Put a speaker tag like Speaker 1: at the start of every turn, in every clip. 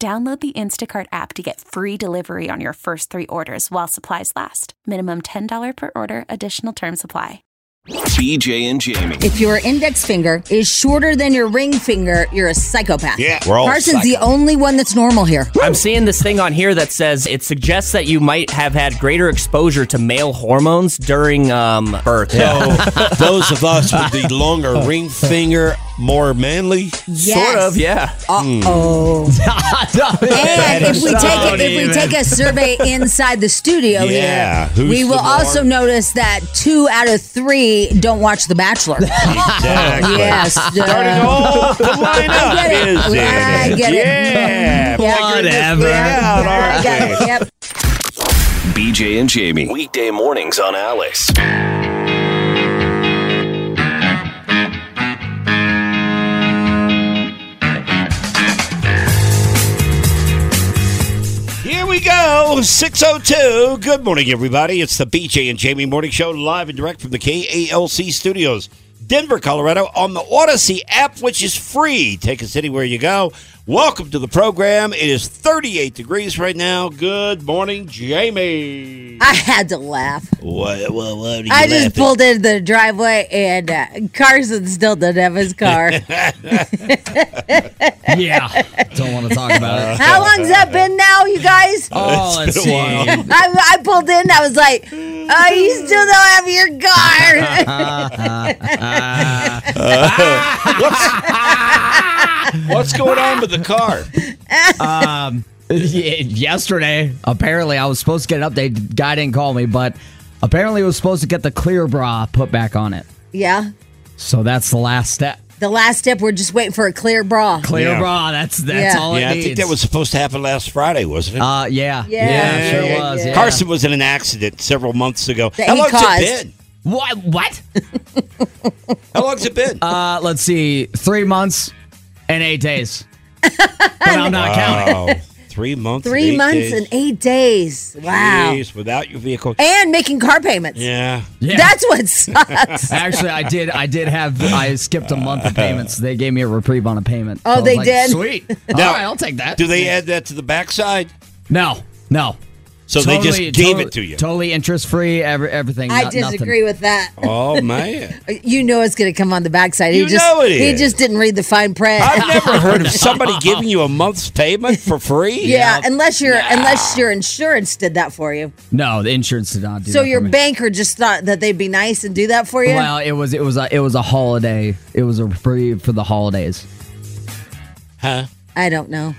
Speaker 1: Download the Instacart app to get free delivery on your first three orders while supplies last. Minimum $10 per order, additional term supply.
Speaker 2: BJ and Jamie.
Speaker 3: If your index finger is shorter than your ring finger, you're a psychopath.
Speaker 4: Yeah.
Speaker 5: We're all
Speaker 3: Carson's the only one that's normal here.
Speaker 6: I'm seeing this thing on here that says it suggests that you might have had greater exposure to male hormones during um, birth.
Speaker 5: So those of us with the longer ring finger, more manly. Hmm.
Speaker 3: Yes.
Speaker 6: Sort of, yeah.
Speaker 3: Oh. and if we take it, if we take a survey inside the studio
Speaker 5: Yeah,
Speaker 3: here,
Speaker 5: who's
Speaker 3: we will
Speaker 5: the more-
Speaker 3: also notice that two out of three don't watch The Bachelor.
Speaker 5: Exactly.
Speaker 3: yes.
Speaker 5: Starting
Speaker 3: uh,
Speaker 5: off the lineup
Speaker 3: I get it.
Speaker 5: is in
Speaker 3: I get it.
Speaker 5: Yeah.
Speaker 3: Yeah.
Speaker 5: Figuring this thing out,
Speaker 3: I
Speaker 5: aren't
Speaker 3: got it.
Speaker 5: we?
Speaker 3: Yep.
Speaker 2: BJ and Jamie. Weekday mornings on Alice.
Speaker 5: Here we go. 602. Good morning, everybody. It's the BJ and Jamie Morning Show live and direct from the KALC studios, Denver, Colorado, on the Odyssey app, which is free. Take us anywhere you go. Welcome to the program. It is 38 degrees right now. Good morning, Jamie.
Speaker 3: I had to laugh.
Speaker 5: What, what, what are you
Speaker 3: I just
Speaker 5: laughing?
Speaker 3: pulled into the driveway and uh, Carson still doesn't have his car.
Speaker 7: Yeah, don't want to talk about it.
Speaker 3: How long's that been now, you guys?
Speaker 7: Oh,
Speaker 5: been a
Speaker 7: let's see.
Speaker 3: I, I pulled in. I was like, "Oh, you still don't have your car."
Speaker 5: What's going on with the car?
Speaker 7: Ye- um, Yesterday, apparently, I was supposed to get an update. The Guy didn't call me, but apparently, it was supposed to get the clear bra put back on it.
Speaker 3: yeah.
Speaker 7: So that's the last step.
Speaker 3: The last step, we're just waiting for a clear bra.
Speaker 7: Clear
Speaker 5: Yeah.
Speaker 7: bra. That's that's
Speaker 3: Yeah.
Speaker 7: all it
Speaker 5: Yeah, I think
Speaker 7: needs.
Speaker 5: that was supposed to happen last Friday, wasn't it?
Speaker 7: Uh, yeah.
Speaker 3: Yeah.
Speaker 7: Yeah,
Speaker 3: Yeah,
Speaker 7: sure
Speaker 3: yeah,
Speaker 7: was.
Speaker 3: yeah.
Speaker 7: Yeah.
Speaker 5: Carson was in an accident several months ago.
Speaker 3: That
Speaker 5: How
Speaker 3: he
Speaker 5: long's
Speaker 3: caused.
Speaker 5: it been?
Speaker 7: What? What?
Speaker 5: How long's it been?
Speaker 7: Uh, let's see. Three months and eight days. But I'm not counting.
Speaker 5: Wow. Three months. and
Speaker 3: Three
Speaker 5: eight
Speaker 3: months
Speaker 5: days.
Speaker 3: and eight days. Wow.
Speaker 5: Jeez, without your vehicle.
Speaker 3: And making car payments.
Speaker 5: Yeah.
Speaker 7: Yeah.
Speaker 3: That's what sucks.
Speaker 7: Actually, I did. I did have. I skipped a month of payments. They gave me a reprieve on a payment.
Speaker 3: Oh,
Speaker 7: I was
Speaker 3: they
Speaker 7: like,
Speaker 3: did?
Speaker 7: Sweet. All
Speaker 5: Now,
Speaker 7: right, I'll take that.
Speaker 5: Do they add that to the backside?
Speaker 7: No, no.
Speaker 5: So they just
Speaker 7: Totally-
Speaker 5: gave
Speaker 7: totally-
Speaker 5: it to you.
Speaker 7: Totally interest free. Every, everything.
Speaker 3: I
Speaker 7: no-
Speaker 3: disagree with that.
Speaker 5: Oh man!
Speaker 3: You know it's going to come on the backside. He
Speaker 5: You
Speaker 3: just,
Speaker 5: know it
Speaker 3: He
Speaker 5: is.
Speaker 3: just didn't read the fine print.
Speaker 5: I've never heard of somebody giving you a month's payment for free.
Speaker 3: yeah, unless your unless your insurance did that for you.
Speaker 7: Nothing. No, the insurance did not do.
Speaker 3: So
Speaker 7: that
Speaker 3: your
Speaker 7: for me.
Speaker 3: banker just thought that they'd be nice and do that for you.
Speaker 7: Well, it was it was a it was a holiday. It was a free for the holidays.
Speaker 5: Huh?
Speaker 3: I don't know.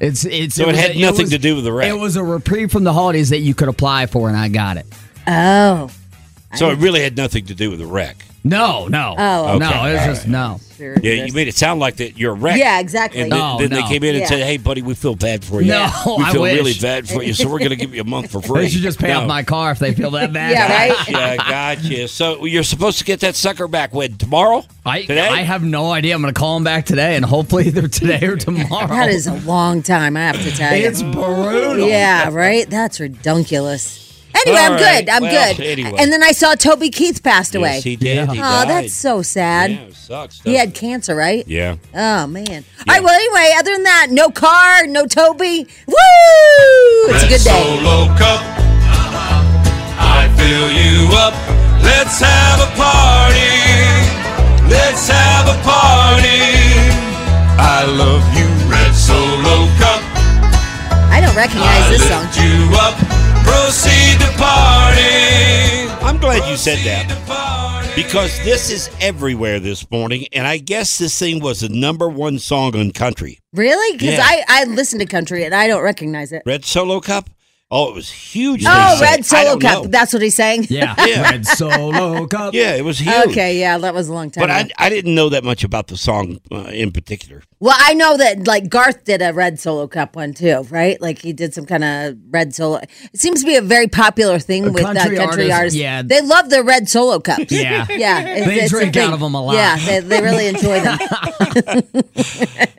Speaker 7: It's it's.
Speaker 5: So it
Speaker 7: was
Speaker 5: had
Speaker 7: a-
Speaker 5: nothing
Speaker 7: was-
Speaker 5: to do with the wreck.
Speaker 7: It was a reprieve from the holidays that you could apply for, and I got it.
Speaker 3: Oh,
Speaker 5: So it really had nothing to do with the wreck.
Speaker 7: No, no,
Speaker 3: Oh,
Speaker 7: no.
Speaker 5: okay.
Speaker 7: It was just no.
Speaker 3: sure.
Speaker 5: Yeah, you made it sound like that you're a wreck.
Speaker 3: Yeah, exactly.
Speaker 5: And then,
Speaker 7: No,
Speaker 5: then they
Speaker 7: no.
Speaker 5: came in and
Speaker 3: Yeah.
Speaker 5: said, "Hey, buddy, we feel bad for you.
Speaker 7: No,
Speaker 5: we
Speaker 7: I
Speaker 5: feel
Speaker 7: wish.
Speaker 5: really bad for you. So we're going to give you a month for free."
Speaker 7: They should just pay
Speaker 5: No.
Speaker 7: off my car if they feel that bad.
Speaker 3: Yeah, right.
Speaker 5: yeah, gotcha. So you're supposed to get that sucker back when tomorrow?
Speaker 7: I,
Speaker 5: Today?
Speaker 7: I have no idea. I'm going to call him back today, and hopefully either today or tomorrow.
Speaker 3: That is a long time, I have to tell you.
Speaker 7: it's brutal.
Speaker 3: yeah, right? That's ridiculous. Anyway,
Speaker 5: All
Speaker 3: I'm
Speaker 5: right,
Speaker 3: good. I'm
Speaker 5: well,
Speaker 3: good.
Speaker 5: anyway.
Speaker 3: And then I saw Toby Keith passed away.
Speaker 5: Yes, he did. He
Speaker 3: oh,
Speaker 5: died.
Speaker 3: that's so sad.
Speaker 5: Yeah, it sucks.
Speaker 3: He had
Speaker 5: doesn't
Speaker 3: cancer, right?
Speaker 5: it? Yeah.
Speaker 3: Oh man. All right. Well, anyway, other than that, no car, no Toby. Woo! It's a good day.
Speaker 8: Solo cup. I fill you up. Let's have a party. Let's have a party.
Speaker 3: recognize this song.
Speaker 8: Lift you up, proceed to party.
Speaker 5: I'm glad you said
Speaker 8: Proceed
Speaker 5: that
Speaker 8: to party.
Speaker 5: because this is everywhere this morning, and I guess this thing was the number one song on country.
Speaker 3: Really? Because
Speaker 5: Yeah.
Speaker 3: I, I listen to country and I don't recognize it.
Speaker 5: Red Solo Cup. Oh, it was huge. they
Speaker 3: Oh,
Speaker 5: said.
Speaker 3: Red
Speaker 5: I
Speaker 3: Solo
Speaker 5: don't
Speaker 3: Cup.
Speaker 5: know.
Speaker 3: That's what he's saying?
Speaker 7: Yeah.
Speaker 5: Yeah.
Speaker 7: Red Solo Cup.
Speaker 5: yeah, it was huge.
Speaker 3: Okay, yeah, that was a long time
Speaker 5: But I,
Speaker 3: ago.
Speaker 5: I didn't know that much about the song uh, in particular.
Speaker 3: Well, I know that like Garth did a Red Solo Cup one too, right? Like he did some kind of Red Solo. It seems to be a very popular thing
Speaker 7: Uh,
Speaker 3: with
Speaker 7: country
Speaker 3: uh, country
Speaker 7: artists,
Speaker 3: artists.
Speaker 7: yeah.
Speaker 3: They love their Red Solo Cups.
Speaker 7: Yeah.
Speaker 3: Yeah, it's-
Speaker 7: They
Speaker 3: it's a
Speaker 7: drink out
Speaker 3: thing.
Speaker 7: of 'em a lot.
Speaker 3: Yeah, they, they really enjoy them.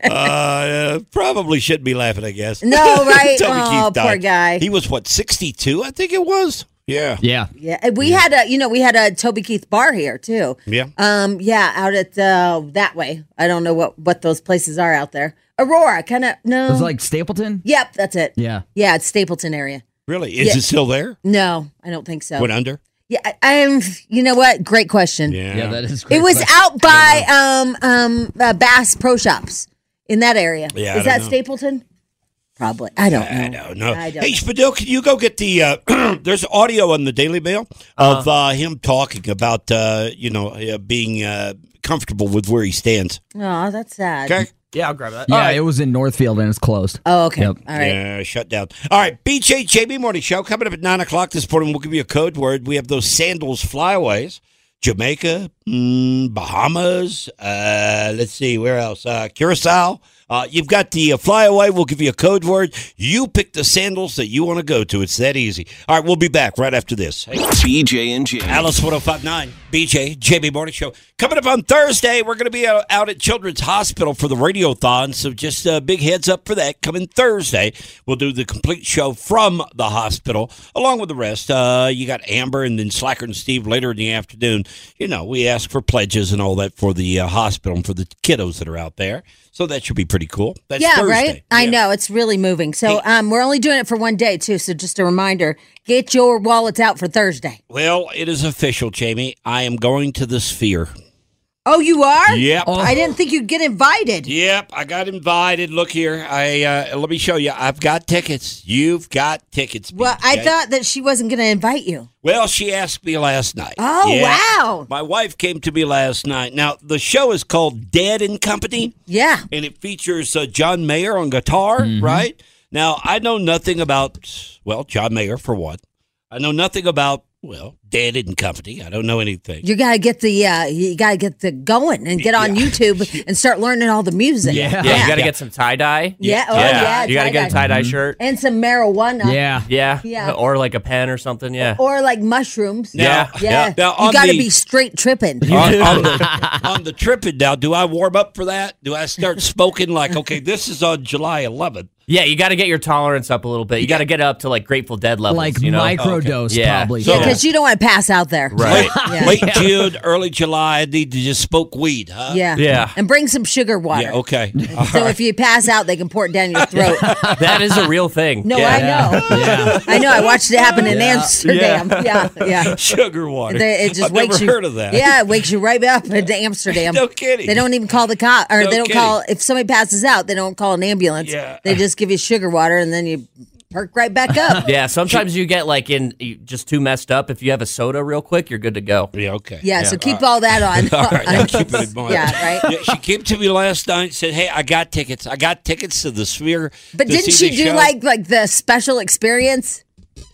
Speaker 5: uh, probably should be laughing, I guess.
Speaker 3: No, right?
Speaker 5: Toby
Speaker 3: Oh,
Speaker 5: Keith
Speaker 3: poor
Speaker 5: died.
Speaker 3: guy.
Speaker 5: He was what, sixty-two? I think it was. Yeah.
Speaker 7: Yeah.
Speaker 3: Yeah, and we had a you know we had a Toby Keith bar here too.
Speaker 5: Yeah.
Speaker 3: Um. Yeah. Out at uh, that way. I don't know what what those places are out there. Aurora, kind of no.
Speaker 7: It was like Stapleton.
Speaker 3: yep, that's it.
Speaker 7: Yeah.
Speaker 3: Yeah, it's Stapleton area.
Speaker 5: Really? Is
Speaker 3: Yeah.
Speaker 5: it still there?
Speaker 3: No, I don't think so.
Speaker 5: Went under.
Speaker 3: yeah, I, I'm. You know what? Great question.
Speaker 5: Yeah.
Speaker 7: Yeah, that is. Great
Speaker 3: It was
Speaker 7: question.
Speaker 3: out by um um uh, Bass Pro Shops in that area.
Speaker 5: Yeah, I
Speaker 3: Is
Speaker 5: don't
Speaker 3: that
Speaker 5: know.
Speaker 3: Stapleton? Probably. I don't know.
Speaker 5: I don't know.
Speaker 3: I don't
Speaker 5: hey,
Speaker 3: know.
Speaker 5: Spadil, can you go get the? Uh, there's audio on the Daily Mail
Speaker 6: Uh-huh.
Speaker 5: of uh, him talking about uh, you know uh, being uh, comfortable with where he stands.
Speaker 3: Oh, that's sad.
Speaker 5: Okay.
Speaker 6: Yeah, I'll grab
Speaker 5: Uh,
Speaker 6: that.
Speaker 7: Yeah,
Speaker 6: All right.
Speaker 7: it was in Northfield and it's closed.
Speaker 3: Oh, okay.
Speaker 7: Yep.
Speaker 3: All right.
Speaker 5: Yeah, shut down. All right, BJJB Morning Show coming up at 9 o'clock this morning. We'll give you a code word. We have those sandals flyaways. Jamaica, mm, Bahamas, uh, let's see, where else? Uh, Curacao. Uh, you've got the uh, flyaway. We'll give you a code word. You pick the sandals that you want to go to. It's that easy. All right, we'll be back right after this. Hey,
Speaker 2: BJ and Jamie.
Speaker 5: Alice 1059, BJ, JB Morning Show. Coming up on Thursday, we're going to be out out at Children's Hospital for the Radiothon. So just a big heads up for that. Coming Thursday, we'll do the complete show from the hospital, along with the rest. Uh, you got Amber and then Slacker and Steve later in the afternoon. You know, we ask for pledges and all that for the uh, hospital and for the kiddos that are out there. So that should be pretty cool. That's
Speaker 3: yeah,
Speaker 5: Thursday.
Speaker 3: right. I
Speaker 5: Yeah.
Speaker 3: know it's really moving. So um, we're only doing it for one day too. So just a reminder: get your wallets out for Thursday.
Speaker 5: Well, it is official, Jamie. I am going to the Sphere.
Speaker 3: Oh, you are?
Speaker 5: Yep.
Speaker 3: I didn't think you'd get invited.
Speaker 5: Yep, I got invited. Look here, I uh, let me show you. I've got tickets. You've got tickets.
Speaker 3: Well, I
Speaker 5: BJ.
Speaker 3: thought that she wasn't going to invite you.
Speaker 5: Well, she asked me last night.
Speaker 3: Oh, wow.
Speaker 5: My wife came to me last night. Now the show is called Dead and Company,
Speaker 3: Yeah. Mm-hmm.
Speaker 5: and it features uh, John Mayer on guitar. Right now, I know nothing about well John Mayer for one. I know nothing about well Dead and Company. I don't know anything.
Speaker 3: You gotta get the uh, you gotta get the going and get on YouTube and start learning all the music.
Speaker 7: Yeah.
Speaker 6: Yeah, you
Speaker 3: yeah,
Speaker 6: got to
Speaker 5: Yeah.
Speaker 6: get some tie dye.
Speaker 3: Yeah, oh, yeah,
Speaker 6: you got to get a tie
Speaker 3: tie-dye.
Speaker 6: dye shirt.
Speaker 3: and some marijuana.
Speaker 7: Yeah.
Speaker 6: Yeah.
Speaker 3: Yeah.
Speaker 6: Or like a pen or something. Yeah.
Speaker 3: or like mushrooms.
Speaker 5: Now-
Speaker 3: yeah.
Speaker 5: now
Speaker 3: you
Speaker 5: on
Speaker 3: gotta
Speaker 5: the-
Speaker 3: be straight tripping.
Speaker 5: on, on the, on the tripping now, do I warm up for that? Do I start smoking like, okay, this is on July 11th?
Speaker 6: Yeah, you got to get your tolerance up a little bit. You got to get up to like Grateful Dead levels.
Speaker 7: Like
Speaker 6: you know? Oh,
Speaker 7: microdose,
Speaker 6: Yeah.
Speaker 7: probably.
Speaker 5: So-
Speaker 3: yeah, because you don't want to pass out there.
Speaker 6: Right.
Speaker 3: Yeah.
Speaker 5: Late June, early July, I need to just smoke weed, huh?
Speaker 3: Yeah.
Speaker 6: Yeah.
Speaker 3: And bring some sugar water.
Speaker 5: Yeah, okay.
Speaker 3: So if you pass out, they can pour it down your throat.
Speaker 6: that is a real thing.
Speaker 3: No,
Speaker 6: yeah.
Speaker 3: I know. I know. I watched it happen in Amsterdam. Yeah, yeah.
Speaker 5: Sugar water.
Speaker 3: They, it just
Speaker 5: I've
Speaker 3: wakes
Speaker 5: never
Speaker 3: you.
Speaker 5: heard of that.
Speaker 3: Yeah, it wakes you right up into Amsterdam.
Speaker 5: No kidding.
Speaker 3: They don't even call the cop, or
Speaker 5: No
Speaker 3: they don't call if somebody passes out. They don't call an ambulance.
Speaker 5: Yeah.
Speaker 3: They just give you sugar water, and then you perk right back up.
Speaker 6: Yeah, sometimes you get like in you just too messed up. If you have a soda real quick, you're good to go.
Speaker 5: Yeah, okay.
Speaker 3: Yeah, so keep all that on.
Speaker 5: All right, I'll keep it in mind.
Speaker 3: Yeah, right.
Speaker 5: Yeah, she came to me last night and said, Hey, I got tickets. I got tickets to the sphere.
Speaker 3: But
Speaker 5: to
Speaker 3: didn't
Speaker 5: see
Speaker 3: she
Speaker 5: the
Speaker 3: do
Speaker 5: show."
Speaker 3: like like the special experience?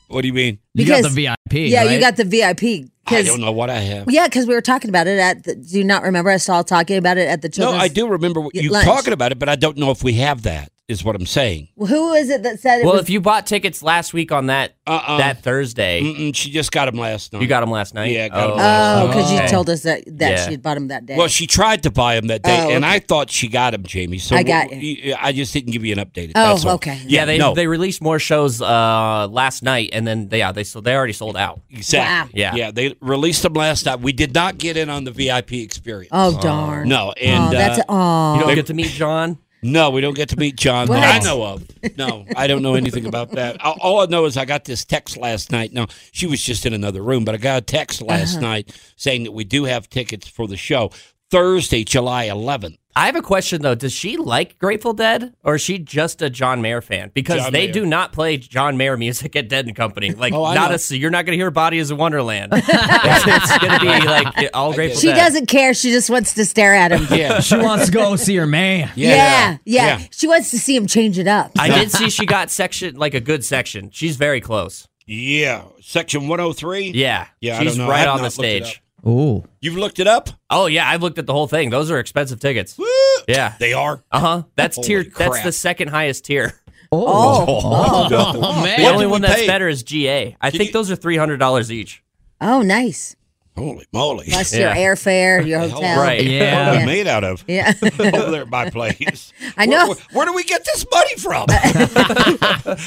Speaker 5: What do you mean?
Speaker 7: You got the
Speaker 3: Because-
Speaker 7: VIP.
Speaker 3: Yeah, you
Speaker 7: right?
Speaker 3: got the VIP.
Speaker 5: I
Speaker 3: 'cause-
Speaker 5: don't know what I have.
Speaker 3: Yeah, because we were talking about it at. The, do you not remember us all talking about it at the
Speaker 5: No,
Speaker 3: children's?
Speaker 5: I do remember what
Speaker 3: Get
Speaker 5: you
Speaker 3: lunch.
Speaker 5: talking about it, but I don't know if we have that. Is what I'm saying.
Speaker 3: Who is it that said it?
Speaker 6: Well,
Speaker 3: was,
Speaker 6: if you bought tickets last week on that
Speaker 5: Uh-uh.
Speaker 6: that Thursday,
Speaker 5: Mm-mm, she just got him last night.
Speaker 6: you got them last night.
Speaker 5: Yeah, I got 'em
Speaker 3: oh, because
Speaker 6: okay.
Speaker 3: you told us that that
Speaker 6: Yeah.
Speaker 3: she had bought him that day.
Speaker 5: Well, she tried to buy him that day,
Speaker 3: Oh,
Speaker 5: and
Speaker 3: okay.
Speaker 5: I thought she got him, Jamie. So
Speaker 3: I got
Speaker 5: w- y- I just didn't give you an update.
Speaker 3: Oh,
Speaker 5: That's all.
Speaker 3: okay.
Speaker 6: Yeah, they
Speaker 5: no,
Speaker 6: they released more shows uh, last night, and then they, yeah they so they already sold out.
Speaker 5: exactly.
Speaker 6: Wow.
Speaker 5: Yeah, they released him last night. We did not get in on the VIP experience.
Speaker 3: oh darn.
Speaker 5: no, and
Speaker 3: oh, that's
Speaker 5: uh,
Speaker 3: oh.
Speaker 6: You don't get to meet John.
Speaker 5: no, we don't get to meet John.
Speaker 3: What?
Speaker 5: That I know of. No, I don't know anything about that. All- All I know is I got this text last night. No, she was just in another room, but I got a
Speaker 3: Uh-huh.
Speaker 5: text last night saying that we do have tickets for the show Thursday, July 11th.
Speaker 6: I have a question though. Does she like Grateful Dead, or is she just a John Mayer fan? Because
Speaker 5: John
Speaker 6: they
Speaker 5: Mayer.
Speaker 6: do not play John Mayer music at Dead and Company. Like,
Speaker 5: Oh, I
Speaker 6: not
Speaker 5: know.
Speaker 6: a s- you're not going to hear "Body Is a Wonderland." it's, it's going to be like all Grateful
Speaker 3: She
Speaker 6: Dead.
Speaker 3: doesn't care. She just wants to stare at him.
Speaker 5: Yeah.
Speaker 7: She wants to go see her man.
Speaker 3: Yeah, yeah.
Speaker 5: Yeah.
Speaker 3: She wants to see him change it up.
Speaker 6: I did see she got section like a good section. She's very close.
Speaker 5: Yeah. Section 103?
Speaker 6: Yeah,
Speaker 5: Yeah, I
Speaker 6: She's
Speaker 5: don't know. I
Speaker 6: right
Speaker 5: have
Speaker 6: on
Speaker 5: not
Speaker 6: the
Speaker 5: looked it
Speaker 6: stage.
Speaker 7: Ooh.
Speaker 5: You've looked it up?
Speaker 6: Oh yeah, I've looked at the whole thing. Those are expensive tickets.
Speaker 5: Woo!
Speaker 6: Yeah.
Speaker 5: They are.
Speaker 6: Uh huh. That's
Speaker 5: Holy
Speaker 6: tier. That's
Speaker 5: crap.
Speaker 6: the second highest tier.
Speaker 7: Oh.
Speaker 5: Oh,
Speaker 7: Oh,
Speaker 6: The
Speaker 7: man.
Speaker 6: only
Speaker 5: did we
Speaker 6: one that's
Speaker 5: pay?
Speaker 6: better is GA. I think
Speaker 5: you-
Speaker 6: those are three hundred dollars each.
Speaker 3: Oh, nice.
Speaker 5: Holy moly.
Speaker 3: Plus
Speaker 6: Yeah.
Speaker 3: your airfare, your hotel.
Speaker 6: Right.
Speaker 5: What are
Speaker 7: Yeah.
Speaker 5: they made out of?
Speaker 3: Yeah.
Speaker 5: Over there at my place. Where-
Speaker 3: I know.
Speaker 5: Where, where do we get this money from?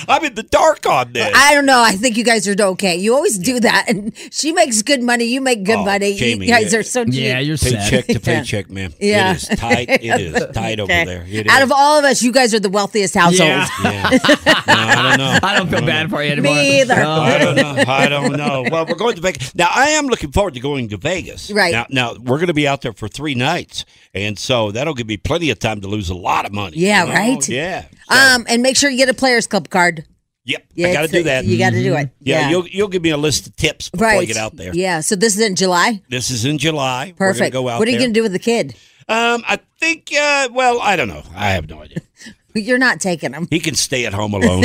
Speaker 5: I'm in the dark on this.
Speaker 3: I don't know. I think you guys are okay. You always do that. And she makes good money. You make good
Speaker 5: Oh,
Speaker 3: money.
Speaker 5: Jamie,
Speaker 3: you guys
Speaker 5: yeah.
Speaker 3: are so cheap.
Speaker 7: Yeah, you're
Speaker 5: paycheck
Speaker 7: set.
Speaker 5: to paycheck, man.
Speaker 3: Yeah.
Speaker 5: It is tight. It is tight over there. It
Speaker 3: Out
Speaker 5: is.
Speaker 3: of all of us, you guys are the wealthiest household.
Speaker 7: Yeah.
Speaker 5: Yeah. No, I don't know.
Speaker 7: I don't feel bad for you anymore.
Speaker 3: either.
Speaker 5: I don't know. I don't know. Well, we're going to Vegas now. I am looking forward to going to Vegas.
Speaker 3: Right.
Speaker 5: now, now we're going to be out there for three nights, and so that'll give me plenty of time to lose a lot of money.
Speaker 3: Yeah,
Speaker 5: you know?
Speaker 3: right?
Speaker 5: Oh, Yeah. So,
Speaker 3: Um, and make sure you get a Players Club card.
Speaker 5: yep.
Speaker 3: Yeah,
Speaker 5: I got to
Speaker 3: it's-
Speaker 5: do that.
Speaker 3: You got to do it.
Speaker 5: yeah, You'll you'll give me a list of tips before I get out there.
Speaker 3: Yeah. So this is in July.
Speaker 5: This is in July. We're gonna
Speaker 3: Perfect.
Speaker 5: go out
Speaker 3: what are you
Speaker 5: there.
Speaker 3: going to do with the kid?
Speaker 5: Um, I think. Uh, well, I don't know. I have no idea.
Speaker 3: You're not taking him.
Speaker 5: He can stay at home alone.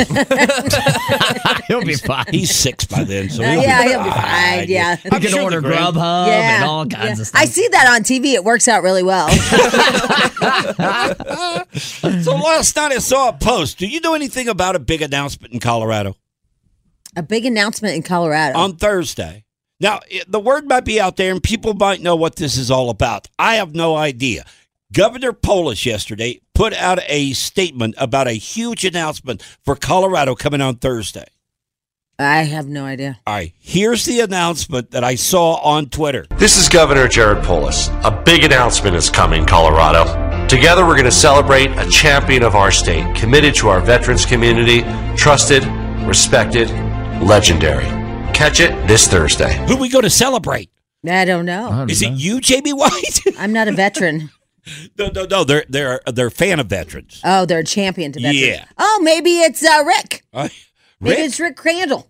Speaker 7: He'll be fine.
Speaker 5: He's six by then, so
Speaker 3: Uh,
Speaker 5: he'll
Speaker 3: yeah,
Speaker 5: be
Speaker 3: he'll be fine. Yeah.
Speaker 7: You
Speaker 5: I'm
Speaker 7: can
Speaker 5: sure
Speaker 7: order
Speaker 5: the grand-
Speaker 7: Grubhub
Speaker 3: yeah.
Speaker 7: and all kinds
Speaker 3: yeah.
Speaker 7: of stuff.
Speaker 3: I see that on TV. It works out really well.
Speaker 5: So last night I saw a post. Do you know anything about a big announcement in Colorado
Speaker 3: a big announcement in Colorado.
Speaker 5: on Thursday? Now it- the word might be out there, and people might know what this is all about. I have no idea. Governor Polis yesterday put out a statement about a huge announcement for Colorado coming on Thursday.
Speaker 3: I have no idea.
Speaker 5: All right, here's the announcement that I saw on Twitter.
Speaker 4: This is Governor Jared Polis. A big announcement is coming, Colorado. Together, we're going to celebrate a champion of our state, committed to our veterans community, trusted, respected, legendary. Catch it this Thursday.
Speaker 5: Who we going to celebrate?
Speaker 3: I don't know.
Speaker 5: Is it you, Jamie White?
Speaker 3: I'm not a veteran.
Speaker 5: no, no, no. They're they're they're a fan of veterans.
Speaker 3: Oh, they're a champion to veterans.
Speaker 5: Yeah.
Speaker 3: Oh, maybe it's uh, Rick.
Speaker 5: Uh,
Speaker 3: Maybe
Speaker 5: Rick,
Speaker 3: it's Rick Crandall.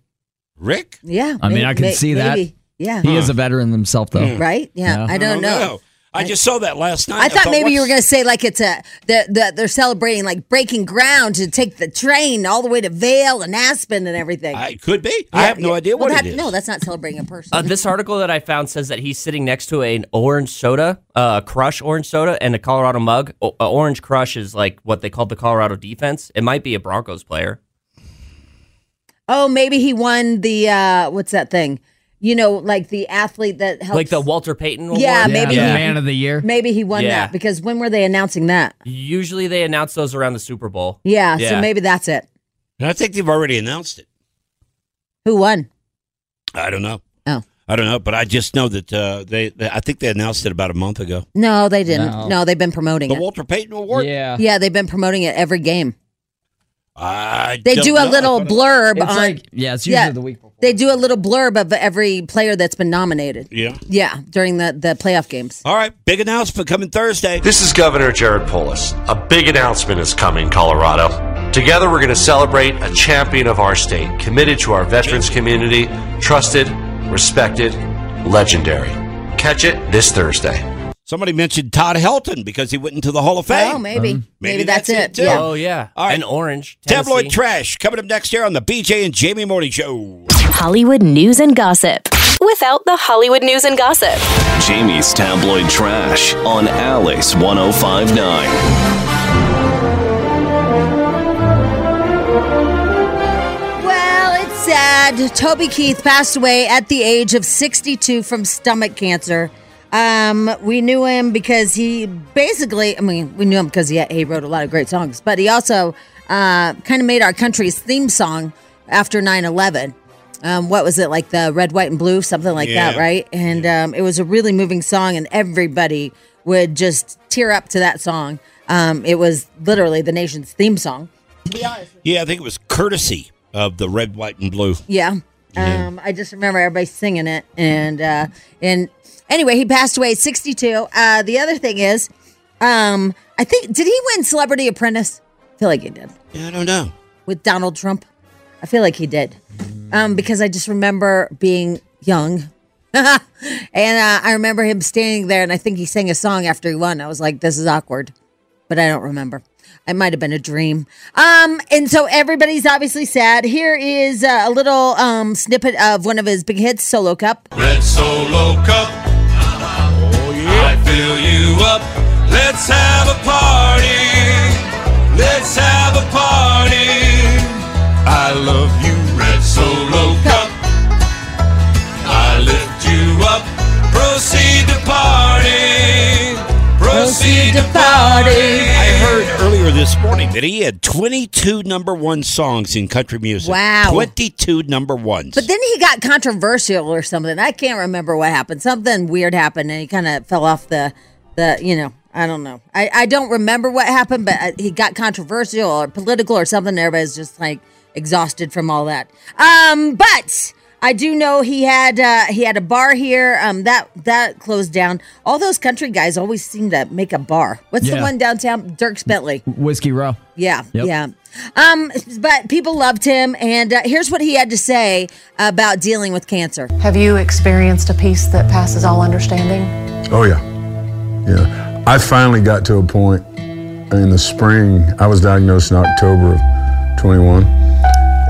Speaker 5: Rick.
Speaker 3: Yeah.
Speaker 7: I mean,
Speaker 3: may-
Speaker 7: I can
Speaker 3: may-
Speaker 7: see that.
Speaker 3: maybe. Yeah.
Speaker 7: He is a veteran himself, though.
Speaker 3: Right? Yeah.
Speaker 7: Yeah.
Speaker 3: I don't know.
Speaker 5: I just saw that last night.
Speaker 3: I thought maybe you were
Speaker 5: what's-
Speaker 3: going to say like it's a that that they're celebrating like breaking ground to take the train all the way to Vale and Aspen and everything.
Speaker 5: I could be. I have no
Speaker 3: Yeah.
Speaker 5: idea
Speaker 3: Well,
Speaker 5: what
Speaker 3: that-
Speaker 5: it is.
Speaker 3: No, that's not celebrating a person.
Speaker 6: Uh, this article that I found says that he's sitting next to an orange soda, uh, crush orange soda, and a Colorado mug. O- uh, orange crush is like what they call the Colorado defense. It might be a Broncos player.
Speaker 3: oh, maybe he won the uh what's that thing? You know, like the athlete that helps.
Speaker 6: Like the Walter Payton award.
Speaker 3: Yeah, maybe
Speaker 7: Yeah.
Speaker 3: he-
Speaker 7: Man of the year.
Speaker 3: maybe he won
Speaker 6: Yeah.
Speaker 3: that because when were they announcing that?
Speaker 6: Usually they announce those around the Super Bowl.
Speaker 3: Yeah,
Speaker 6: Yeah.
Speaker 3: so maybe that's it.
Speaker 5: And I think they've already announced it.
Speaker 3: Who won?
Speaker 5: I don't know.
Speaker 3: Oh.
Speaker 5: I don't know, but I just know that uh, they, they. I think they announced it about a month ago.
Speaker 3: No, they didn't.
Speaker 7: No.
Speaker 3: No, they've been promoting
Speaker 5: The
Speaker 3: it.
Speaker 5: Walter Payton Award.
Speaker 7: Yeah.
Speaker 3: yeah, they've been promoting it every game.
Speaker 5: I
Speaker 3: They
Speaker 5: don't
Speaker 3: do
Speaker 5: know.
Speaker 3: a little
Speaker 5: I thought it-
Speaker 3: blurb
Speaker 7: It's
Speaker 3: on
Speaker 7: like, yeah, it's usually
Speaker 3: Yeah.
Speaker 7: the week before.
Speaker 3: They do a little blurb of every player that's been nominated.
Speaker 5: Yeah.
Speaker 3: Yeah, during the, the playoff games.
Speaker 5: All right. Big announcement coming Thursday.
Speaker 4: This is Governor Jared Polis. A big announcement is coming, Colorado. Together, we're going to celebrate a champion of our state, committed to our veterans community, trusted, respected, legendary. Catch it this Thursday.
Speaker 5: Somebody mentioned Todd Helton because he went into the Hall of Fame.
Speaker 3: Oh, maybe. maybe.
Speaker 5: maybe
Speaker 3: that's,
Speaker 5: that's it, too.
Speaker 3: it. Yeah.
Speaker 6: Mm-hmm. Oh yeah,
Speaker 5: All right.
Speaker 6: an orange
Speaker 5: Tabloid
Speaker 6: Tennessee.
Speaker 5: trash coming up next year on the BJ and Jamie Morning Show.
Speaker 9: Hollywood news and gossip. Without the Hollywood news and gossip.
Speaker 2: Jamie's Tabloid Trash on Alice 1059.
Speaker 3: Well, it's sad. Toby Keith passed away at the age of 62 from stomach cancer. Um, we knew him because he basically, I mean, we knew him because he, he wrote a lot of great songs, but he also uh, kind of made our country's theme song after 9 11. Um, what was it like the red, white, and blue, something like that,
Speaker 5: Yeah.
Speaker 3: right? And um, it was a really moving song, and everybody would just tear up to that song. Um, it was literally the nation's theme song.
Speaker 5: Yeah, I think it was courtesy of the red, white, and blue.
Speaker 3: Yeah. Um, I just remember everybody singing it, and uh, and anyway, he passed away at 62. Uh, the other thing is, Um, I think did he win Celebrity Apprentice? I feel like he did
Speaker 5: Yeah, I don't know.
Speaker 3: with Donald Trump. I feel like he did. Um, because I just remember being young. and uh, I remember him standing there, and I think he sang a song after he won. I was like, this is awkward, but I don't remember. It might have been a dream. Um, and so everybody's obviously sad. Here is uh, a little um, snippet of one of his big hits, Solo Cup.
Speaker 8: Red Solo Cup. Oh, yeah. I fill you up. Let's have a party. Let's have a party. I love you, Red Solo Cup. I lift you up. Proceed to party. Proceed to party.
Speaker 5: I heard earlier this morning that he had 22 number one songs in country music.
Speaker 3: Wow.
Speaker 5: 22 number ones.
Speaker 3: But then he got controversial or something. I can't remember what happened. Something weird happened, and he kind of fell off the the. You know, I don't know. I I don't remember what happened, but uh, he got controversial or political or something. and Everybody's just like exhausted from all that. Um, but. I do know he had uh, he had a bar here. Um, that that closed down. All those country guys always seem to make a bar. What's the
Speaker 7: Yeah.
Speaker 3: one downtown? Dirk Bentley.
Speaker 7: Whiskey Row.
Speaker 3: Yeah,
Speaker 7: Yep.
Speaker 3: yeah. Um, but people loved him, and uh, here's what he had to say about dealing with cancer.
Speaker 10: Have you experienced a peace that passes all understanding?
Speaker 11: Oh yeah, yeah. I finally got to a point in the spring. I was diagnosed in October of 21,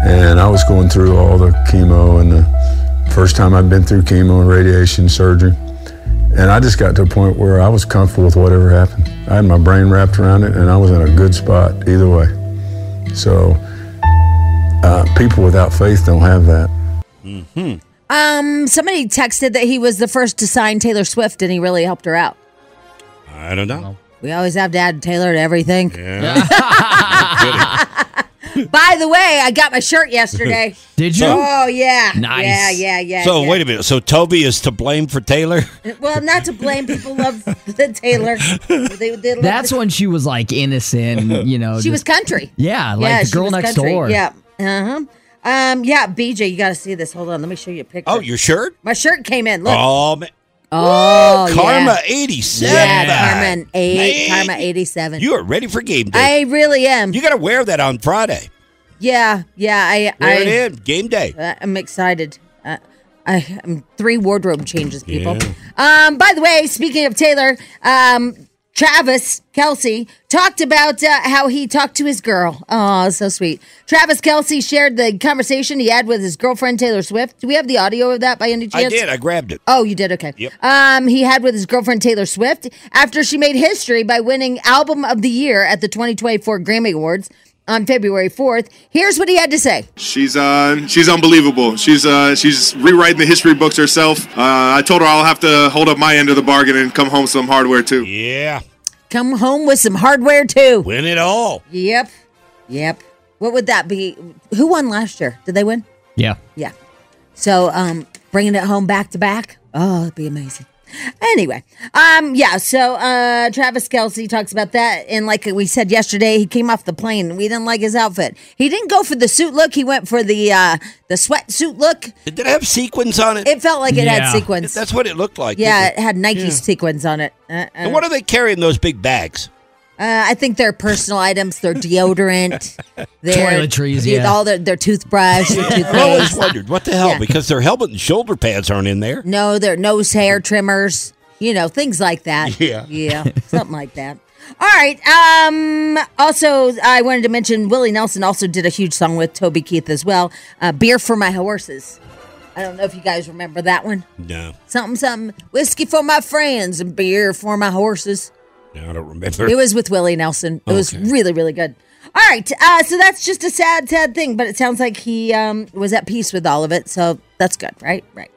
Speaker 11: and I was going through all the chemo and the first time I'd been through chemo and radiation surgery. And I just got to a point where I was comfortable with whatever happened. I had my brain wrapped around it, and I was in a good spot either way. So, uh, people without faith don't have that.
Speaker 3: Um, somebody texted that he was the first to sign Taylor Swift, and he really helped her out.
Speaker 5: I don't know.
Speaker 3: We always have to add Taylor to everything.
Speaker 5: Yeah.
Speaker 3: By the way, I got my shirt yesterday.
Speaker 7: Did you?
Speaker 3: oh yeah,
Speaker 7: Nice.
Speaker 3: Yeah, yeah, yeah.
Speaker 5: so,
Speaker 3: yeah.
Speaker 5: wait a minute. So, Toby is to blame for Taylor?
Speaker 3: Well, not to blame. People love the Taylor. They, they love
Speaker 7: That's
Speaker 3: the-
Speaker 7: when she was like innocent, you know.
Speaker 3: she was
Speaker 7: just-
Speaker 3: country.
Speaker 7: Yeah, like the
Speaker 3: she
Speaker 7: girl
Speaker 3: was
Speaker 7: next
Speaker 3: country.
Speaker 7: door.
Speaker 3: Yeah. Uh huh. Um. Yeah, BJ, you got to see this. Hold on, let me show you a picture.
Speaker 5: Oh, your shirt?
Speaker 3: My shirt came in. Look.
Speaker 5: Oh, man.
Speaker 3: Oh, yeah.
Speaker 5: Karma 87.
Speaker 3: Yeah, Carmen eight,
Speaker 5: Man,
Speaker 3: Karma eighty-seven.
Speaker 5: You are ready for game day.
Speaker 3: I really am.
Speaker 5: you got to wear that on Friday.
Speaker 3: yeah, yeah. I,
Speaker 5: Wear it
Speaker 3: I,
Speaker 5: in. Game day.
Speaker 3: uh, I'm excited. Uh, I, I'm three wardrobe changes, people.
Speaker 5: Yeah.
Speaker 3: Um, by the way, speaking of Taylor, um, Travis Kelsey talked about uh, how he talked to his girl. Oh, so sweet. Travis Kelsey shared the conversation he had with his girlfriend Taylor Swift. Do we have the audio of that by any chance?
Speaker 5: I did. I grabbed it.
Speaker 3: Oh, you did? Okay.
Speaker 5: Yep.
Speaker 3: Um, he had with his girlfriend Taylor Swift after she made history by winning Album of the Year at the 2024 Grammy Awards on February 4th. Here's what he had to say.
Speaker 12: She's uh, she's unbelievable. She's uh, she's rewriting the history books herself. Uh, I told her I'll have to hold up my end of the bargain and come home some hardware too.
Speaker 5: Yeah.
Speaker 3: Come home with some hardware too.
Speaker 5: Win it all.
Speaker 3: Yep. Yep. What would that be? Who won last year? Did they win?
Speaker 7: yeah.
Speaker 3: Yeah. So um bringing it home back to back. Oh, it'd be amazing. Anyway, um yeah, so uh Travis Kelsey talks about that and like we said yesterday, he came off the plane. We didn't like his outfit. He didn't go for the suit look, he went for the uh the sweatsuit look.
Speaker 5: Did it have sequins on it?
Speaker 3: It felt like it
Speaker 7: Yeah.
Speaker 3: had sequins.
Speaker 5: That's what it looked like.
Speaker 3: yeah,
Speaker 5: didn't
Speaker 3: it had Nike sequins on it. Uh, uh,
Speaker 5: And what do they carry in those big bags?
Speaker 3: Uh, I think their personal items, their deodorant, their
Speaker 7: Toiletries,
Speaker 3: the-
Speaker 7: yeah.
Speaker 3: all their, their toothbrush, their
Speaker 5: I always
Speaker 3: toothpaste,
Speaker 5: wondered what the hell
Speaker 3: Yeah.
Speaker 5: because their helmet and shoulder pads aren't in there.
Speaker 3: no, their nose hair trimmers, you know, things like that. Yeah, yeah, something like that. All right. Um. Also, I wanted to mention Willie Nelson also did a huge song with Toby Keith as well. Uh, Beer for my horses. I don't know if you guys remember that one.
Speaker 5: No,
Speaker 3: Something, something. Whiskey for my friends and beer for my horses.
Speaker 5: no, I don't remember.
Speaker 3: It was with Willie Nelson. It was
Speaker 5: Okay.
Speaker 3: really, really good. All right. Uh, so that's just a sad, sad thing, but it sounds like he um, was at peace with all of it. So that's good, right? Right.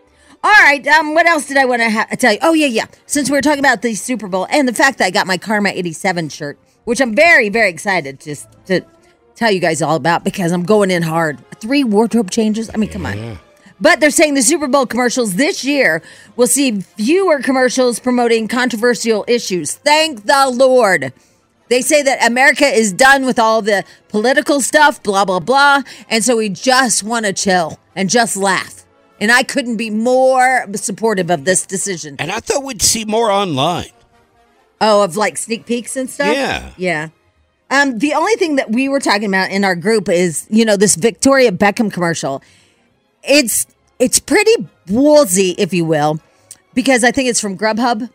Speaker 3: All right. Um, what else did I want to ha- tell you? Oh, yeah, yeah. Since we were talking about the Super Bowl and the fact that I got my Karma 87 shirt, which I'm very, very excited just to tell you guys all about because I'm going in hard. Three wardrobe changes. I mean, come on. But they're saying the Super Bowl commercials this year will see fewer commercials promoting controversial issues. Thank the Lord. They say that America is done with all the political stuff, blah, blah, blah. And so we just want to chill and just laugh. And I couldn't be more supportive of this decision.
Speaker 5: and I thought we'd see more online.
Speaker 3: Oh, of like sneak peeks and stuff?
Speaker 5: Yeah.
Speaker 3: Yeah. Um, the only thing that we were talking about in our group is, you know, this Victoria Beckham commercial. It's it's pretty ballsy, if you will, because I think it's from Grubhub.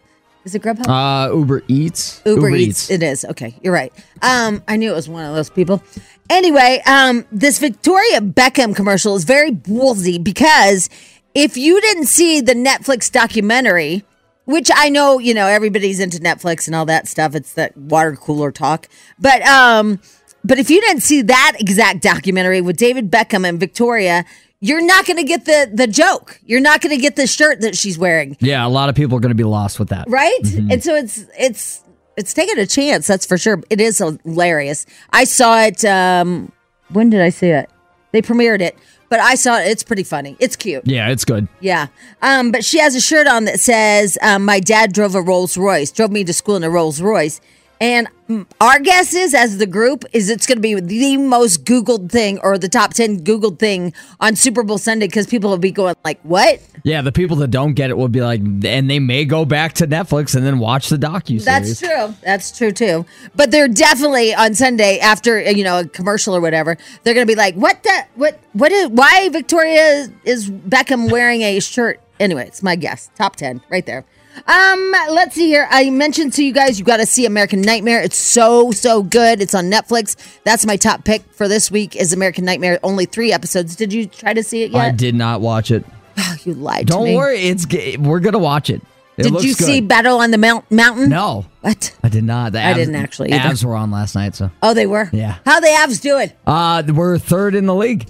Speaker 3: Is it Grubhub?
Speaker 7: Uh, Uber Eats.
Speaker 3: Uber, Eats. It is. Okay. You're right. Um, I knew it was one of those people. Anyway, um, this Victoria Beckham commercial is very ballsy because if you didn't see the Netflix documentary, which I know, you know, everybody's into Netflix and all that stuff. It's that water cooler talk. But um, but if you didn't see that exact documentary with David Beckham and Victoria, you're not gonna get the the joke. You're not gonna get the shirt that she's wearing
Speaker 7: Yeah, a lot of people are going to be lost with that.
Speaker 3: right
Speaker 7: Mhm.
Speaker 3: and so it's it's it's taking a chance that's for sure it is hilarious i saw it um when did i see it they premiered it but i saw it it's pretty funny it's cute
Speaker 7: Yeah, it's good.
Speaker 3: yeah um but she has a shirt on that says um, my dad drove a rolls royce drove me to school in a rolls royce and mm, our guess is as the group is it's going to be the most googled thing or the top 10 googled thing on super bowl sunday because people will be going like what
Speaker 7: Yeah, the people that don't get it will be like, and they may go back to Netflix and then watch the docu.
Speaker 3: That's true. That's true too. But they're definitely on Sunday after you know a commercial or whatever. They're gonna be like, "What the? What? What is? Why Victoria is Beckham wearing a shirt?" Anyway, it's my guess. Top ten, right there. Um, let's see here. I mentioned to you guys, you got to see American Nightmare. It's so so good. It's on Netflix. That's my top pick for this week. Is American Nightmare? Only three episodes. Did you try to see it yet?
Speaker 7: I did not watch it.
Speaker 3: you lied. to
Speaker 7: Don't
Speaker 3: me.
Speaker 7: worry, it's g- we're gonna watch it. It
Speaker 3: Did
Speaker 7: looks
Speaker 3: you
Speaker 7: good.
Speaker 3: see Battle on the Mount- Mountain?
Speaker 7: No,
Speaker 3: What?
Speaker 7: I did not. The
Speaker 3: I didn't actually either.
Speaker 7: Abs were on last night, so
Speaker 3: Oh, they were.
Speaker 7: Yeah.
Speaker 3: How the Avs doing?
Speaker 7: uh, we're third in the league,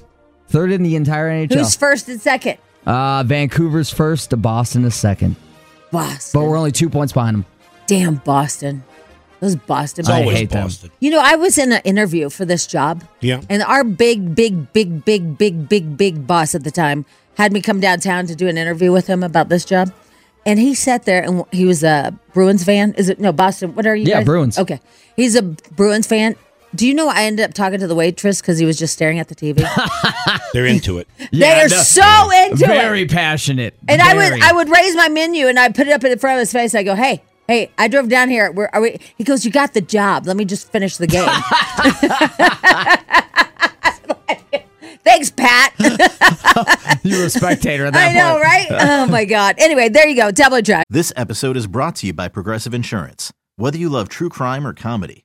Speaker 7: third in the entire NHL.
Speaker 3: Who's first and second?
Speaker 7: uh, Vancouver's first, Boston is second,
Speaker 3: Boston.
Speaker 7: but we're only two points behind them.
Speaker 3: Damn Boston. Those Boston
Speaker 7: I
Speaker 3: boys.
Speaker 7: hate Boston.
Speaker 3: You know, I was in an interview for this job.
Speaker 5: Yeah.
Speaker 3: And our big, big, big, big, big, big, big boss at the time had me come downtown to do an interview with him about this job. And he sat there and he was a Bruins fan. Is it no Boston? What are you?
Speaker 7: Yeah,
Speaker 3: guys?
Speaker 7: Bruins.
Speaker 3: Okay. He's a Bruins fan. Do you know I ended up talking to the waitress because he was just staring at the TV?
Speaker 5: They're into it.
Speaker 3: they are so into it.
Speaker 7: very passionate.
Speaker 3: And I
Speaker 7: Very.
Speaker 3: would I would raise my menu and I put it up in front of his face. I go, hey, hey, I drove down here. Where are we? He goes, you got the job. Let me just finish the game. Thanks, Pat.
Speaker 7: you were a spectator at that
Speaker 3: I know,
Speaker 7: point.
Speaker 3: right? Oh my God. Anyway, there you go. Double drive.
Speaker 13: This episode is brought to you by Progressive Insurance. Whether you love true crime or comedy,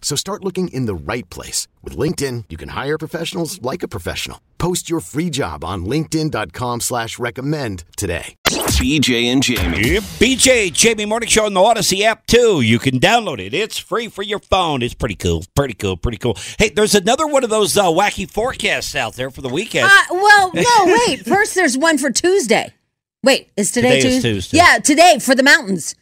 Speaker 14: So start looking in the right place. With LinkedIn, you can hire professionals like a professional. Post your free job on linkedin.com/recommend slash recommend today.
Speaker 2: BJ and Jamie.
Speaker 5: Yep. BJ, Jamie Morning Show on the Odyssey app, too. You can download it. It's free for your phone. It's pretty cool. Pretty cool. Pretty cool. Hey, there's another one of those uh, wacky forecasts out there for the weekend.
Speaker 3: Uh, well, no, wait. First, there's one for Tuesday. Wait, is today,
Speaker 5: Today
Speaker 3: Tuesday?
Speaker 5: is Tuesday.
Speaker 3: Yeah, today for the mountains.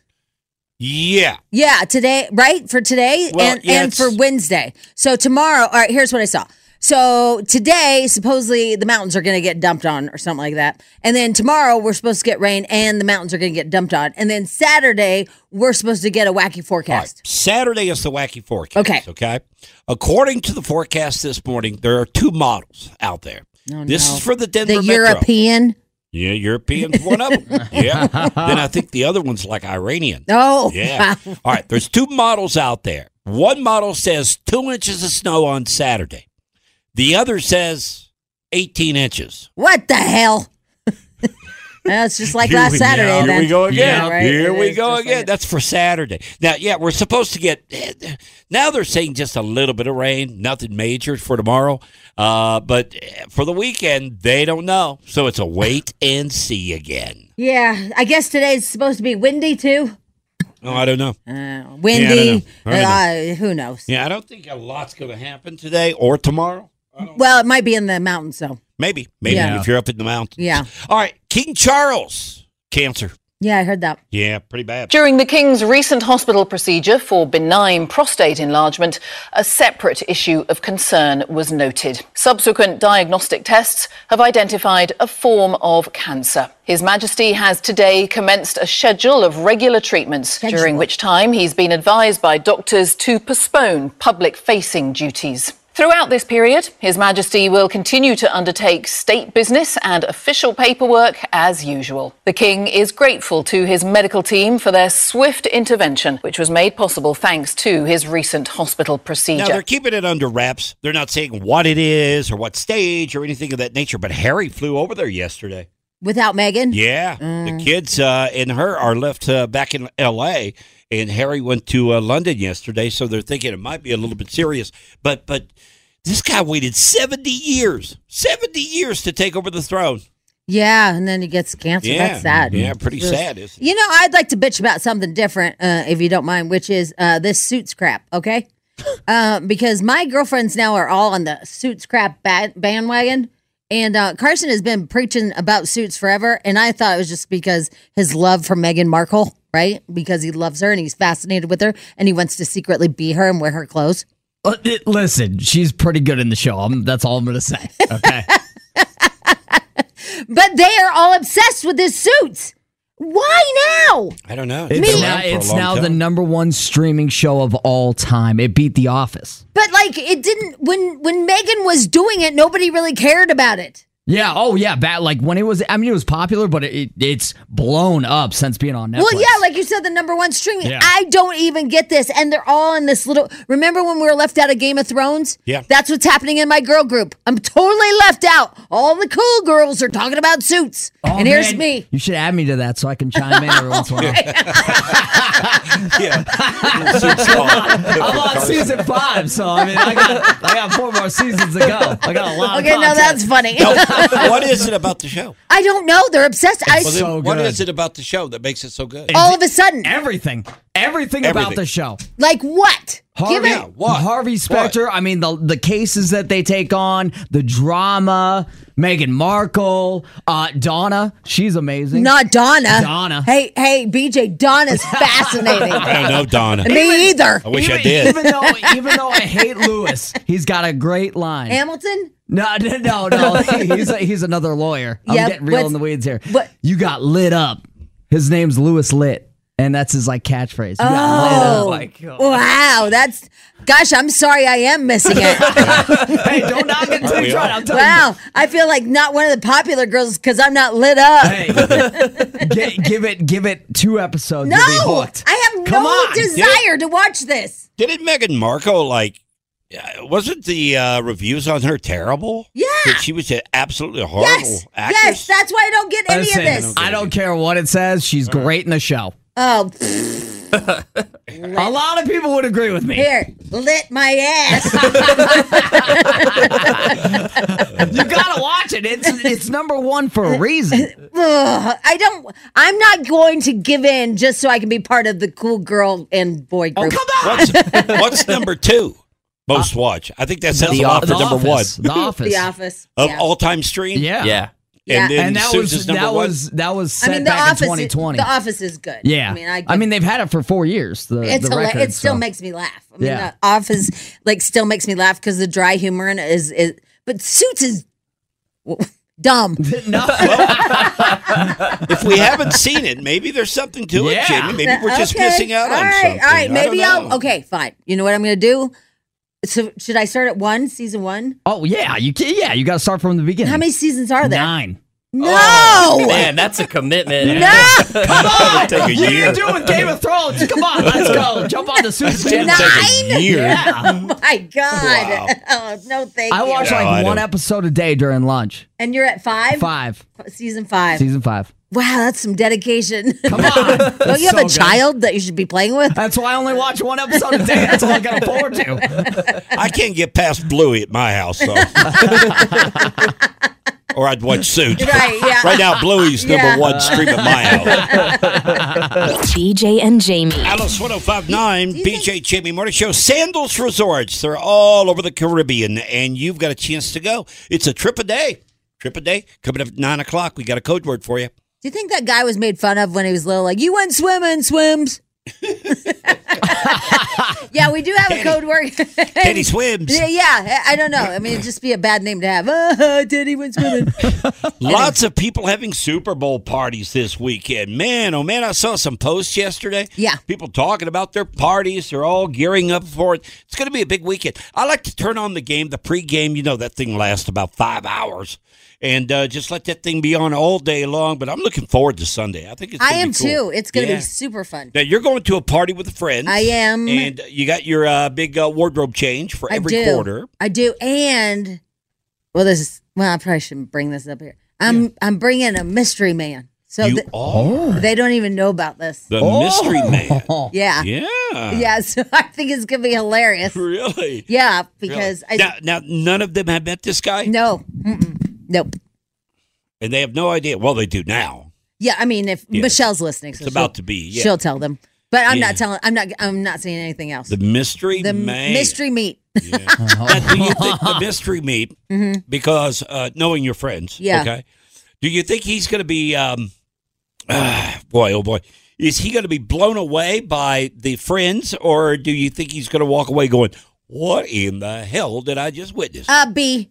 Speaker 5: yeah.
Speaker 3: Yeah, today, right? For today
Speaker 5: Well,
Speaker 3: and,
Speaker 5: yeah,
Speaker 3: and
Speaker 5: it's-
Speaker 3: for Wednesday. So tomorrow, all right, here's what I saw. So today, supposedly the mountains are going to get dumped on or something like that. And then tomorrow, we're supposed to get rain and the mountains are going to get dumped on. And then Saturday, we're supposed to get a wacky forecast.
Speaker 5: Saturday is the wacky forecast.
Speaker 3: Okay.
Speaker 5: Okay. According to the forecast this morning, there are two models out there.
Speaker 3: No,
Speaker 5: this
Speaker 3: Oh, no.
Speaker 5: is for the Denver
Speaker 3: The
Speaker 5: Metro.
Speaker 3: European
Speaker 5: Yeah, European's one of them. yeah. Then I think the other one's like Iranian.
Speaker 3: Oh.
Speaker 5: Yeah. All right. There's two models out there. One model says two inches of snow on Saturday. The other says 18 inches.
Speaker 3: What the hell? That's just like
Speaker 5: Here
Speaker 3: last
Speaker 5: we-
Speaker 3: Saturday.
Speaker 5: Here
Speaker 3: then.
Speaker 5: we go again.
Speaker 3: Yeah, right?
Speaker 5: Here
Speaker 3: It
Speaker 5: we
Speaker 3: is
Speaker 5: go
Speaker 3: just like
Speaker 5: again.
Speaker 3: it.
Speaker 5: That's for Saturday. Now, yeah, we're supposed to get. eh, Now they're saying just a little bit of rain, nothing major for tomorrow, uh, but eh, for the weekend they don't know, so it's a wait and see again.
Speaker 3: yeah, I guess today's supposed to be windy too.
Speaker 5: Oh, I don't know.
Speaker 3: Windy.
Speaker 5: Yeah, I don't know. I don't know.
Speaker 3: uh, who knows?
Speaker 5: Yeah, I don't think a lot's going to happen today or tomorrow.
Speaker 3: Well, it might be in the mountains, so
Speaker 5: Maybe, maybe
Speaker 3: Yeah.
Speaker 5: if you're up in the mountains.
Speaker 3: yeah,
Speaker 5: All right, King Charles, cancer.
Speaker 3: yeah. I heard that.
Speaker 5: Yeah, pretty bad.
Speaker 15: During the King's recent hospital procedure for benign prostate enlargement, a separate issue of concern was noted. Subsequent diagnostic tests have identified a form of cancer. His Majesty has today commenced a schedule of regular treatments, during which time he's been advised by doctors to postpone public facing duties. Throughout this period, His Majesty will continue to undertake state business and official paperwork as usual. The King is grateful to his medical team for their swift intervention, which was made possible thanks to his recent hospital
Speaker 5: Now they're
Speaker 15: procedure.
Speaker 5: keeping it under wraps. They're not saying what it is or what stage or anything of that nature. But Harry flew over there yesterday.
Speaker 3: Without Megan.
Speaker 5: Yeah,
Speaker 3: Mm.
Speaker 5: the kids uh, and her are left uh, back in L.A. and Harry went to uh, London yesterday, so they're thinking it might be a little bit serious. But but this guy waited seventy years, seventy years to take over the throne.
Speaker 3: Yeah, and then he gets cancer.
Speaker 5: Yeah,
Speaker 3: That's sad.
Speaker 5: yeah, pretty
Speaker 3: Ugh.
Speaker 5: sad, isn't
Speaker 3: You know, I'd like to bitch about something different, uh, if you don't mind, which is uh, this suits crap. Okay, uh, because my girlfriends now are all on the suits crap ba- bandwagon, and uh, Carson has been preaching about suits forever, and I thought it was just because his love for Meghan Markle, right? Because he loves her and he's fascinated with her, and he wants to secretly be her and wear her clothes.
Speaker 7: L- it- Uh, Listen, she's pretty good in the show. I'm, that's all I'm going to say. Okay.
Speaker 3: But they are all obsessed with this suits. Why now?
Speaker 5: I don't know.
Speaker 7: it's now, it's now the number one streaming show of all time. It beat The Office.
Speaker 3: But like it didn't when when Megan was doing it, nobody really cared about it.
Speaker 7: Yeah. Oh, yeah. Bat, like when it was, I mean, it was popular, but it, it, it's blown up since being on Netflix.
Speaker 3: Well, yeah, like you said, the number one streaming.
Speaker 7: Yeah.
Speaker 3: I don't even get this, and they're all in this little. Remember when we were left out of Game of Thrones?
Speaker 7: Yeah.
Speaker 3: that's what's happening in my girl group. I'm totally left out. All the cool girls are talking about suits,
Speaker 7: Oh,
Speaker 3: and here's
Speaker 7: man,
Speaker 3: me.
Speaker 7: You should add me to that so I can chime in every once in a while.
Speaker 5: yeah.
Speaker 7: I'm on season five, so I mean, I got, I got four more seasons to go. I got a lot.
Speaker 3: Okay,
Speaker 7: of
Speaker 3: now
Speaker 7: content.
Speaker 3: that's funny.
Speaker 5: what is it about the show?
Speaker 3: I don't know. They're obsessed. I
Speaker 5: Well, then What is it about the show that makes it so good?
Speaker 3: all of a sudden,
Speaker 7: everything, everything, about
Speaker 5: Everything.
Speaker 7: the show.
Speaker 3: like what? Give
Speaker 7: Harvey,
Speaker 3: it.
Speaker 7: Harvey Specter. I mean, the the cases that they take on, the drama. Meghan Markle, uh, Donna. She's amazing.
Speaker 3: Not Donna.
Speaker 7: Donna.
Speaker 3: Hey, hey, BJ. Donna's fascinating.
Speaker 5: I don't know, Donna.
Speaker 3: Me either.
Speaker 5: I wish I
Speaker 7: even,
Speaker 5: did.
Speaker 7: Even though, even though I hate Lewis, he's got a great line.
Speaker 3: Hamilton.
Speaker 7: No, no, no, no. he's he's another lawyer. I'm
Speaker 3: Yeah,
Speaker 7: getting real
Speaker 3: what's-
Speaker 7: in the weeds here.
Speaker 3: what-
Speaker 7: You got lit up. His name's Lewis Lit, and that's his like catchphrase. You got
Speaker 3: Oh.
Speaker 7: lit up. Like, oh.
Speaker 3: wow, that's gosh. I'm sorry, I am missing it.
Speaker 7: hey, don't knock it till you try it. I'm telling
Speaker 3: wow, I feel like not one of the popular girls because I'm not lit up.
Speaker 7: you, Gi- give it give it two episodes.
Speaker 3: no,
Speaker 7: oh, you'll be hooked.
Speaker 3: I have
Speaker 7: Come
Speaker 3: no
Speaker 7: on.
Speaker 3: desire to watch this.
Speaker 5: Didn't Meghan Markle like? uh, Wasn't the uh, reviews on her terrible? Yeah, that she was an absolutely horrible
Speaker 3: Yes,
Speaker 5: actress.
Speaker 3: yes, that's why I don't get any
Speaker 7: Listen,
Speaker 3: of this.
Speaker 7: I don't care what it says. She's great in the show.
Speaker 3: Oh, pfft,
Speaker 7: A lot of people would agree with me.
Speaker 3: here, lit my ass.
Speaker 7: You gotta watch it. It's it's number one for a reason.
Speaker 3: Ugh, I don't. I'm not going to give in just so I can be part of the cool girl and boy
Speaker 7: Oh,
Speaker 3: group.
Speaker 5: What's, what's number two? Most watch. I think that sounds
Speaker 7: Uh, The
Speaker 5: a lot
Speaker 7: O-
Speaker 5: for
Speaker 7: The
Speaker 5: number
Speaker 7: Office.
Speaker 5: one
Speaker 7: The Office.
Speaker 3: The Office.
Speaker 5: of
Speaker 3: yeah.
Speaker 5: all time stream.
Speaker 7: Yeah. Yeah.
Speaker 5: And then
Speaker 7: and that
Speaker 5: Suits
Speaker 7: was
Speaker 5: is number
Speaker 7: that
Speaker 5: one.
Speaker 7: was that was
Speaker 3: I
Speaker 7: set
Speaker 3: mean, the
Speaker 7: back
Speaker 3: office.
Speaker 7: in 2020.
Speaker 3: Is, the office is good.
Speaker 7: yeah,
Speaker 3: I mean, I,
Speaker 7: they've had it for four years. The,
Speaker 3: It's
Speaker 7: the
Speaker 3: hila-
Speaker 7: record,
Speaker 3: it still
Speaker 7: so.
Speaker 3: makes me laugh. I mean,
Speaker 7: Yeah.
Speaker 3: the Office like still makes me laugh because the dry humor in it is, is but Suits is dumb.
Speaker 5: if we haven't seen it, maybe there's something to
Speaker 7: Yeah.
Speaker 5: it, Jimmy. Maybe we're just
Speaker 3: Okay.
Speaker 5: missing out
Speaker 3: All
Speaker 5: on
Speaker 3: right,
Speaker 5: something.
Speaker 3: All right, maybe
Speaker 5: I
Speaker 3: I'll. Okay, fine. You know what I'm gonna do? So should I start at one season one?
Speaker 7: Oh yeah, you can, yeah you got to start from the beginning.
Speaker 3: How many seasons are there?
Speaker 7: Nine. Oh,
Speaker 3: No,
Speaker 6: man, that's a commitment.
Speaker 3: No!
Speaker 6: come
Speaker 7: on, you didn't do it with Game of Thrones. Come on, let's go. Jump on the Susan Jam.
Speaker 3: Nine?
Speaker 7: year.
Speaker 3: Oh my god!
Speaker 7: Wow.
Speaker 3: Oh no, thank
Speaker 7: I
Speaker 3: you.
Speaker 7: watch
Speaker 5: No, I
Speaker 7: like one
Speaker 5: don't.
Speaker 7: episode a day during lunch.
Speaker 3: and you're at five.
Speaker 7: Five.
Speaker 3: Season five.
Speaker 7: Season five.
Speaker 3: Wow, that's some dedication. Come on. Don't you have
Speaker 7: so
Speaker 3: a
Speaker 7: good.
Speaker 3: child that you should be playing with?
Speaker 7: That's why I only watch one episode a day. That's all I can afford to.
Speaker 5: I can't get past Bluey at my house, so. or I'd watch Suits.
Speaker 9: Right, yeah.
Speaker 5: Right now, Bluey's
Speaker 9: Yeah.
Speaker 5: number one stream at my house.
Speaker 9: BJ and Jamie.
Speaker 5: Alice 1059, BJ Jamie Morning Show, Sandals Resorts. They're all over the Caribbean, and you've got a chance to go. It's a trip a day. Trip a day. Coming up at 9 o'clock. We got a code word for you.
Speaker 3: Do you think that guy was made fun of when he was little? Like, you went swimming, swims. yeah, we do have a code word.
Speaker 5: Teddy swims.
Speaker 3: Yeah, yeah, I I don't know. I mean, it'd just be a bad name to have. Uh, Teddy went swimming.
Speaker 5: Lots of people having Super Bowl parties this weekend. Man, oh man, I saw some posts yesterday.
Speaker 3: Yeah.
Speaker 5: People talking about their parties. They're all gearing up for it. It's going to be a big weekend. I like to turn on the game, the pregame. You know, that thing lasts about five hours. And uh, just let that thing be on all day long. But I'm looking forward to Sunday. I think it's
Speaker 3: I
Speaker 5: gonna
Speaker 3: am
Speaker 5: be cool.
Speaker 3: too. It's going to
Speaker 5: Yeah.
Speaker 3: be super fun.
Speaker 5: Now you're going to a party with a friend.
Speaker 3: I am.
Speaker 5: and you got your uh, big uh, wardrobe change for
Speaker 3: I
Speaker 5: every
Speaker 3: do.
Speaker 5: quarter.
Speaker 3: I do. And, well, this is, well, I probably shouldn't bring this up here. I'm, I'm bringing a mystery man. So
Speaker 5: you
Speaker 3: th-
Speaker 5: are
Speaker 3: they don't even know about this.
Speaker 5: the mystery
Speaker 7: Oh.
Speaker 3: Oh.
Speaker 5: man.
Speaker 3: Yeah.
Speaker 5: Yeah.
Speaker 3: Yeah, so I think it's going to be hilarious.
Speaker 5: Really?
Speaker 3: Yeah, because
Speaker 5: Really?
Speaker 3: I
Speaker 5: now, now none of them have met this guy,
Speaker 3: no, mm-mm, nope.
Speaker 5: and they have no idea. Well, they do now.
Speaker 3: Yeah, I mean, if
Speaker 5: Yeah.
Speaker 3: Michelle's listening, so
Speaker 5: It's about to
Speaker 3: she'll,
Speaker 5: be yeah.
Speaker 3: she'll tell them. But I'm
Speaker 5: Yeah.
Speaker 3: not telling. I'm not. I'm not saying anything else.
Speaker 5: the mystery
Speaker 3: The m-
Speaker 5: man.
Speaker 3: mystery meat.
Speaker 5: Now, do you think the mystery meat?
Speaker 3: Mhm.
Speaker 5: Because uh, knowing your friends,
Speaker 3: Yeah.
Speaker 5: Okay, do you think he's going to be? Um, ah, boy, oh boy, is he going to be blown away by the friends, or do you think he's going to walk away going, "What in the hell did I just witness?"
Speaker 3: Uh, B.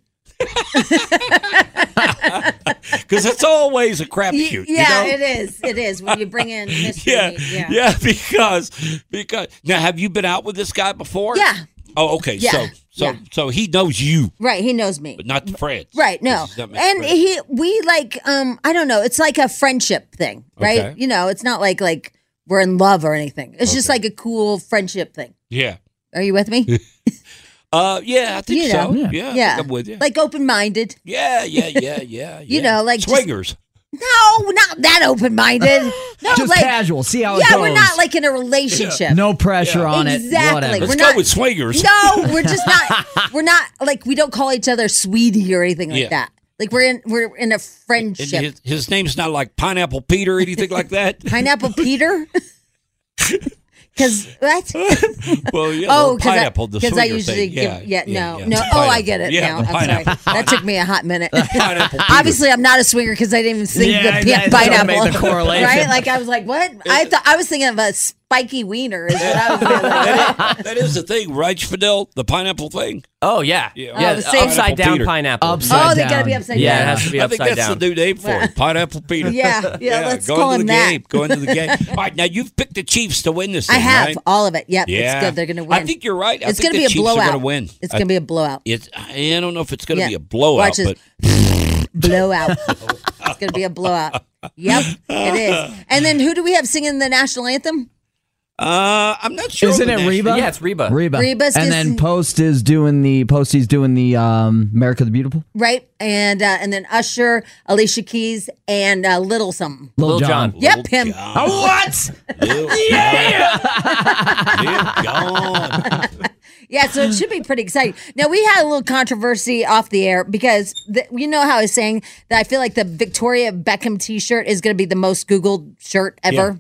Speaker 5: Because it's always a crapshoot.
Speaker 3: Y-
Speaker 5: you
Speaker 3: yeah,
Speaker 5: know?
Speaker 3: it is. It is when you bring in mystery
Speaker 5: yeah,
Speaker 3: meat.
Speaker 5: yeah,
Speaker 3: Yeah.
Speaker 5: because because now have you been out with this guy before?
Speaker 3: Yeah.
Speaker 5: Oh, okay. So
Speaker 3: Yeah,
Speaker 5: so
Speaker 3: yeah.
Speaker 5: so he knows you,
Speaker 3: Right. He knows me.
Speaker 5: but not the friends.
Speaker 3: Right. No.
Speaker 5: This is not my
Speaker 3: And
Speaker 5: friend.
Speaker 3: he, we like, um, I don't know. It's like a friendship thing, right?
Speaker 5: Okay.
Speaker 3: You know, it's not like like we're in love or anything. It's just like a cool friendship thing.
Speaker 5: Yeah.
Speaker 3: Are you with me?
Speaker 5: Uh. Yeah. I think
Speaker 3: You
Speaker 5: so. Yeah.
Speaker 3: know,
Speaker 5: I think
Speaker 3: yeah.
Speaker 5: I'm with you.
Speaker 3: like open minded.
Speaker 5: yeah. Yeah. Yeah. Yeah.
Speaker 3: You
Speaker 5: yeah.
Speaker 3: know, like just-
Speaker 5: swingers.
Speaker 3: No, not that open minded. No,
Speaker 7: Just
Speaker 3: like,
Speaker 7: casual. See how it
Speaker 3: yeah,
Speaker 7: goes.
Speaker 3: we're not like in a relationship.
Speaker 7: No pressure on it.
Speaker 3: Exactly.
Speaker 7: Whatever.
Speaker 3: We're
Speaker 5: Let's
Speaker 3: not-
Speaker 5: go with swingers.
Speaker 3: No, we're just not. We're not like we don't call each other sweetie or anything like
Speaker 5: Yeah.
Speaker 3: that. Like we're in we're in a
Speaker 5: And
Speaker 3: friendship.
Speaker 5: his, his name's not like Pineapple Peter or anything like that.
Speaker 3: Pineapple Peter. Because what?
Speaker 5: well, yeah.
Speaker 3: oh,
Speaker 5: well, pineapple. the
Speaker 3: because I,
Speaker 5: swinger
Speaker 3: usually
Speaker 5: thing.
Speaker 3: give. Yeah, no,
Speaker 5: yeah.
Speaker 3: no. Oh, I get it
Speaker 5: Yeah,
Speaker 3: now.
Speaker 5: the
Speaker 3: I'm sorry.
Speaker 5: pineapple.
Speaker 3: That took me a hot minute.
Speaker 5: Pineapple Peter.
Speaker 3: Obviously, I'm not a swinger because I didn't even think
Speaker 7: Yeah,
Speaker 3: the
Speaker 7: I- I
Speaker 3: pi-
Speaker 7: don't
Speaker 3: pineapple.
Speaker 7: make the correlation.
Speaker 3: right? Like I was like, what? I thought I was thinking of a spiky wiener. Is what I was thinking.
Speaker 5: that, is, that is the thing, right, Fidel? The pineapple thing.
Speaker 6: Oh yeah,
Speaker 5: Yeah.
Speaker 6: yeah.
Speaker 5: Oh,
Speaker 3: the same-
Speaker 6: upside down
Speaker 5: Peter.
Speaker 6: pineapple.
Speaker 7: Upside
Speaker 3: Oh, they gotta be
Speaker 7: down.
Speaker 3: upside
Speaker 6: yeah,
Speaker 3: down.
Speaker 6: it has to be
Speaker 5: I think
Speaker 6: upside
Speaker 5: that's
Speaker 6: down.
Speaker 5: the new name for it, Pineapple Peter.
Speaker 3: Yeah, yeah, let's
Speaker 5: go
Speaker 3: call
Speaker 5: into
Speaker 3: him
Speaker 5: the
Speaker 3: that.
Speaker 5: game. Go into the game. All right, now you've picked the Chiefs to win this.
Speaker 3: I
Speaker 5: thing,
Speaker 3: have
Speaker 5: right?
Speaker 3: all of it. Yep,
Speaker 5: Yeah.
Speaker 3: it's good. They're going to win.
Speaker 5: I think you're right. I
Speaker 3: it's
Speaker 5: think
Speaker 3: going
Speaker 5: the
Speaker 3: to be a
Speaker 5: Chiefs are
Speaker 3: blowout.
Speaker 5: gonna win.
Speaker 3: It's
Speaker 5: I-
Speaker 3: going to be a blowout.
Speaker 5: It's. I don't know if it's going to
Speaker 3: Yeah.
Speaker 5: be a blowout,
Speaker 3: Watch this.
Speaker 5: but
Speaker 3: Blowout. it's going to be a blowout. Yep, it is. And then who do we have singing the national anthem?
Speaker 5: uh, I'm not sure.
Speaker 7: Isn't
Speaker 5: of the
Speaker 7: it
Speaker 5: nation.
Speaker 7: Reba?
Speaker 6: yeah, it's Reba.
Speaker 7: Reba.
Speaker 3: Reba's
Speaker 7: and then
Speaker 3: just-
Speaker 7: Post is doing the Posty's doing the um, America the Beautiful.
Speaker 3: Right, and uh, and then Usher, Alicia Keys, and uh, Little Something.
Speaker 6: Lil Jon.
Speaker 3: Yep, him.
Speaker 7: Oh, what?
Speaker 5: Dear God.
Speaker 3: Yeah, so it should be pretty exciting. Now we had a little controversy off the air because the, you know how I was saying that I feel like the Victoria Beckham T-shirt is going to be the most Googled shirt ever.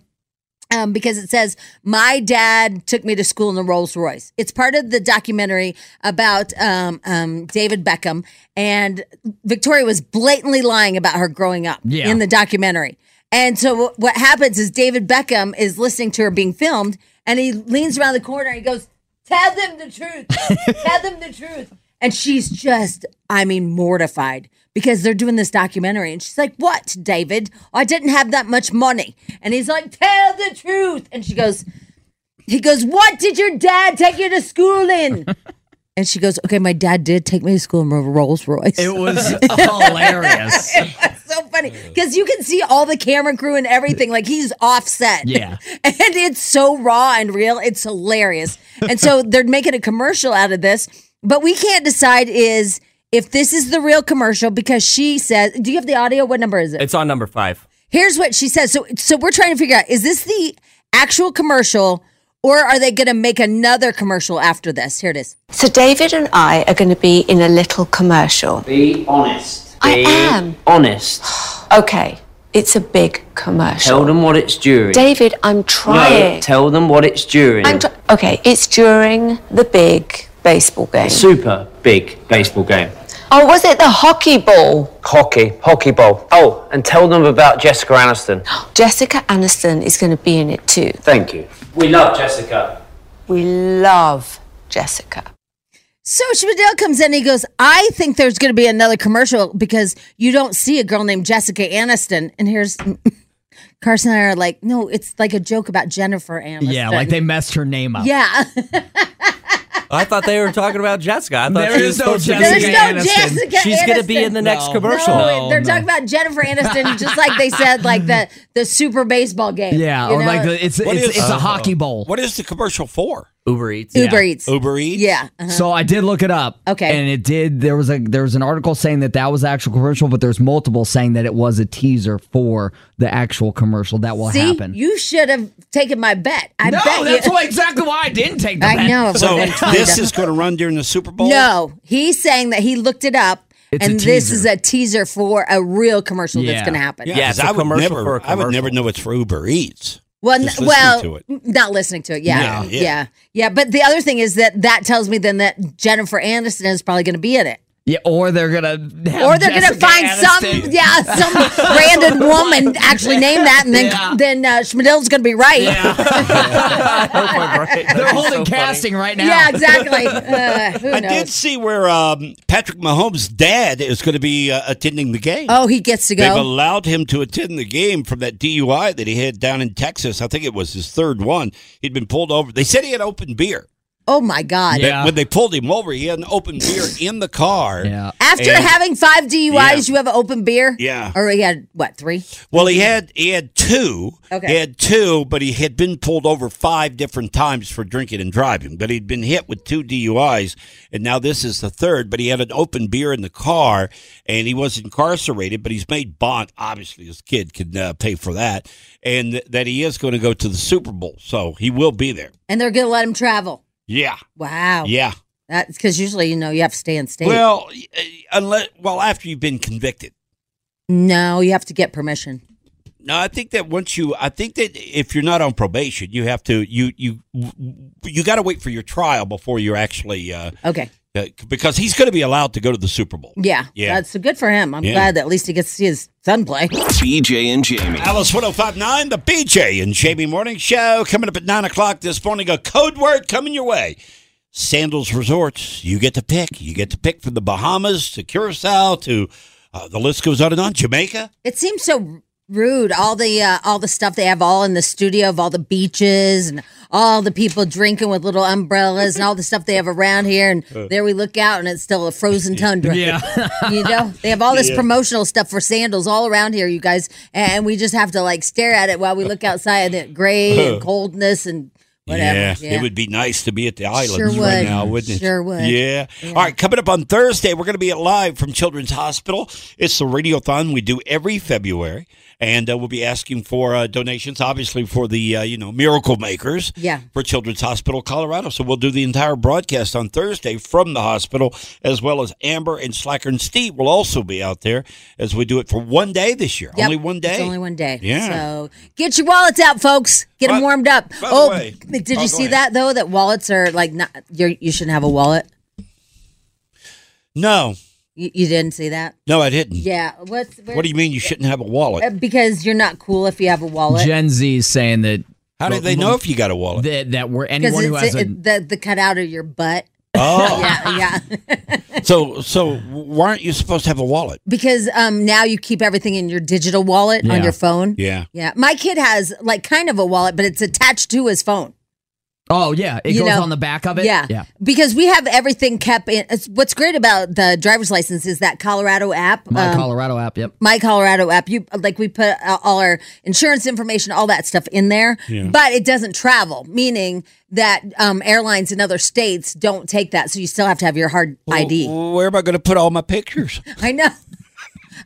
Speaker 3: Um, because it says my dad took me to school in a Rolls Royce. It's part of the documentary about um, um, David Beckham, and Victoria was blatantly lying about her growing up
Speaker 7: Yeah.
Speaker 3: in the documentary. And so wh- what happens is David Beckham is listening to her being filmed, and he leans around the corner and he goes, "Tell them the truth, tell them the truth." And she's just, I mean, mortified because they're doing this documentary, and she's like, "What, David? I didn't have that much money." And he's like, "Tell the truth," and she goes, "He goes, what did your dad take you to school in?" and she goes, "Okay, my dad did take me to school in a Rolls Royce."
Speaker 7: It was hilarious.
Speaker 3: so funny because you can see all the camera crew and everything. Like he's offset.
Speaker 7: Yeah.
Speaker 3: and it's so raw and real. It's hilarious. And so they're making a commercial out of this, but we can't decide is if this is the real commercial because she says, "Do you have the audio? What number is it?"
Speaker 6: It's on number five.
Speaker 3: Here's what she says. So so we're trying to figure out is this the actual commercial or are they going to make another commercial after this? Here it is.
Speaker 16: So David and I are going to be in a little commercial.
Speaker 17: Be honest.
Speaker 16: I
Speaker 17: Be
Speaker 16: am.
Speaker 17: honest.
Speaker 16: Okay, it's a big commercial.
Speaker 17: Tell them what it's during.
Speaker 16: David, I'm
Speaker 17: no,
Speaker 16: trying.
Speaker 17: tell them what it's during.
Speaker 16: I'm try- okay, it's during the big baseball game.
Speaker 17: Super big baseball game.
Speaker 16: Oh, was it the hockey ball?
Speaker 17: Hockey, hockey ball. Oh, and tell them about Jessica Aniston.
Speaker 16: Jessica Aniston is going to be in it too.
Speaker 17: Thank you. We love Jessica.
Speaker 16: We love Jessica.
Speaker 3: So Spadell comes in and he goes, I think there's going to be another commercial because you don't see a girl named Jessica Aniston. And here's Carson and I are like, no, it's like a joke about Jennifer Aniston.
Speaker 7: Yeah, like they messed her name up.
Speaker 3: Yeah.
Speaker 6: I thought they were talking about Jessica. I thought
Speaker 7: There
Speaker 6: she
Speaker 7: is
Speaker 6: was
Speaker 7: no
Speaker 6: supposed to
Speaker 7: Jessica
Speaker 6: be.
Speaker 7: There's no Aniston.
Speaker 3: Jessica
Speaker 6: She's gonna be
Speaker 3: Aniston.
Speaker 6: in the next
Speaker 7: No.
Speaker 6: commercial.
Speaker 7: No,
Speaker 3: They're talking about Jennifer Aniston, just like they said, like the, the super baseball game.
Speaker 7: Yeah,
Speaker 3: you
Speaker 7: or
Speaker 3: know?
Speaker 7: like the, it's
Speaker 5: What
Speaker 7: it's,
Speaker 5: is-
Speaker 7: it's
Speaker 5: Oh.
Speaker 7: a hockey bowl.
Speaker 5: What is the commercial for?
Speaker 6: Uber Eats.
Speaker 3: Uber Eats.
Speaker 5: Uber Eats.
Speaker 3: Yeah. uh-huh.
Speaker 7: So I did look it up.
Speaker 3: Okay.
Speaker 7: And it did. There was a there was an article saying that that was the actual commercial, but there's multiple saying that it was a teaser for the actual commercial that will
Speaker 3: See,
Speaker 7: happen.
Speaker 3: you should have taken my bet. I
Speaker 7: no,
Speaker 3: bet
Speaker 7: that's
Speaker 3: you.
Speaker 7: why exactly why I didn't take the
Speaker 3: I
Speaker 7: bet.
Speaker 3: know.
Speaker 5: So
Speaker 3: I've been
Speaker 5: this
Speaker 3: trying to-
Speaker 5: is going to run during the Super Bowl.
Speaker 3: No, he's saying that he looked it up,
Speaker 5: It's a
Speaker 3: and this
Speaker 5: teaser.
Speaker 3: is a teaser for a real commercial that's going to happen.
Speaker 5: Yeah, 'cause
Speaker 6: it's a
Speaker 5: I would
Speaker 6: commercial
Speaker 5: never,
Speaker 6: for a
Speaker 5: I would never know it's for Uber Eats.
Speaker 3: Well, n-
Speaker 5: Just listening
Speaker 3: well,
Speaker 5: to it.
Speaker 3: n- not listening to it. Yeah,
Speaker 5: No,
Speaker 3: yeah,
Speaker 5: yeah.
Speaker 3: yeah, But the other thing is that that tells me then that Jennifer Aniston is probably going to be in it,
Speaker 7: Yeah, or they're gonna have
Speaker 3: or they're going to
Speaker 7: Jessica
Speaker 3: find
Speaker 7: Aniston.
Speaker 3: some, yeah, some random woman actually name that, and then
Speaker 7: Yeah.
Speaker 3: then uh, Schmidl's going to be right.
Speaker 7: They're holding casting right now.
Speaker 3: Yeah, exactly. Uh, who
Speaker 5: I
Speaker 3: knows?
Speaker 5: did see where um, Patrick Mahomes' dad is going to be uh, attending the game.
Speaker 3: Oh, he gets to
Speaker 5: They've
Speaker 3: go.
Speaker 5: allowed him to attend the game from that DUI that he had down in Texas. I think it was his third one. He'd been pulled over. They said he had open beer.
Speaker 3: oh my God!
Speaker 5: That When they pulled him over, he had an open beer in the car. Yeah.
Speaker 3: After having five DUIs, you have an open beer.
Speaker 5: Yeah.
Speaker 3: Or he had what three?
Speaker 5: Well, he had he had two.
Speaker 3: Okay.
Speaker 5: He had two, but he had been pulled over five different times for drinking and driving. But he'd been hit with two DUIs, and now this is the third. But he had an open beer in the car, and he was incarcerated. But he's made bond. Obviously, his kid can uh, pay for that, and th- that he is going to go to the Super Bowl, so he will be there.
Speaker 3: and they're going to let him travel.
Speaker 5: Yeah.
Speaker 3: Wow.
Speaker 5: Yeah.
Speaker 3: That's because usually you know you have to stay in state.
Speaker 5: Well, y- unless well after you've been convicted.
Speaker 3: no, you have to get permission.
Speaker 5: No, I think that once you, I think that if you're not on probation, you have to you you you got to wait for your trial before you're actually uh,
Speaker 3: Okay.
Speaker 5: uh, because he's going to be allowed to go to the Super Bowl.
Speaker 3: Yeah.
Speaker 5: Yeah.
Speaker 3: That's good for him. I'm
Speaker 5: Yeah.
Speaker 3: glad that at least he gets to see his son play.
Speaker 2: BJ and Jamie.
Speaker 5: Alice 1059, the BJ and Jamie Morning Show coming up at 9 o'clock this morning. A code word coming your way. Sandals Resorts. You get to pick. You get to pick from the Bahamas to Curacao to uh, the list goes on and on. Jamaica.
Speaker 3: It seems so rude. All the uh, all the stuff they have all in the studio of all the beaches and all the people drinking with little umbrellas and all the stuff they have around here. And
Speaker 5: Uh.
Speaker 3: there we look out and it's still a frozen tundra.
Speaker 7: Yeah.
Speaker 3: you know they have all this
Speaker 7: Yeah.
Speaker 3: promotional stuff for sandals all around here, you guys, and we just have to like stare at it while we look outside at the gray and coldness and whatever.
Speaker 5: Yeah,
Speaker 3: Yeah.
Speaker 5: it would be nice to be at the islands
Speaker 3: Sure
Speaker 5: right
Speaker 3: would.
Speaker 5: now, wouldn't it?
Speaker 3: Sure would.
Speaker 5: Yeah.
Speaker 3: Yeah.
Speaker 5: All right, coming up on Thursday, we're going to be at live from Children's Hospital. It's the radiothon we do every February, and uh, we'll be asking for uh, donations, obviously for the uh, you know miracle makers.
Speaker 3: Yeah.
Speaker 5: For Children's Hospital Colorado, so we'll do the entire broadcast on Thursday from the hospital, as well as Amber and Slacker and Steve will also be out there as we do it for one day this year,
Speaker 3: Yep,
Speaker 5: only one day.
Speaker 3: It's only one day.
Speaker 5: Yeah.
Speaker 3: So get your wallets out, folks. Get them
Speaker 5: By-
Speaker 3: warmed up.
Speaker 5: by the
Speaker 3: oh,
Speaker 5: way-
Speaker 3: b- did
Speaker 5: oh,
Speaker 3: you
Speaker 5: go
Speaker 3: see
Speaker 5: ahead.
Speaker 3: that though? That wallets are like not. You're, you shouldn't have a wallet.
Speaker 5: no,
Speaker 3: You, you didn't see that?
Speaker 5: no, I didn't.
Speaker 3: Yeah. What's
Speaker 5: Mm. What do you mean you shouldn't have a wallet?
Speaker 3: uh, Because you're not cool if you have a wallet.
Speaker 7: Gen Z is saying that
Speaker 5: How do they know if you got a wallet?
Speaker 7: that that we're
Speaker 3: Because
Speaker 7: anyone who
Speaker 3: it's
Speaker 7: has a
Speaker 3: it, the the cutout of your butt.
Speaker 5: Oh.
Speaker 3: yeah, yeah.
Speaker 5: So, so why aren't you supposed to have a wallet?
Speaker 3: Because um now you keep everything in your digital wallet on
Speaker 5: Yeah.
Speaker 3: your phone.
Speaker 5: Yeah.
Speaker 3: Yeah. My kid has like kind of a wallet, but it's attached to his phone.
Speaker 7: Oh yeah, it
Speaker 3: You
Speaker 7: goes
Speaker 3: know,
Speaker 7: on the back of it.
Speaker 3: Yeah.
Speaker 7: yeah.
Speaker 3: Because we have everything kept in. it's- What's great about the driver's license is that Colorado app.
Speaker 7: My
Speaker 3: um,
Speaker 7: Colorado app. Yep.
Speaker 3: My Colorado app. You like we put uh, all our insurance information, all that stuff in there,
Speaker 7: Yeah.
Speaker 3: but it doesn't travel, meaning that um, airlines in other states don't take that, so you still have to have your hard ID.
Speaker 5: Where am I going to put all my pictures?
Speaker 3: I know.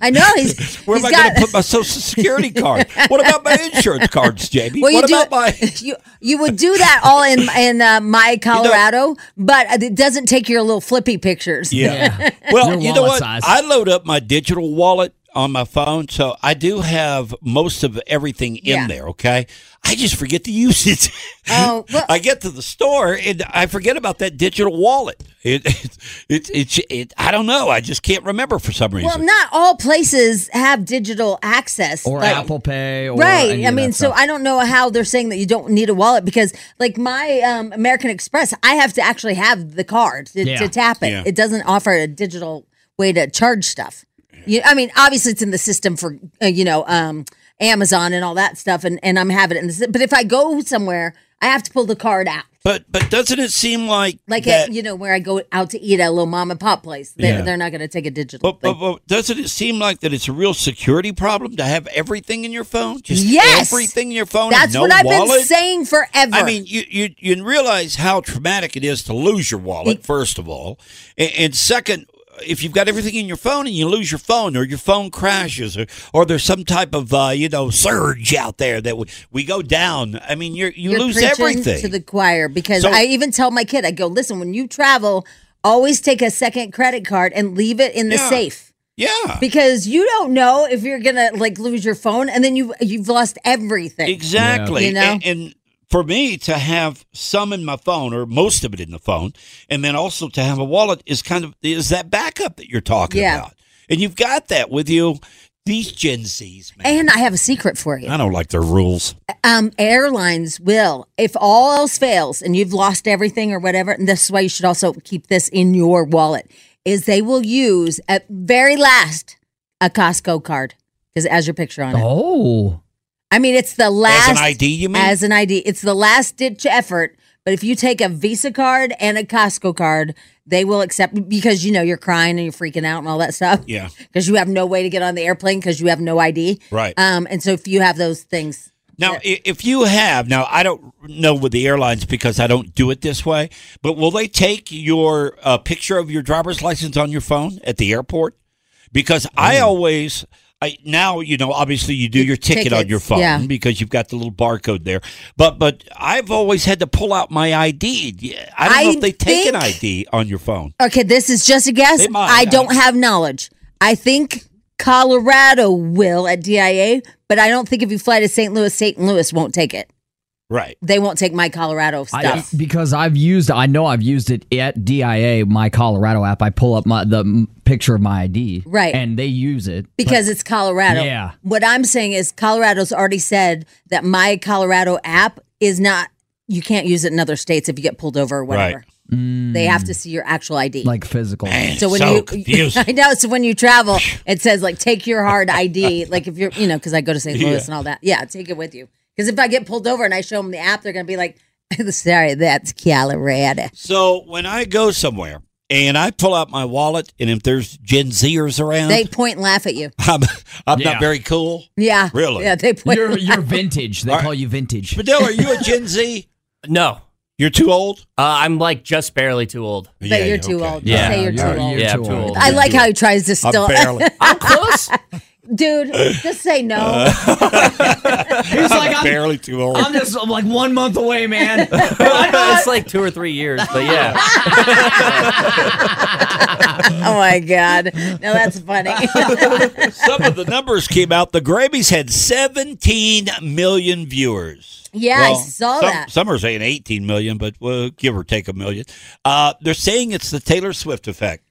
Speaker 3: I know he's.
Speaker 5: Where
Speaker 3: he's
Speaker 5: am I
Speaker 3: got,
Speaker 5: going to put my social security card? what about my insurance cards, Jamie?
Speaker 3: Well, you
Speaker 5: what
Speaker 3: do,
Speaker 5: about my
Speaker 3: you you would do that all in in uh, my Colorado, but it doesn't take your little flippy pictures.
Speaker 5: Well, you know what? I load up my digital wallet on my phone, so I do have most of everything in
Speaker 3: Yeah.
Speaker 5: there. Okay, I just forget to use it.
Speaker 3: Oh,
Speaker 5: I get to the store and I forget about that digital wallet. It, it, it, it, it I don't know. I just can't remember for some reason.
Speaker 3: Well, not all places have digital access
Speaker 5: Or
Speaker 3: like-
Speaker 5: Apple
Speaker 7: Pay,
Speaker 3: right. I mean, so I don't know how they're saying that you don't need a wallet because, like my um, American Express, I have to actually have the card to,
Speaker 18: Yeah.
Speaker 3: to tap it.
Speaker 18: Yeah.
Speaker 3: It doesn't offer a digital way to charge stuff. You, I mean, obviously it's in the system for uh, you know um, Amazon and all that stuff, and and I'm having it in the. system. But if I go somewhere, I have to pull the card out.
Speaker 5: but but doesn't it seem like
Speaker 3: Like
Speaker 5: that,
Speaker 3: at, you know, where I go out to eat at a little mom and pop place, they,
Speaker 5: Yeah.
Speaker 3: they're not going to take a digital.
Speaker 5: But, but, but doesn't it seem like that it's a real security problem to have everything in your phone? Just
Speaker 3: Yes!
Speaker 5: everything in your phone. and
Speaker 3: That's
Speaker 5: no
Speaker 3: what I've
Speaker 5: wallet?
Speaker 3: been saying forever.
Speaker 5: I mean, you, you you realize how traumatic it is to lose your wallet, first of all, and, and second, if you've got everything in your phone and you lose your phone, or your phone crashes, or, or there's some type of uh, you know surge out there that we, we go down. I mean, you're, you
Speaker 3: You're
Speaker 5: lose
Speaker 3: preaching
Speaker 5: everything.
Speaker 3: to the choir because
Speaker 5: So-
Speaker 3: I even tell my kid, I go, listen, when you travel, always take a second credit card and leave it in the
Speaker 5: Yeah.
Speaker 3: safe
Speaker 5: yeah,
Speaker 3: because you don't know if you're gonna like lose your phone and then you you've lost everything.
Speaker 5: Exactly.
Speaker 3: You know.
Speaker 5: and, and for me to have some in my phone or most of it in the phone, and then also to have a wallet is kind of is that backup that you're talking
Speaker 3: Yeah.
Speaker 5: about. And you've got that with you. These Gen Zs, man.
Speaker 3: and I have a secret for you.
Speaker 5: I don't like their rules.
Speaker 3: Um, airlines will, if all else fails and you've lost everything or whatever, and this is why you should also keep this in your wallet, is they will use at very last a Costco card because it has your picture on it.
Speaker 7: Oh.
Speaker 3: I mean, it's the last
Speaker 5: ID, you mean?
Speaker 3: As an ID, it's the last ditch effort. But if you take a Visa card and a Costco card, they will accept because you know you're crying and you're freaking out and all that stuff.
Speaker 5: Yeah.
Speaker 3: because you have no way to get on the airplane because you have no ID.
Speaker 5: Right.
Speaker 3: Um, and so if you have those things,
Speaker 5: Now, i if you have, now I don't know with the airlines because I don't do it this way, but will they take your uh, picture of your driver's license on your phone at the airport? Because I
Speaker 3: Oh.
Speaker 5: always. I, now you know. Obviously, you do your ticket on your
Speaker 19: tickets,
Speaker 5: phone
Speaker 19: yeah.
Speaker 5: because you've got the little barcode there. But but I've always had to pull out my ID. I don't know
Speaker 3: I
Speaker 5: if they take an
Speaker 3: think-
Speaker 5: ID on your phone.
Speaker 3: okay, this is just a guess.
Speaker 5: They might, I
Speaker 3: I don't
Speaker 5: don't-
Speaker 3: have knowledge. I think Colorado will at DIA, but I don't think if you fly to St. Louis, St. Louis won't take it.
Speaker 5: Right.
Speaker 3: They won't take my Colorado stuff.
Speaker 7: I, because I've used, I know I've used it at DIA, my Colorado app. I pull up my the m- picture of my ID,
Speaker 3: Right.
Speaker 7: and they use it but-
Speaker 3: Because it's Colorado.
Speaker 7: Yeah.
Speaker 3: What I'm saying is Colorado's already said that my Colorado app is not you can't use it in other states if you get pulled over or whatever. They have to see your actual ID.
Speaker 7: Mm. like physical.
Speaker 3: so when you I know so when you travel it says like take your hard ID like if you're you know cuz I go to St. Louis
Speaker 7: Yeah.
Speaker 3: and all that. Yeah, take it with you. Cuz if I get pulled over and I show them the app they're going to be like sorry that's Colorado.
Speaker 5: So when I go somewhere and I pull out my wallet, and if there's Gen Zers around,
Speaker 3: They point and laugh at you.
Speaker 5: I'm, I'm
Speaker 7: Yeah.
Speaker 5: not very cool.
Speaker 3: Yeah.
Speaker 5: Really?
Speaker 3: Ah, Yeah, they point
Speaker 7: You're, you're vintage. They call you vintage.
Speaker 5: Fidel, are you a Gen Z?
Speaker 6: No.
Speaker 5: You're too old?
Speaker 6: Uh, I'm like just barely too old.
Speaker 3: But Yeah, you're you're too okay. old.
Speaker 6: Yeah.
Speaker 3: Say you're too old.
Speaker 6: Yeah, I'm too old.
Speaker 3: I like how he tries to still.
Speaker 6: barely-
Speaker 3: I'm close. Dude, just say no.
Speaker 7: He's like, I'm,
Speaker 5: barely too old.
Speaker 7: I'm just I'm like one month away, man.
Speaker 6: it's like two or three years, but yeah.
Speaker 3: oh my god. No, that's funny. Oh
Speaker 5: Some of the numbers came out. The Grammys had 17 million viewers.
Speaker 3: yeah, I
Speaker 5: Well,
Speaker 3: saw
Speaker 5: some,
Speaker 3: that.
Speaker 5: Some are saying 18 million, but well, give or take a million. Uh, they're saying it's the Taylor Swift effect.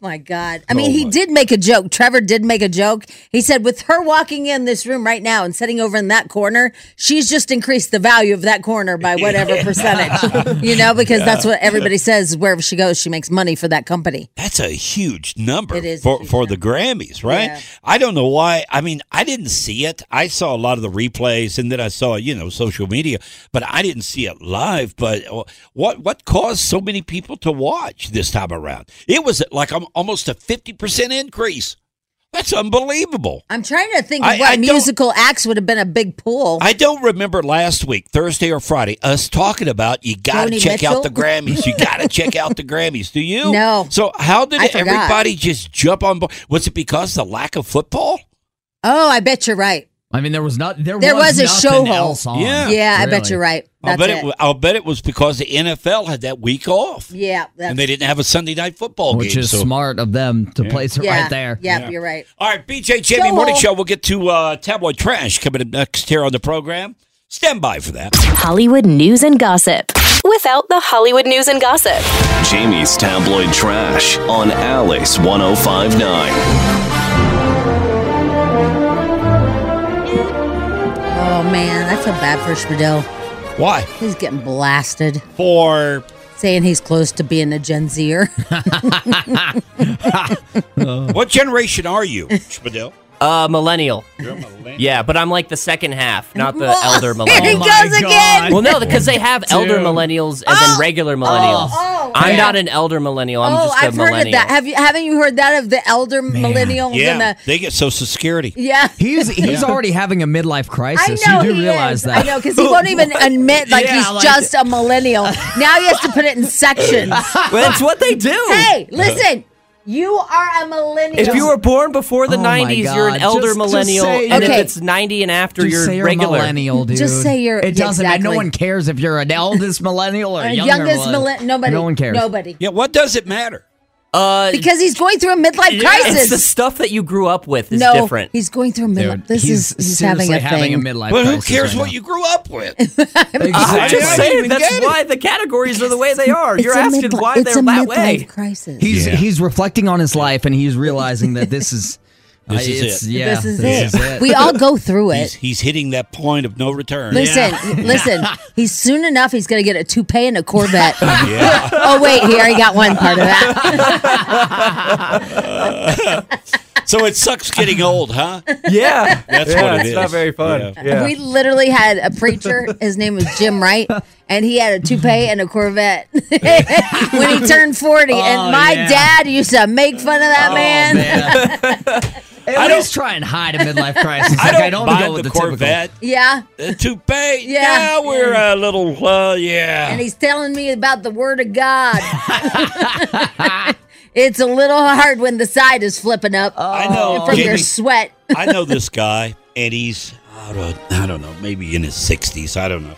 Speaker 3: my God. I
Speaker 5: Oh
Speaker 3: mean, he did make a joke. Trevor did make a joke. He said, with her walking in this room right now and sitting over in that corner, she's just increased the value of that corner by whatever percentage, you know, because that's
Speaker 5: Yeah.
Speaker 3: what everybody says. Wherever she goes, she makes money for that company.
Speaker 5: That's a huge number
Speaker 3: It is a
Speaker 5: for, for the Grammys, right?
Speaker 3: Yeah.
Speaker 5: I don't know why. I mean, I didn't see it. I saw a lot of the replays and then I saw, you know, social media, but I didn't see it live. But uh, what what caused so many people to watch this time around? It was like um, almost a 50% increase. That's unbelievable.
Speaker 3: I'm trying to think of
Speaker 5: I-
Speaker 3: what
Speaker 5: I don't-
Speaker 3: musical acts would have been a big pull.
Speaker 5: I don't remember last week, Thursday or Friday, us talking about you got
Speaker 3: Joni
Speaker 5: to check
Speaker 3: Mitchell?
Speaker 5: out the Grammys. You got to check out the Grammys. Do you?
Speaker 3: No.
Speaker 5: So how did
Speaker 3: I
Speaker 5: it-
Speaker 3: forgot.
Speaker 5: everybody just jump on board? Was it because of the lack of football?
Speaker 3: oh, I bet you're right.
Speaker 7: I mean, there was not there,
Speaker 3: There was, a
Speaker 7: nothing
Speaker 3: show hole.
Speaker 7: else on.
Speaker 5: Yeah.
Speaker 3: yeah, I bet
Speaker 5: Really.
Speaker 3: you're right. That's
Speaker 5: I'll bet
Speaker 3: it.
Speaker 5: it. wa- I'll bet it was because the NFL had that week off
Speaker 3: yeah, that's,
Speaker 5: and they didn't have a Sunday night football
Speaker 7: Which
Speaker 5: game.
Speaker 7: is
Speaker 5: so-
Speaker 7: smart of them to
Speaker 5: Yeah.
Speaker 7: place it
Speaker 3: yeah,
Speaker 7: right there.
Speaker 3: Yeah, you're right.
Speaker 5: All right, BJ Jamie
Speaker 3: Show
Speaker 5: Morning
Speaker 3: hole.
Speaker 5: Show. We'll get to uh, tabloid trash coming up next here on the program. Stand by for that.
Speaker 9: Hollywood news and gossip. Without the Hollywood news and gossip.
Speaker 2: Jamie's Tabloid Trash on Alice 1059.
Speaker 3: Oh man, I feel bad for Spadell.
Speaker 5: Why?
Speaker 3: He's getting blasted
Speaker 5: for
Speaker 3: saying he's close to being a Gen Zer.
Speaker 5: What generation are you, Spadell?
Speaker 6: Uh, millennial. Yeah, but I'm like the second half, not the
Speaker 3: Well,
Speaker 6: elder
Speaker 3: here
Speaker 6: millennial.
Speaker 3: he Oh my goes God. again.
Speaker 6: Well, no, because they have elder
Speaker 3: Dude.
Speaker 6: millennials and then regular millennials.
Speaker 3: oh,
Speaker 6: I'm
Speaker 3: yeah.
Speaker 6: not an elder millennial. I'm
Speaker 3: oh,
Speaker 6: just a
Speaker 3: I've
Speaker 6: millennial.
Speaker 3: heard of that. Have you? Haven't you heard that of the elder millennials and
Speaker 5: Yeah,
Speaker 3: the?
Speaker 5: they get Social Security.
Speaker 3: Yeah,
Speaker 7: He's
Speaker 5: Yeah.
Speaker 7: he's already having a midlife
Speaker 3: I
Speaker 7: crisis.
Speaker 3: know
Speaker 7: you do
Speaker 3: he
Speaker 7: realize
Speaker 3: is.
Speaker 7: that.
Speaker 3: I know because he won't even admit like
Speaker 7: Yeah,
Speaker 3: he's
Speaker 7: like-
Speaker 3: just a millennial. Now he has to put it in sections.
Speaker 6: Well, that's what they do.
Speaker 3: hey, listen, you are a millennial.
Speaker 6: If you were born before the
Speaker 7: Oh my
Speaker 6: 90s, you're an
Speaker 7: God.
Speaker 6: elder
Speaker 7: Just- just
Speaker 6: millennial.
Speaker 7: say-
Speaker 6: and
Speaker 3: Okay.
Speaker 6: if it's 90 and after,
Speaker 7: Just
Speaker 6: you're
Speaker 7: say you're a
Speaker 6: regular.
Speaker 7: millennial, dude.
Speaker 3: Just say you're-
Speaker 7: It doesn't. matter.
Speaker 3: exactly.
Speaker 7: No one cares if you're an eldest millennial or
Speaker 3: Uh,
Speaker 7: a younger
Speaker 3: youngest
Speaker 7: millennial.
Speaker 3: millennial, nobody,
Speaker 7: No one cares.
Speaker 3: nobody,
Speaker 5: Yeah, what does it matter?
Speaker 6: Uh,
Speaker 3: because he's going through a midlife
Speaker 6: yeah, It's
Speaker 3: crisis.
Speaker 6: the stuff that you grew up with is
Speaker 3: no,
Speaker 6: different.
Speaker 3: he's going through a midlife.
Speaker 7: Dude,
Speaker 3: this
Speaker 7: he's
Speaker 3: is he's having a
Speaker 7: seriously
Speaker 3: thing.
Speaker 7: having a midlife
Speaker 5: But who
Speaker 7: crisis
Speaker 5: cares
Speaker 7: right
Speaker 5: what
Speaker 7: now.
Speaker 5: you grew up with?
Speaker 6: I'm
Speaker 7: Exactly.
Speaker 6: just
Speaker 5: I didn't
Speaker 6: saying
Speaker 5: even get
Speaker 6: that's
Speaker 5: it.
Speaker 6: why the categories are the way they are.
Speaker 3: It's
Speaker 6: You're
Speaker 3: a
Speaker 6: asking
Speaker 3: midli-
Speaker 6: why
Speaker 3: it's
Speaker 6: they're
Speaker 3: a
Speaker 6: that
Speaker 3: midlife
Speaker 6: way.
Speaker 3: crisis.
Speaker 7: He's
Speaker 5: Yeah.
Speaker 7: he's reflecting on his life and he's realizing that this is
Speaker 5: This is
Speaker 7: it's-
Speaker 5: it.
Speaker 7: Yeah,
Speaker 3: this is
Speaker 7: this
Speaker 3: it.
Speaker 7: is it.
Speaker 3: We all go through it.
Speaker 5: He's, he's hitting that point of no return.
Speaker 3: Listen, listen. He's soon enough. He's going to get a toupee and a Corvette. oh wait, he already got one part of that.
Speaker 5: So it sucks getting old, huh?
Speaker 6: Yeah,
Speaker 5: That's
Speaker 6: Yeah,
Speaker 5: what it
Speaker 6: it's
Speaker 5: is.
Speaker 6: not very fun.
Speaker 5: Yeah.
Speaker 3: We literally had a preacher. His name was Jim Wright, and he had a toupee and a Corvette when he turned forty.
Speaker 7: Oh,
Speaker 3: and my
Speaker 7: yeah. Oh,
Speaker 3: dad used to make fun of that man.
Speaker 7: At
Speaker 5: I
Speaker 7: least try and hide a midlife crisis.
Speaker 5: I
Speaker 7: Like,
Speaker 5: don't,
Speaker 7: I don't
Speaker 5: mind
Speaker 7: go with
Speaker 5: the,
Speaker 7: the, typical-
Speaker 5: Corvette.
Speaker 3: Yeah,
Speaker 5: The uh, toupee.
Speaker 3: Yeah.
Speaker 5: Yeah, we're a little, uh, yeah.
Speaker 3: and he's telling me about the Word of God. it's a little hard when the side is flipping up
Speaker 5: Oh. I know.
Speaker 3: Oh, from your
Speaker 5: Jamie,
Speaker 3: sweat.
Speaker 5: I know this guy, and he's I don't, I don't know, maybe in his sixties. I don't know,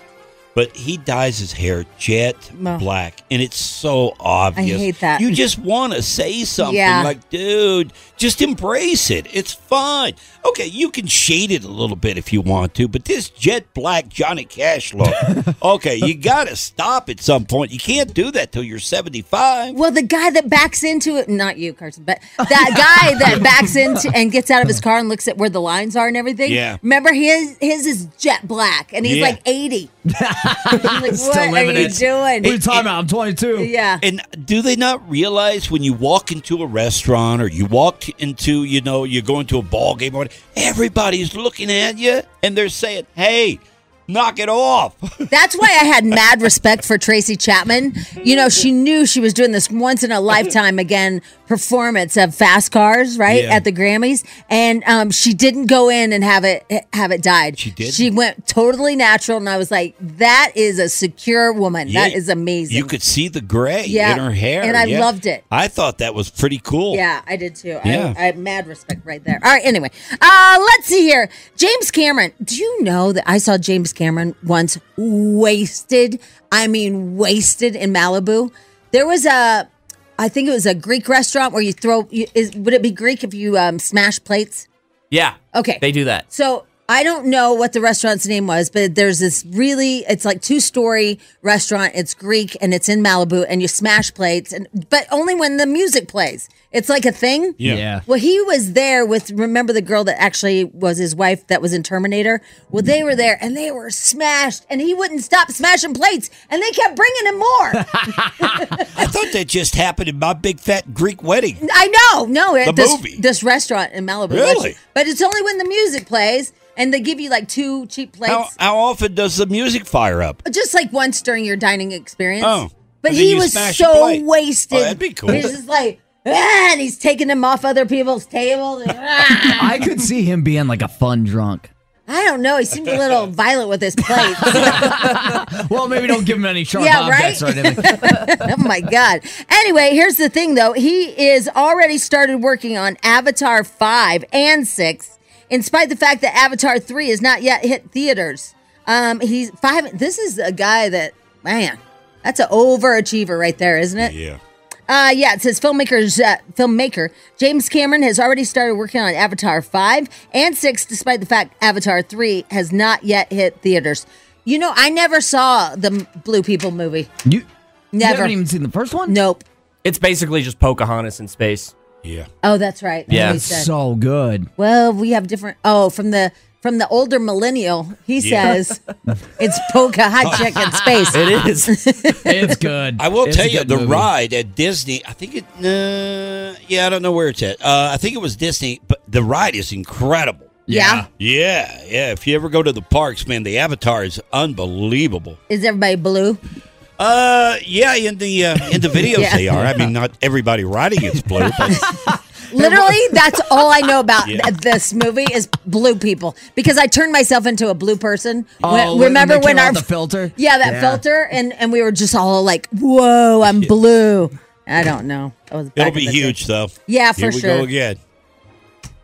Speaker 5: but he dyes his hair jet
Speaker 3: No.
Speaker 5: black, and it's so obvious.
Speaker 3: hate that.
Speaker 5: You just want to say something
Speaker 3: Yeah.
Speaker 5: like, "Dude, just embrace it. It's fine." Okay, you can shade it a little bit if you want to, but this jet black Johnny Cash look. okay, you got to stop at some point. You can't do that till you're seventy-five.
Speaker 3: Well, the guy that backs into it, not you, Carson, but that guy that backs into and gets out of his car and looks at where the lines are and everything.
Speaker 5: Yeah.
Speaker 3: Remember, his his is jet black and he's
Speaker 5: Yeah.
Speaker 3: like 80. I'm like, what are
Speaker 7: living
Speaker 3: you
Speaker 7: it.
Speaker 3: doing?
Speaker 7: What are you talking about? I'm 22.
Speaker 3: yeah.
Speaker 5: And do they not realize when you walk into a restaurant or you walk into, you know, you're going to a ball game or whatever, everybody's looking at you and they're saying, "Hey, knock it off."
Speaker 3: That's why I had mad respect for Tracy Chapman. You know, she knew she was doing this once in a lifetime again performance of Fast Cars, right
Speaker 5: Yeah.
Speaker 3: at the Grammys, and um, she didn't go in and have it have it dyed.
Speaker 5: She didn't?
Speaker 3: She went totally natural, and I was like, "That is a secure woman. that
Speaker 5: Yeah,
Speaker 3: is amazing."
Speaker 5: You could see the gray
Speaker 3: Yeah,
Speaker 5: in her hair,
Speaker 3: and I
Speaker 5: yeah.
Speaker 3: loved it.
Speaker 5: I thought that was pretty cool.
Speaker 3: Yeah, I did too.
Speaker 5: Yeah.
Speaker 3: I, I mad respect right there. All right, anyway. Uh let's see here. James Cameron. Do you know that I saw James Cameron once wasted? I mean wasted in Malibu. There was a I think it was a Greek restaurant where you throw you, is would it be Greek if you um smash plates?
Speaker 6: Yeah.
Speaker 3: Okay.
Speaker 6: They do that.
Speaker 3: So I don't know what the restaurant's name was, but there's this really, it's like two story restaurant. It's Greek and it's in Malibu, and you smash plates, and but only when the music plays. It's like a thing.
Speaker 7: Yeah. Yeah.
Speaker 3: Well, he was there with remember the girl that actually was his wife that was in Terminator. Well, they were there and they were smashed, and he wouldn't stop smashing plates, and they kept bringing him more.
Speaker 5: I thought that just happened in my big fat Greek wedding.
Speaker 3: I know, no, at
Speaker 5: The
Speaker 3: this,
Speaker 5: movie.
Speaker 3: this restaurant in Malibu.
Speaker 5: Really?
Speaker 3: But it's only when the music plays, and they give you like two cheap plates,
Speaker 5: How, how often does the music fire up?
Speaker 3: just like once during your dining experience.
Speaker 5: Oh.
Speaker 3: but
Speaker 5: And then
Speaker 3: he
Speaker 5: you
Speaker 3: was
Speaker 5: smash your
Speaker 3: so
Speaker 5: plate.
Speaker 3: wasted.
Speaker 5: Oh, that'd be cool.
Speaker 3: He's just like, "Ah," and he's taking them off other people's tables. Ah.
Speaker 7: I could see him being like a fun drunk.
Speaker 3: I don't know. He seemed a little violent with his plates.
Speaker 7: Well, maybe don't give him any sharp
Speaker 3: Yeah,
Speaker 7: objects
Speaker 3: right?
Speaker 7: or anything.
Speaker 3: oh my god. Anyway, here's the thing though. He is already started working on Avatar 5 and 6 in spite of the fact that Avatar 3 has not yet hit theaters. Um he's 5 this is a guy that man, that's an overachiever right there, isn't it?
Speaker 5: Yeah.
Speaker 3: Uh, yeah, it says filmmakers, uh, filmmaker James Cameron has already started working on Avatar 5 and 6, despite the fact Avatar 3 has not yet hit theaters. You know, I never saw the M- Blue People movie.
Speaker 7: You
Speaker 3: never
Speaker 7: haven't even seen the first one?
Speaker 3: Nope.
Speaker 6: It's basically just Pocahontas in space.
Speaker 5: Yeah.
Speaker 3: Oh, that's right. That's
Speaker 6: Yeah.
Speaker 3: what he
Speaker 6: It's
Speaker 3: said.
Speaker 7: so good.
Speaker 3: well, we have different. Oh, from the from the older millennial, he
Speaker 5: Yeah.
Speaker 3: says it's Poca Hot Chick in space.
Speaker 6: It is.
Speaker 7: It's good.
Speaker 5: I will
Speaker 7: It's
Speaker 5: tell
Speaker 7: a
Speaker 5: you,
Speaker 7: good
Speaker 5: the
Speaker 7: movie.
Speaker 5: ride at Disney, I think it, uh, yeah, I don't know where it's at. Uh, I think it was Disney, but the ride is incredible.
Speaker 3: Yeah.
Speaker 5: Yeah, yeah. If you ever go to the parks, man, the Avatar is unbelievable.
Speaker 3: Is everybody blue?
Speaker 5: Uh, yeah, in the uh, in the videos
Speaker 3: Yeah.
Speaker 5: they are. I mean, not everybody riding it's blue, but
Speaker 3: Literally, that's all I know about
Speaker 5: Yeah.
Speaker 3: th- this movie is blue people because I turned myself into a blue person. When-
Speaker 7: Oh,
Speaker 3: remember
Speaker 7: they
Speaker 3: when
Speaker 7: came out
Speaker 3: our
Speaker 7: the filter?
Speaker 3: yeah that filter and and we were just all like, "Whoa, I'm blue." I don't know. That was back
Speaker 5: it'll
Speaker 3: in
Speaker 5: be
Speaker 3: the day.
Speaker 5: huge though.
Speaker 3: Yeah, for
Speaker 5: Here we
Speaker 3: sure.
Speaker 5: go again.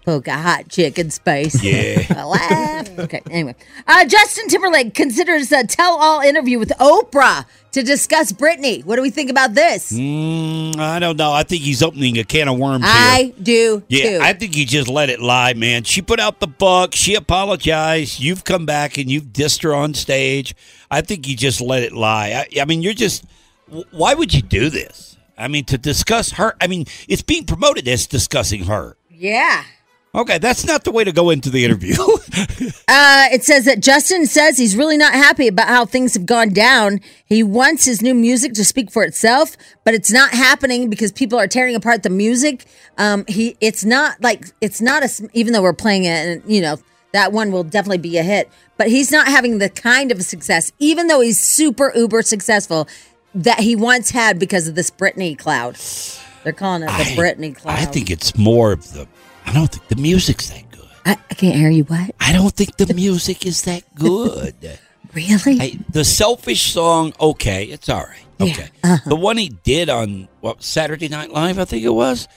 Speaker 3: Poke a hot chick in space.
Speaker 5: Yeah.
Speaker 3: I laugh. Okay. Anyway, uh, Justin Timberlake considers a tell-all interview with Oprah to discuss Britney. What do we think about this?
Speaker 5: Mm, I don't know. I think he's opening a can of worms here.
Speaker 3: I do
Speaker 5: Yeah,
Speaker 3: too.
Speaker 5: I think you just let it lie, man. She put out the book. She apologized. You've come back and you've dissed her on stage. I think you just let it lie. I, I mean, you're just. wh- Why would you do this? I mean, to discuss her. I mean, it's being promoted as discussing her.
Speaker 3: yeah.
Speaker 5: Okay, that's not the way to go into the interview.
Speaker 3: Uh, it says that Justin says he's really not happy about how things have gone down. He wants his new music to speak for itself, but it's not happening because people are tearing apart the music. Um, he, it's not like it's not a s- even though we're playing it, and you know that one will definitely be a hit. But he's not having the kind of success, even though he's super uber successful, that he once had because of this Britney cloud. They're calling it the Britney cloud.
Speaker 5: I think it's more of the. I don't think the music's that good.
Speaker 3: I, I can't hear you. What
Speaker 5: I don't think the music is that good.
Speaker 3: really?
Speaker 5: Hey, the selfish song, okay, it's all right. Okay. The one he did on what Saturday Night Live, I think it was.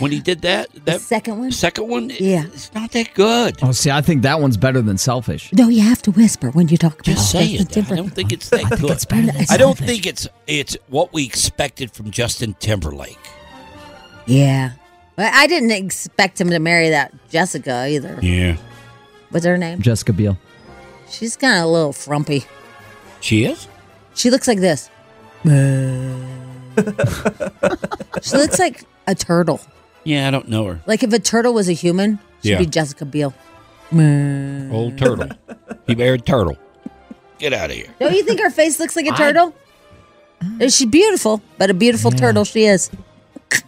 Speaker 5: When he did that, that
Speaker 3: second one?
Speaker 5: second one, it-
Speaker 3: Yeah.
Speaker 5: it's not that good.
Speaker 7: Oh, see, I think that one's better than selfish.
Speaker 3: No, you have to whisper when you talk about
Speaker 5: Just
Speaker 3: all
Speaker 5: saying,
Speaker 3: this.
Speaker 5: that. I don't think it's that good.
Speaker 7: it's better than
Speaker 5: I don't
Speaker 7: selfish.
Speaker 5: think it's it's what we expected from Justin Timberlake.
Speaker 3: Yeah. But I didn't expect him to marry that Jessica either.
Speaker 5: Yeah,
Speaker 3: What's her name?
Speaker 7: Jessica Biel.
Speaker 3: She's kind of a little frumpy.
Speaker 5: she is.
Speaker 3: She looks like this. Uh. she looks like a turtle.
Speaker 5: Yeah, I don't know her.
Speaker 3: Like if a turtle was a human, she'd
Speaker 5: Yeah.
Speaker 3: be Jessica Biel.
Speaker 5: Old turtle. he married turtle. Get out of here.
Speaker 3: Don't you think her face looks like a
Speaker 7: I-
Speaker 3: turtle? Is she beautiful? But a beautiful turtle she is.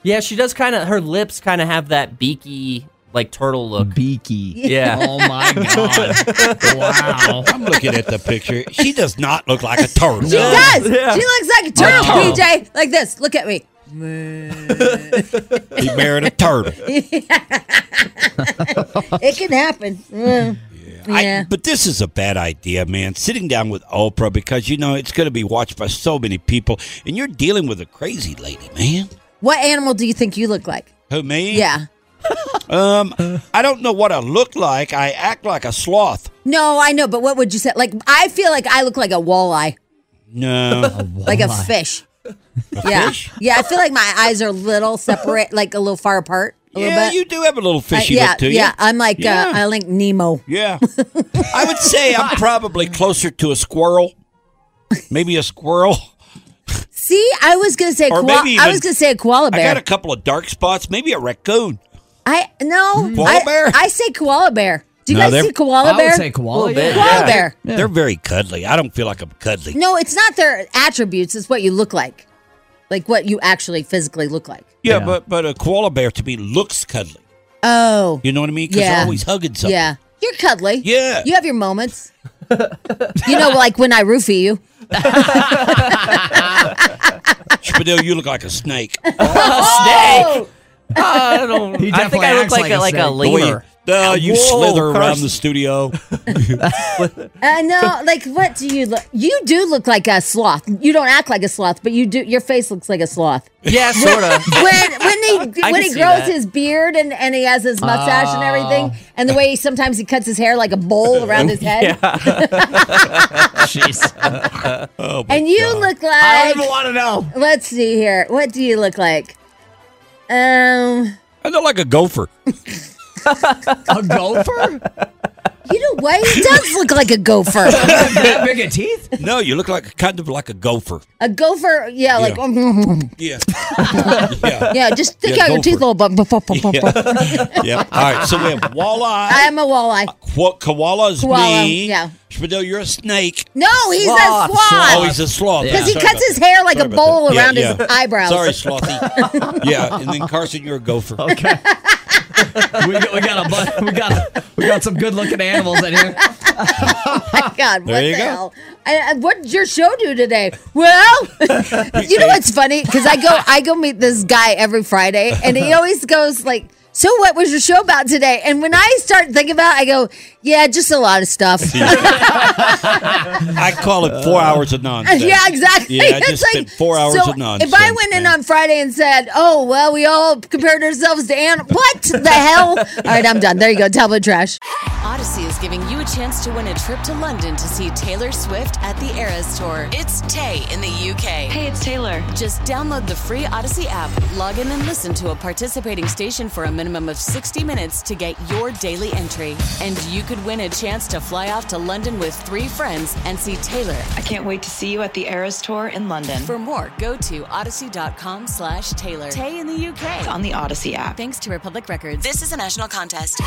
Speaker 6: Yeah, she does kind of. Her lips kind of have that beaky, like turtle look.
Speaker 7: Beaky.
Speaker 6: Yeah.
Speaker 7: Oh my god. wow.
Speaker 5: I'm looking at the picture. She does not look like a turtle.
Speaker 3: She does.
Speaker 6: yeah.
Speaker 3: She looks like a turtle,
Speaker 5: turtle.
Speaker 3: PJ. Like this. Look at me.
Speaker 5: He married a turtle.
Speaker 3: It can happen. Mm.
Speaker 5: I-
Speaker 3: Yeah.
Speaker 5: but this is a bad idea, man. Sitting down with Oprah because you know it's going to be watched by so many people, and you're dealing with a crazy lady, man.
Speaker 3: What animal do you think you look like?
Speaker 5: Who me?
Speaker 3: Yeah.
Speaker 5: Um, I don't know what I look like. I act like a sloth.
Speaker 3: No, I know, but what would you say? Like, I feel like I look like a walleye,
Speaker 5: No.
Speaker 3: like a fish. yeah,
Speaker 5: fish?
Speaker 3: yeah. I feel like my eyes are little separate, like a little far apart, a little
Speaker 5: yeah,
Speaker 3: bit.
Speaker 5: you do have a little
Speaker 3: I-
Speaker 5: fishy
Speaker 3: yeah,
Speaker 5: look to you.
Speaker 3: yeah. I'm like,
Speaker 5: Yeah.
Speaker 3: Uh, I like Nemo.
Speaker 5: Yeah. I would say I'm probably closer to a squirrel. Maybe a squirrel.
Speaker 3: See, I was gonna say
Speaker 5: Or
Speaker 3: koa-
Speaker 5: maybe
Speaker 3: I
Speaker 5: even-
Speaker 3: was gonna say a koala
Speaker 5: I got
Speaker 3: bear.
Speaker 5: a couple of dark spots, maybe a raccoon.
Speaker 3: I no
Speaker 5: Koala
Speaker 3: I,
Speaker 5: bear?
Speaker 3: I say koala bear. Do you
Speaker 5: No,
Speaker 3: guys
Speaker 5: they're-
Speaker 3: see koala bear? Koala bear.
Speaker 5: They're very cuddly. I don't feel like I'm cuddly.
Speaker 3: No, it's not their attributes. It's what you look like, like what you actually physically look like.
Speaker 5: Yeah, but but a koala bear to me looks cuddly.
Speaker 3: Oh,
Speaker 5: You know what I mean? Because
Speaker 3: Yeah.
Speaker 5: they're always hugging something.
Speaker 3: yeah, you're cuddly.
Speaker 5: Yeah.
Speaker 3: you have your moments. you know, like when I roofie you.
Speaker 5: Spadil, you look like a snake.
Speaker 3: snake.
Speaker 6: I don't.
Speaker 5: He
Speaker 6: I think
Speaker 5: definitely
Speaker 6: I look
Speaker 5: acts
Speaker 6: like
Speaker 5: like
Speaker 6: a,
Speaker 5: a
Speaker 6: like a
Speaker 5: snake. The way you-
Speaker 6: lemur.
Speaker 5: No, you
Speaker 6: Whoa,
Speaker 5: slither around
Speaker 6: Carson.
Speaker 5: the studio.
Speaker 3: Uh, no, like what do you look? You do look like a sloth. You don't act like a sloth, but you do. Your face looks like a sloth.
Speaker 6: Yeah, sort of.
Speaker 3: When when he
Speaker 6: I
Speaker 3: when
Speaker 6: can
Speaker 3: he
Speaker 6: see
Speaker 3: grows
Speaker 6: that. Oh.
Speaker 3: his beard and and he has his mustache and everything, and the way he sometimes he cuts his hair like a bowl around his head,
Speaker 6: Jeez.
Speaker 5: oh,
Speaker 3: and you look like.
Speaker 7: I don't even want to know.
Speaker 3: Let's see here. What do you look like? Um,
Speaker 5: I look like a gopher.
Speaker 7: a gopher?
Speaker 3: you know what? He does look like a gopher.
Speaker 7: that big of teeth?
Speaker 5: No, you look like kind of like a gopher.
Speaker 3: A gopher, yeah, like
Speaker 5: Yeah.
Speaker 3: yeah. just stick
Speaker 5: Yeah,
Speaker 3: out your
Speaker 5: gopher.
Speaker 3: teeth a little bit.
Speaker 5: Yeah. yeah. All right. So we have walleye.
Speaker 3: I am a walleye.
Speaker 5: Ko- koala's
Speaker 3: Koala,
Speaker 5: me.
Speaker 3: yeah.
Speaker 5: Spadil, you're a snake.
Speaker 3: No, he's a sloth.
Speaker 5: Oh, he's a sloth.
Speaker 3: Because he
Speaker 5: Sorry about
Speaker 3: cuts his hair like
Speaker 5: Sorry
Speaker 3: a
Speaker 5: about
Speaker 3: bowl
Speaker 5: that. Yeah,
Speaker 3: around
Speaker 5: yeah.
Speaker 3: his eyebrows.
Speaker 5: Sorry, Slothy. yeah, and then Carson, you're a gopher.
Speaker 7: Okay. we, got- we got a bu- we got we got some good looking animals in here.
Speaker 3: My God, what
Speaker 7: There you
Speaker 3: the
Speaker 7: go.
Speaker 3: hell? I, I, what did your show do today? Well, you know what's funny? Because I go, I go meet this guy every Friday, and he always goes like, "So what was your show about today?" And when I start thinking about, it, I go, "Yeah, just a lot of stuff."
Speaker 5: I call it four hours of nonsense.
Speaker 3: yeah, exactly.
Speaker 5: Yeah, I
Speaker 3: It's
Speaker 5: just spent four hours
Speaker 3: so
Speaker 5: of nonsense.
Speaker 3: If I went in on Friday and said, "Oh well, we all compared ourselves to animals," what the hell? All right, I'm done. There you go. Tablet trash.
Speaker 18: Odyssey is giving you a chance to win a trip to London to see Taylor Swift at the Eras Tour. It's Tay in the UK. Hey, it's Taylor. Just download the free Odyssey app, log in and listen to a participating station for a minimum of 60 minutes to get your daily entry. And you could win a chance to fly off to London with three friends and see Taylor. I can't wait to see you at the Eras Tour in London. For more, go to odyssey.com slash Taylor. Tay in the UK.
Speaker 19: It's on the Odyssey app.
Speaker 18: Thanks to Republic Records. This is a national contest.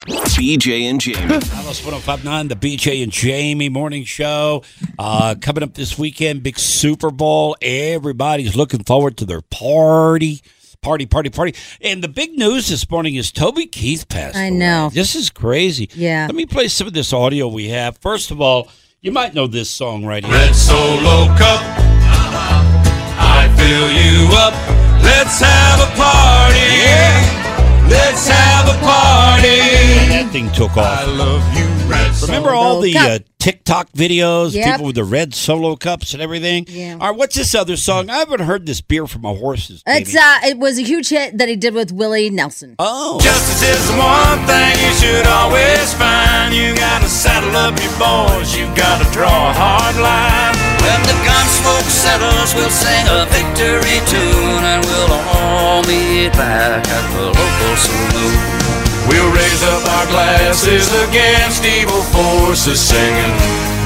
Speaker 2: BJ and Jamie.
Speaker 5: Alice 1059, the BJ and Jamie morning show. Uh, coming up this weekend, big Super Bowl. Everybody's looking forward to their party. Party, party, party. And the big news this morning is Toby Keith passed.
Speaker 3: I know.
Speaker 5: This is crazy.
Speaker 3: Yeah.
Speaker 5: Let me play some of this audio we have. First of all, you might know this song right here.
Speaker 8: Red Solo Cup. I fill you up. Let's have a party. Let's have a party.
Speaker 5: That thing took off.
Speaker 8: I love you, Red
Speaker 5: Remember all the uh, TikTok videos,
Speaker 8: Yep.
Speaker 5: people with the red solo cups and everything?
Speaker 3: Yeah.
Speaker 5: All right, what's this other song? I haven't heard this beer from my horses.
Speaker 3: It's
Speaker 5: baby.
Speaker 3: uh, it was a huge hit that he did with Willie Nelson.
Speaker 5: Oh,
Speaker 8: Justice is the one thing you should always find. You gotta saddle up your boys, you gotta draw a hard line. When the gunsmoke settles, we'll sing a victory tune and we'll all meet back at the local saloon. We'll raise up our glasses against evil forces, singing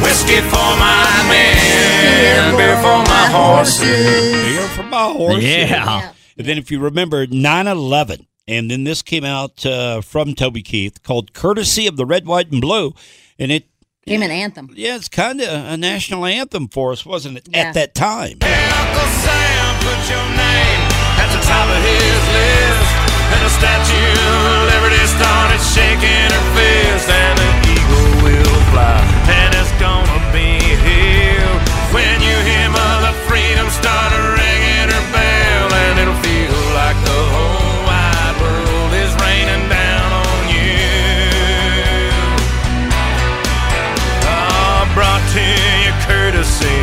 Speaker 8: whiskey for my men, beer for my horses.
Speaker 5: Beer for my horses.
Speaker 8: Yeah.
Speaker 5: And then if you remember 9/11, and then this came out uh, from Toby Keith called "Courtesy of the Red, White, and Blue," and it
Speaker 3: Became an anthem.
Speaker 5: yeah, it's kind of a national anthem for us, wasn't it?
Speaker 3: Yeah.
Speaker 5: At that time.
Speaker 8: Uncle Sam put your name at the top of his list. And the Statue of Liberty started shaking her fist. And an eagle will fly. And it's gonna be here. When you hear Mother Freedom start ringing her bell. And it'll feel like the whole wide world is raining down on you. Ah, brought to you courtesy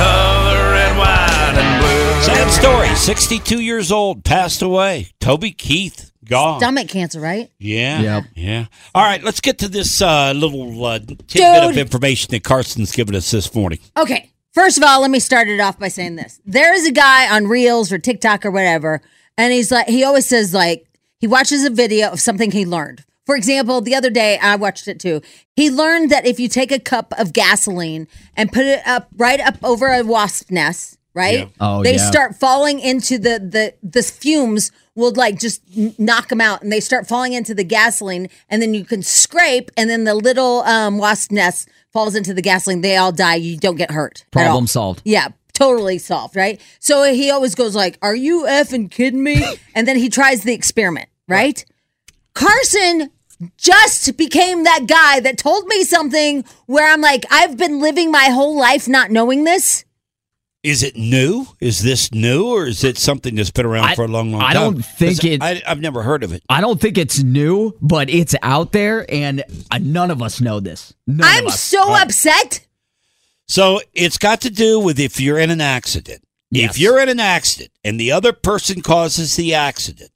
Speaker 8: of the red, white, and blue.
Speaker 5: Sad story. 62 years old, passed away. Toby Keith, gone.
Speaker 3: Stomach cancer, right?
Speaker 5: Yeah. Yeah. All right, let's get to this uh, little uh, tidbit of
Speaker 3: Dude.
Speaker 5: information that Carson's given us this morning.
Speaker 3: Okay. First of all, let me start it off by saying this. There is a guy on Reels or TikTok or whatever, and he's like, he always says, like, he watches a video of something he learned For example, the other day I watched it too. He learned that if you take a cup of gasoline and put it up right up over a wasp nest, right?
Speaker 19: Yeah. Oh,
Speaker 3: they
Speaker 19: yeah.
Speaker 3: start falling into the the the fumes will like just n- knock them out, and they start falling into the gasoline, and then you can scrape, and then the little um, wasp nest falls into the gasoline. They all die. You don't get hurt. at all.
Speaker 7: Problem solved.
Speaker 3: Yeah, totally solved, right? So he always goes like, "Are you effing kidding me?" And then he tries the experiment, right? Carson just became that guy that told me something where I'm like, "I've been living my whole life not knowing this."
Speaker 5: Is it new? Is this new, or is it something that's been around for a long, long
Speaker 7: I
Speaker 5: time?
Speaker 7: don't think
Speaker 5: 'Cause
Speaker 7: it-
Speaker 5: I, I've never heard of it.
Speaker 7: I don't think it's new, but it's out there, and uh, none of us know this. None of
Speaker 3: I'm
Speaker 7: us.
Speaker 3: so upset.
Speaker 5: So it's got to do with if you're in an accident. If you're in an accident and the other person causes the accident,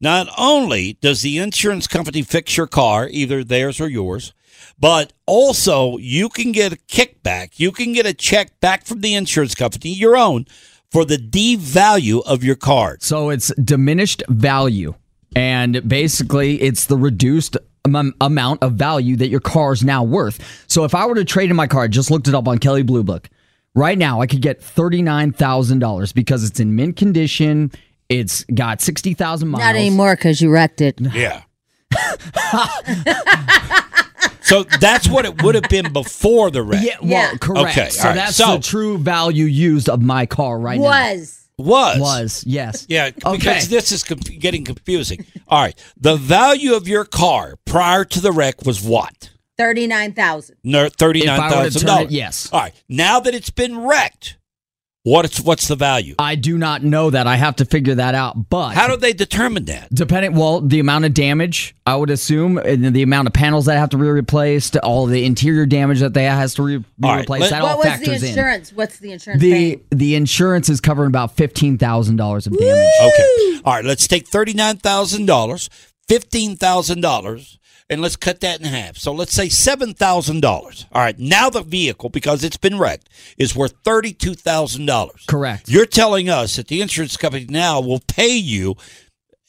Speaker 5: not only does the insurance company fix your car, either theirs or yours, but also you can get a kickback. You can get a check back from the insurance company, your own, for the devalue of your card.
Speaker 7: So it's diminished value, and basically, it's the reduced am- amount of value that your car is now worth. So if I were to trade in my car, I just looked it up on Kelly Blue Book. Right now, I could get thirty nine thousand dollars because it's in mint condition. It's got sixty thousand miles.
Speaker 3: Not anymore because you wrecked it.
Speaker 5: Yeah. so that's what it would have been before the wreck.
Speaker 7: Yeah, well, correct.
Speaker 5: Okay,
Speaker 7: so
Speaker 5: all right.
Speaker 7: that's
Speaker 5: So-
Speaker 7: the true value used of my car right
Speaker 3: was.
Speaker 5: Was.
Speaker 7: now. Was yes.
Speaker 5: Yeah,
Speaker 7: Okay.
Speaker 5: because this is conf- getting confusing. All right. The value of your car prior to the wreck was what?
Speaker 3: Thirty-nine thousand.
Speaker 5: No,
Speaker 7: turn
Speaker 5: $39,000.
Speaker 7: it- yes.
Speaker 5: All right. Now that it's been wrecked, what's what's the value?
Speaker 7: I do not know that. I have to figure that out. But
Speaker 5: How do they determine that?
Speaker 7: depending, well, the amount of damage I would assume, and then the amount of panels that have to be replaced, all the interior damage that they has to re- be
Speaker 5: All right,
Speaker 7: replaced,
Speaker 5: let-
Speaker 7: that
Speaker 3: What
Speaker 7: all
Speaker 3: was the
Speaker 7: factors in.
Speaker 3: insurance? What's the insurance?
Speaker 7: The the insurance is covering about fifteen thousand dollars of damage.
Speaker 5: Okay. All right. Let's take $39,000, $15,000, and let's cut that in half. So let's say $7,000. All right. Now the vehicle, because it's been wrecked, is worth $32,000.
Speaker 7: Correct.
Speaker 5: You're telling us that the insurance company now will pay you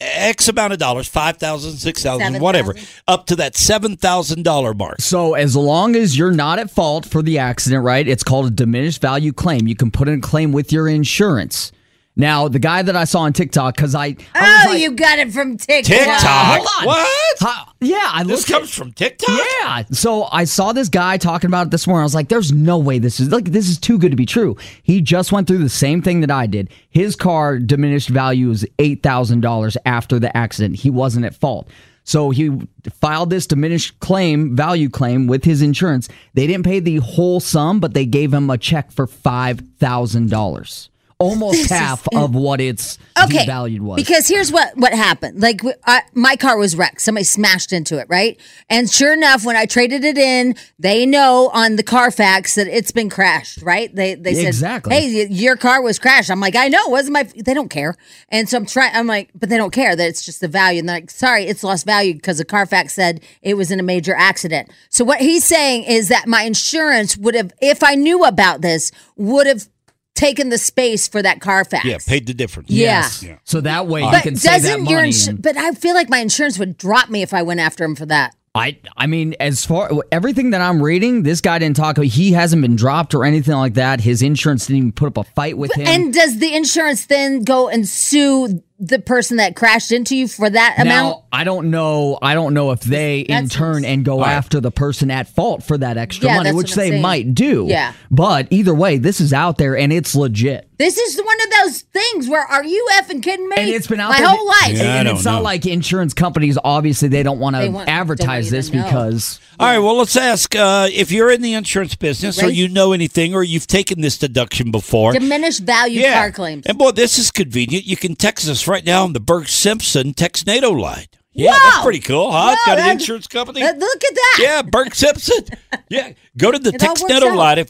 Speaker 5: X amount of dollars, five thousand, six thousand, whatever, Uh, up to that seven thousand dollar mark.
Speaker 7: So as long as you're not at fault for the accident, right? It's called a diminished value claim. You can put in a claim with your insurance. Now, the guy that I saw on TikTok, because I, I was
Speaker 3: Oh,
Speaker 7: like,
Speaker 3: you got it from TikTok.
Speaker 7: Hold on.
Speaker 5: What?
Speaker 7: Huh, yeah, I
Speaker 5: This
Speaker 7: looked
Speaker 5: comes from TikTok.
Speaker 7: Yeah. So I saw this guy talking about it this morning. I was like, there's no way this is like this is too good to be true. He just went through the same thing that I did. His car diminished value is eight thousand dollars after the accident. He wasn't at fault. So he filed this diminished claim value claim with his insurance. They didn't pay the whole sum, but they gave him a check for five thousand dollars. Almost
Speaker 3: This is
Speaker 7: half of what its
Speaker 3: okay
Speaker 7: devalued was.
Speaker 3: because here's what what happened like w I my car was wrecked somebody smashed into it right and sure enough when i traded it in they know on the carfax that it's been crashed right they they said
Speaker 7: Exactly.
Speaker 3: hey y- your car was crashed i'm like i know it wasn't my f-" they don't care and so i'm trying i'm like but they don't care that it's just the value and they're like sorry it's lost value because the carfax said it was in a major accident so what he's saying is that my insurance would have if i knew about this would have taken the space for that carfax
Speaker 5: Yeah, paid the difference.
Speaker 3: Yeah.
Speaker 7: So that way Oh, you
Speaker 3: but
Speaker 7: can
Speaker 3: doesn't
Speaker 7: save that money.
Speaker 3: your insu-
Speaker 7: and-
Speaker 3: but I feel like my insurance would drop me if I went after him for that.
Speaker 7: I I mean, as far everything that I'm reading, this guy didn't talk. He hasn't been dropped or anything like that. His insurance didn't even put up a fight with him.
Speaker 3: And does the insurance then go and sue the person that crashed into you for that amount?
Speaker 7: now I don't know. I don't know if they in
Speaker 3: That's-
Speaker 7: turn and go after the person at fault for that extra
Speaker 3: Yeah,
Speaker 7: money,
Speaker 3: that's
Speaker 7: which
Speaker 3: what I'm
Speaker 7: they
Speaker 3: saying.
Speaker 7: might do.
Speaker 3: Yeah.
Speaker 7: But either way, this is out there and it's legit.
Speaker 3: This is one of those things where are you effing kidding me?
Speaker 7: And it's been out
Speaker 3: my
Speaker 7: there-
Speaker 3: whole life.
Speaker 7: And- and it's not like insurance companies. Obviously, they don't want
Speaker 3: They
Speaker 7: to
Speaker 3: want- don't
Speaker 7: advertise
Speaker 3: even
Speaker 7: this
Speaker 3: know.
Speaker 7: because
Speaker 5: All right. Well, let's ask uh, if you're in the insurance business or
Speaker 3: Right.
Speaker 5: you know anything or you've taken this deduction before.
Speaker 3: diminished value
Speaker 5: Yeah.
Speaker 3: car claims.
Speaker 5: And boy, this is convenient. You can text us right now on the Berg Simpson text NATO line. Yeah,
Speaker 3: Wow.
Speaker 5: that's pretty cool, huh?
Speaker 3: Wow,
Speaker 5: Got an
Speaker 3: that's-
Speaker 5: insurance company.
Speaker 3: Uh, look at that.
Speaker 5: Yeah, Burke Simpson. Yeah, go to the
Speaker 3: It all
Speaker 5: text
Speaker 3: works
Speaker 5: net
Speaker 3: out.
Speaker 5: line at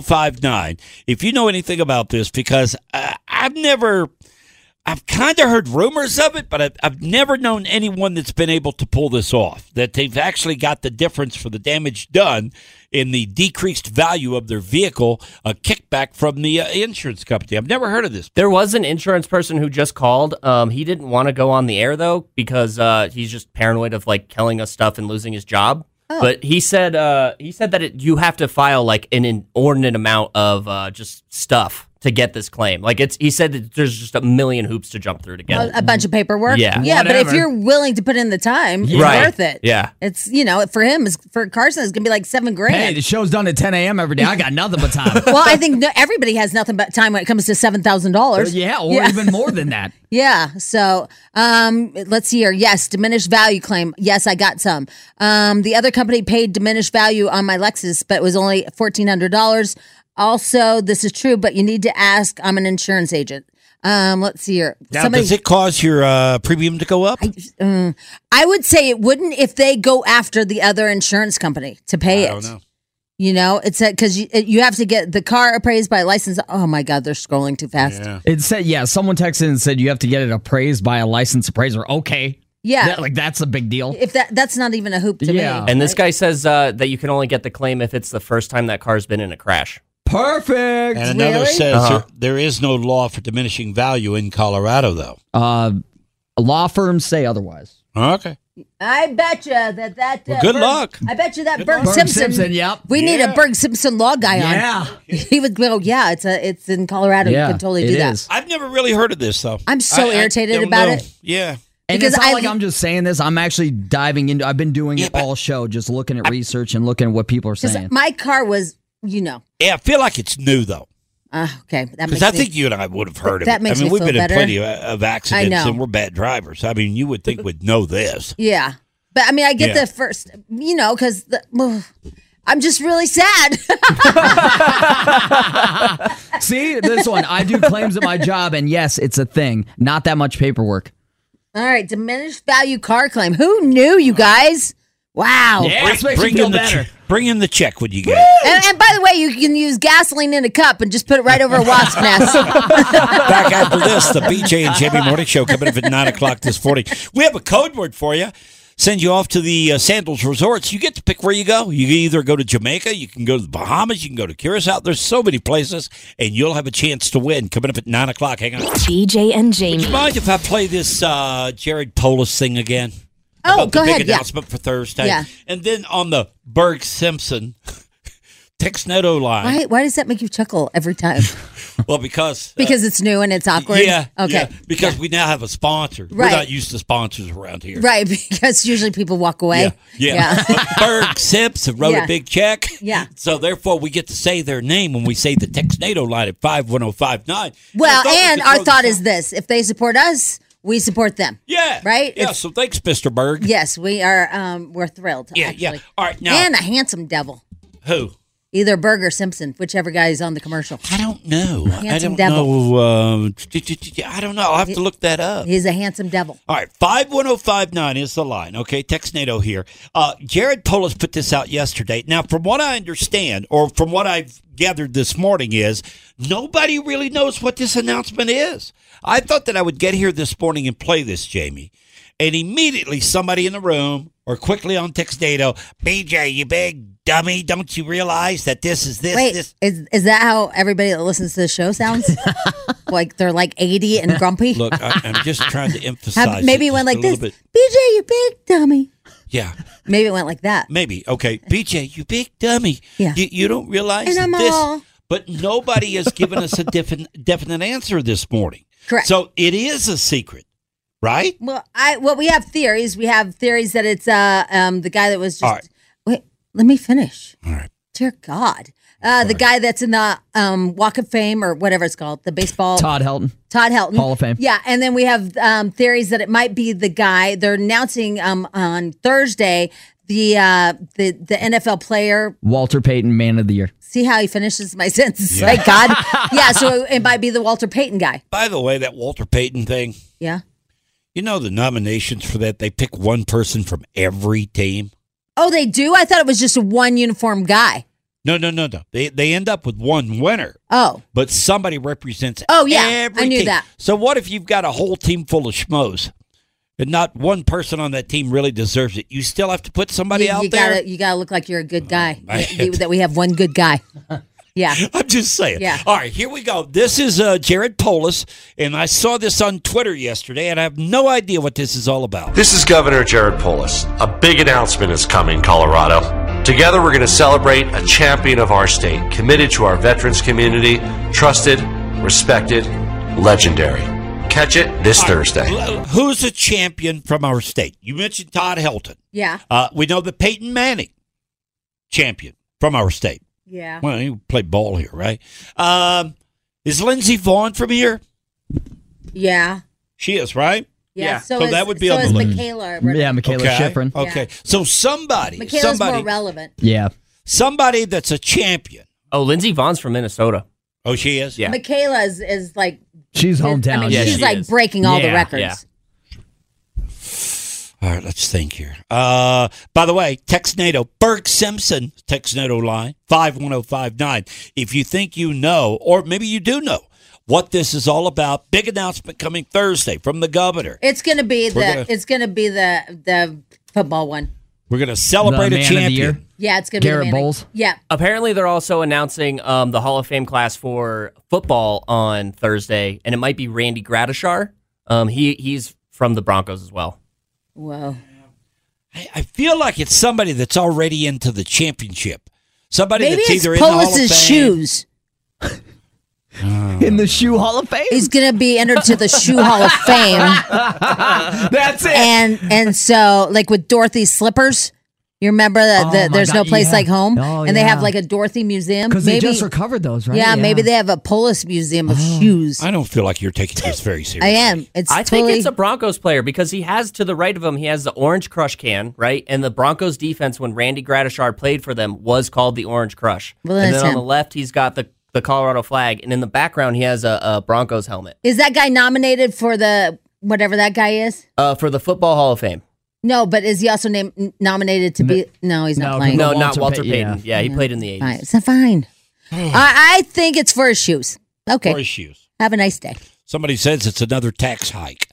Speaker 5: 51059 if you know anything about this, because uh, I've never, I've kind of heard rumors of it, but I've, I've never known anyone that's been able to pull this off, that they've actually got the difference for the damage done in the decreased value of their vehicle, a kickback from the uh, insurance company. I've never heard of this.
Speaker 6: There was an insurance person who just called. Um, he didn't want to go on the air though because uh, he's just paranoid of like telling us stuff and losing his job.
Speaker 5: Oh.
Speaker 6: But he said uh, he said that it, you have to file like an inordinate amount of uh, just stuff to get this claim. Like it's he said that there's just a million hoops to jump through to get it.
Speaker 3: a, a bunch of paperwork.
Speaker 6: Yeah.
Speaker 3: yeah. But if
Speaker 6: Whatever.
Speaker 3: you're willing to put in the time, it's
Speaker 6: Right.
Speaker 3: worth it.
Speaker 6: Yeah.
Speaker 3: it's you know for him, it's, for Carson, it's gonna be like seven grand.
Speaker 7: Hey, the show's done at 10 a.m. every day. I got nothing but time.
Speaker 3: well, I think no, everybody has nothing but time when it comes to seven thousand dollars.
Speaker 7: yeah, or even more than that.
Speaker 3: Yeah. So um, let's see here. Yes, diminished value claim. Yes, I got some. Um, the other company paid diminished value on my Lexus, but it was only fourteen hundred dollars. Also, this is true, but you need to ask. I'm an insurance agent. Um, let's see here.
Speaker 5: Now, does it cause your uh, premium to go up?
Speaker 3: Mm, I would say it wouldn't if they go after the other insurance company to pay it. You know, it's because you, it- you have to get the car appraised by a license. Oh my God, they're scrolling too fast. Yeah.
Speaker 7: It said, yeah, someone texted and said you have to get it appraised by a licensed appraiser. Okay.
Speaker 3: Yeah.
Speaker 7: That- like, that's a big deal.
Speaker 3: If that that's not even a hoop to me.
Speaker 6: And this guy says uh, that you can only get the claim if it's the first time that car's been in a crash.
Speaker 7: Perfect.
Speaker 5: And another says
Speaker 6: Uh-huh.
Speaker 5: there there is no law for diminishing value in Colorado, though.
Speaker 7: Uh, law firms say otherwise.
Speaker 5: Okay.
Speaker 3: I bet you that that. uh,
Speaker 5: Well, good
Speaker 3: Berg-
Speaker 5: luck.
Speaker 3: I bet you that
Speaker 7: Good
Speaker 3: Berg
Speaker 7: luck. Berg
Speaker 3: Simpson.
Speaker 7: Simpson, yep.
Speaker 3: We need a
Speaker 7: Yeah.
Speaker 3: Berg Simpson law guy
Speaker 7: Yeah.
Speaker 3: on. Yeah. He would go. Yeah, it's a it's in Colorado. you can totally do that.
Speaker 5: I've never really heard of this, though.
Speaker 3: I'm so irritated
Speaker 5: don't
Speaker 3: about
Speaker 5: know.
Speaker 3: it.
Speaker 5: Yeah.
Speaker 7: And
Speaker 3: Because
Speaker 7: it's not
Speaker 3: I-
Speaker 7: like I'm just saying this. I'm actually diving into. I've been doing it all show, just looking at research and looking at what people are saying.
Speaker 3: My car was, you know.
Speaker 5: Yeah, I feel like it's new, though.
Speaker 3: Uh, okay, that
Speaker 5: Because
Speaker 3: makes
Speaker 5: I
Speaker 3: me-
Speaker 5: think you and I would have heard of
Speaker 3: That
Speaker 5: it.
Speaker 3: makes
Speaker 5: I mean,
Speaker 3: me
Speaker 5: we've
Speaker 3: feel
Speaker 5: been
Speaker 3: better.
Speaker 5: in plenty of, of accidents
Speaker 3: know.
Speaker 5: and we're bad drivers. I mean, you would think we'd know this.
Speaker 3: Yeah. But I mean, I get
Speaker 5: Yeah.
Speaker 3: the first, you know, because I'm just really sad.
Speaker 7: See this one? I do claims at my job, and yes, it's a thing. Not that much paperwork.
Speaker 3: All right, diminished value car claim. Who knew, you guys? Wow.
Speaker 5: in the che- bring in the check when you get it.
Speaker 3: And, and by the way, you can use gasoline in a cup and just put it right over a wasp nest.
Speaker 5: Back after this, the BJ and Jamie Morning Show coming up at 9 o'clock this morning. We have a code word for you. Send you off to the uh, Sandals Resorts. You get to pick where you go. You can either go to Jamaica, you can go to the Bahamas, you can go to Curacao. There's so many places, and you'll have a chance to win coming up at 9 o'clock. Hang on.
Speaker 9: BJ and
Speaker 5: Would you
Speaker 9: Jamie.
Speaker 5: mind if I play this uh, Jared Polis thing again?
Speaker 3: Oh,
Speaker 5: About the
Speaker 3: go
Speaker 5: big
Speaker 3: ahead, yeah.
Speaker 5: announcement for Thursday.
Speaker 3: Yeah.
Speaker 5: And then on the Berg Simpson Texneto line.
Speaker 3: why, why does that make you chuckle every time?
Speaker 5: Well, because.
Speaker 3: Because it's new and it's awkward?
Speaker 5: Yeah.
Speaker 3: Okay.
Speaker 5: yeah, because we now have a sponsor. We're
Speaker 3: Right.
Speaker 5: not used to sponsors around here.
Speaker 3: Right, because usually people walk away.
Speaker 5: Yeah. Yeah. But Berg Simpson wrote
Speaker 3: Yeah.
Speaker 5: a big check.
Speaker 3: Yeah.
Speaker 5: So therefore, we get to say their name when we say the Texneto line at 51059.
Speaker 3: Well, and our thought
Speaker 5: is.
Speaker 3: is this if they support us, we support them.
Speaker 5: Yeah.
Speaker 3: Right?
Speaker 5: Yeah. So thanks, Mr. Berg.
Speaker 3: Yes, we are. Um, we're thrilled.
Speaker 5: Yeah,
Speaker 3: actually.
Speaker 5: yeah. All right, now-
Speaker 3: and a handsome devil,
Speaker 5: Who?
Speaker 3: either Berg or Simpson, whichever guy is on the commercial.
Speaker 5: I don't know. I
Speaker 3: Handsome
Speaker 5: don't
Speaker 3: devil.
Speaker 5: know. Um, I don't know. I'll have to look that up.
Speaker 3: He's a handsome devil.
Speaker 5: All right, 51059 is the line. Okay, text NATO here. Uh, Jared Polis put this out yesterday. Now, from what I understand, or from what I've gathered this morning, is nobody really knows what this announcement is. I thought that I would get here this morning and play this, Jamie. And immediately somebody in the room or quickly on text NATO, BJ, you big dummy, don't you realize that this is this,
Speaker 3: Wait,
Speaker 5: this?
Speaker 3: is is that how everybody that listens to the show sounds? like they're like eighty and grumpy.
Speaker 5: Look, I, I'm just trying to emphasize.
Speaker 3: How- maybe
Speaker 5: it
Speaker 3: it went
Speaker 5: just
Speaker 3: like
Speaker 5: a
Speaker 3: this.
Speaker 5: little
Speaker 3: BJ,
Speaker 5: bit.
Speaker 3: you big dummy.
Speaker 5: Yeah,
Speaker 3: Maybe it went like that.
Speaker 5: maybe. Okay, BJ, you big dummy.
Speaker 3: Yeah.
Speaker 5: You, you don't realize
Speaker 3: And I'm
Speaker 5: this,
Speaker 3: all-
Speaker 5: but nobody has given us a definite definite answer this morning.
Speaker 3: Correct.
Speaker 5: So it is a secret, right?
Speaker 3: Well, I well we have theories. We have theories that it's uh um the guy that was just
Speaker 5: All right.
Speaker 3: wait. Let me finish.
Speaker 5: All right.
Speaker 3: Dear God, uh, the guy that's in the um Walk of Fame or whatever it's called, the baseball
Speaker 7: Todd Helton.
Speaker 3: Todd Helton,
Speaker 7: Hall of Fame.
Speaker 3: Yeah, and then we have um, theories that it might be the guy they're announcing um, on Thursday the uh, the the NFL player.
Speaker 7: Walter Payton, man of the year.
Speaker 3: See how he finishes my sentence?
Speaker 7: Yeah.
Speaker 3: Thank God. yeah, so it might be the Walter Payton guy.
Speaker 5: By the way, that Walter Payton thing.
Speaker 3: Yeah.
Speaker 5: You know the nominations for that? They pick one person from every team.
Speaker 3: Oh, they do. I thought it was just one uniform guy.
Speaker 5: No, no, no, no. They they end up with one winner.
Speaker 3: Oh,
Speaker 5: but somebody represents.
Speaker 3: Oh, yeah. I
Speaker 5: every
Speaker 3: knew
Speaker 5: team.
Speaker 3: that.
Speaker 5: So what if you've got a whole team full of schmoes? that not one person on that team really deserves it, you still have to put somebody
Speaker 3: you,
Speaker 5: out
Speaker 3: you
Speaker 5: there. Oh,
Speaker 3: Gotta, you gotta look like you're a good guy.
Speaker 5: my
Speaker 3: You- that we have one good guy. Yeah.
Speaker 5: I'm just saying.
Speaker 3: Yeah.
Speaker 5: All right, here we go. This is uh, Jared Polis, and I saw this on Twitter yesterday, and I have no idea what this is all about.
Speaker 4: This is Governor Jared Polis. A big announcement is coming, Colorado. Together, we're going to celebrate a champion of our state, committed to our veterans community, trusted, respected, legendary. Catch it this Thursday.
Speaker 5: L- Who's a champion from our state? You mentioned Todd Helton.
Speaker 3: Yeah.
Speaker 5: Uh, we know that Peyton Manning, champion from our state.
Speaker 3: Yeah.
Speaker 5: Well, he played ball here, right? Um, is Lindsey Vaughn from here?
Speaker 3: Yeah.
Speaker 5: She is, right?
Speaker 3: Yeah. So, is,
Speaker 5: that would be
Speaker 3: so
Speaker 5: on the
Speaker 3: is
Speaker 5: list.
Speaker 3: Michaela.
Speaker 7: Yeah, Michaela
Speaker 5: okay.
Speaker 7: Schifrin.
Speaker 5: Okay. So somebody,
Speaker 3: Michaela's
Speaker 5: somebody,
Speaker 3: more relevant.
Speaker 7: Yeah.
Speaker 5: somebody that's a champion.
Speaker 6: Oh, Lindsey Vaughn's from Minnesota.
Speaker 5: Oh, she is.
Speaker 6: Yeah,
Speaker 3: Michaela is, is like
Speaker 7: She's hometown.
Speaker 3: I mean,
Speaker 6: Yeah,
Speaker 3: she's
Speaker 6: she
Speaker 3: like
Speaker 6: is.
Speaker 3: breaking all the
Speaker 6: Yeah,
Speaker 3: records.
Speaker 6: yeah.
Speaker 5: All right, let's think here. Uh, by the way, Tex NATO, Berg Simpson, Tex NATO line, 51059. If you think you know, or maybe you do know, what this is all about, big announcement coming Thursday from the governor.
Speaker 3: It's gonna be the
Speaker 5: We're gonna-
Speaker 3: it's gonna be the the football one.
Speaker 5: We're going to celebrate
Speaker 6: The
Speaker 5: a
Speaker 6: man of the year?
Speaker 5: champion.
Speaker 3: Yeah, it's gonna
Speaker 6: Garrett
Speaker 3: be the Manning.
Speaker 6: Bowles?
Speaker 3: Yeah.
Speaker 6: Apparently, they're also announcing um, the Hall of Fame class for football on Thursday, and it might be Randy Gradishar. Um, he he's from the Broncos as well.
Speaker 3: Whoa.
Speaker 5: I, I feel like it's somebody that's already into the championship. Somebody
Speaker 3: Maybe
Speaker 5: that's
Speaker 3: it's
Speaker 5: either in the Hall of Fame.
Speaker 3: Polis's shoes.
Speaker 7: In the shoe hall of fame.
Speaker 3: He's gonna be entered to the shoe hall of fame.
Speaker 7: That's it.
Speaker 3: and and so like with Dorothy slippers, you remember that
Speaker 7: Oh, my
Speaker 3: the, there's no
Speaker 7: God,
Speaker 3: place
Speaker 7: yeah.
Speaker 3: like home,
Speaker 7: Oh,
Speaker 3: and they have
Speaker 7: yeah.
Speaker 3: like a Dorothy museum.
Speaker 7: Because they
Speaker 3: Maybe
Speaker 7: just recovered those, right? Oh. Hmm.
Speaker 3: yeah, maybe they have a Polish museum of shoes.
Speaker 5: I don't feel like you're taking this very seriously.
Speaker 3: I am. It's
Speaker 6: I
Speaker 3: totally.
Speaker 6: think it's a Broncos player because he has to the right of him, he has the orange crush can, right? And the Broncos defense when Randy Gradishar played for them was called the Orange Crush.
Speaker 3: Well,
Speaker 6: and
Speaker 3: that's
Speaker 6: then on
Speaker 3: him.
Speaker 6: the left he's got the, the Colorado flag and in the background he has a, a Broncos helmet.
Speaker 3: is that guy nominated for the whatever that guy is?
Speaker 6: Uh, for the football Hall of Fame.
Speaker 3: No, but is he also named nominated to be? No, he's not
Speaker 7: No,
Speaker 3: playing.
Speaker 6: No,
Speaker 7: Walter
Speaker 6: not Walter
Speaker 7: Pay-
Speaker 6: Payton. Yeah,
Speaker 3: Mm-hmm.
Speaker 6: he played in the
Speaker 3: All right,
Speaker 6: eighties.
Speaker 3: so fine. I, I think it's for his shoes. Okay,
Speaker 5: Or issues.
Speaker 3: have a nice day.
Speaker 5: Somebody says it's another tax hike.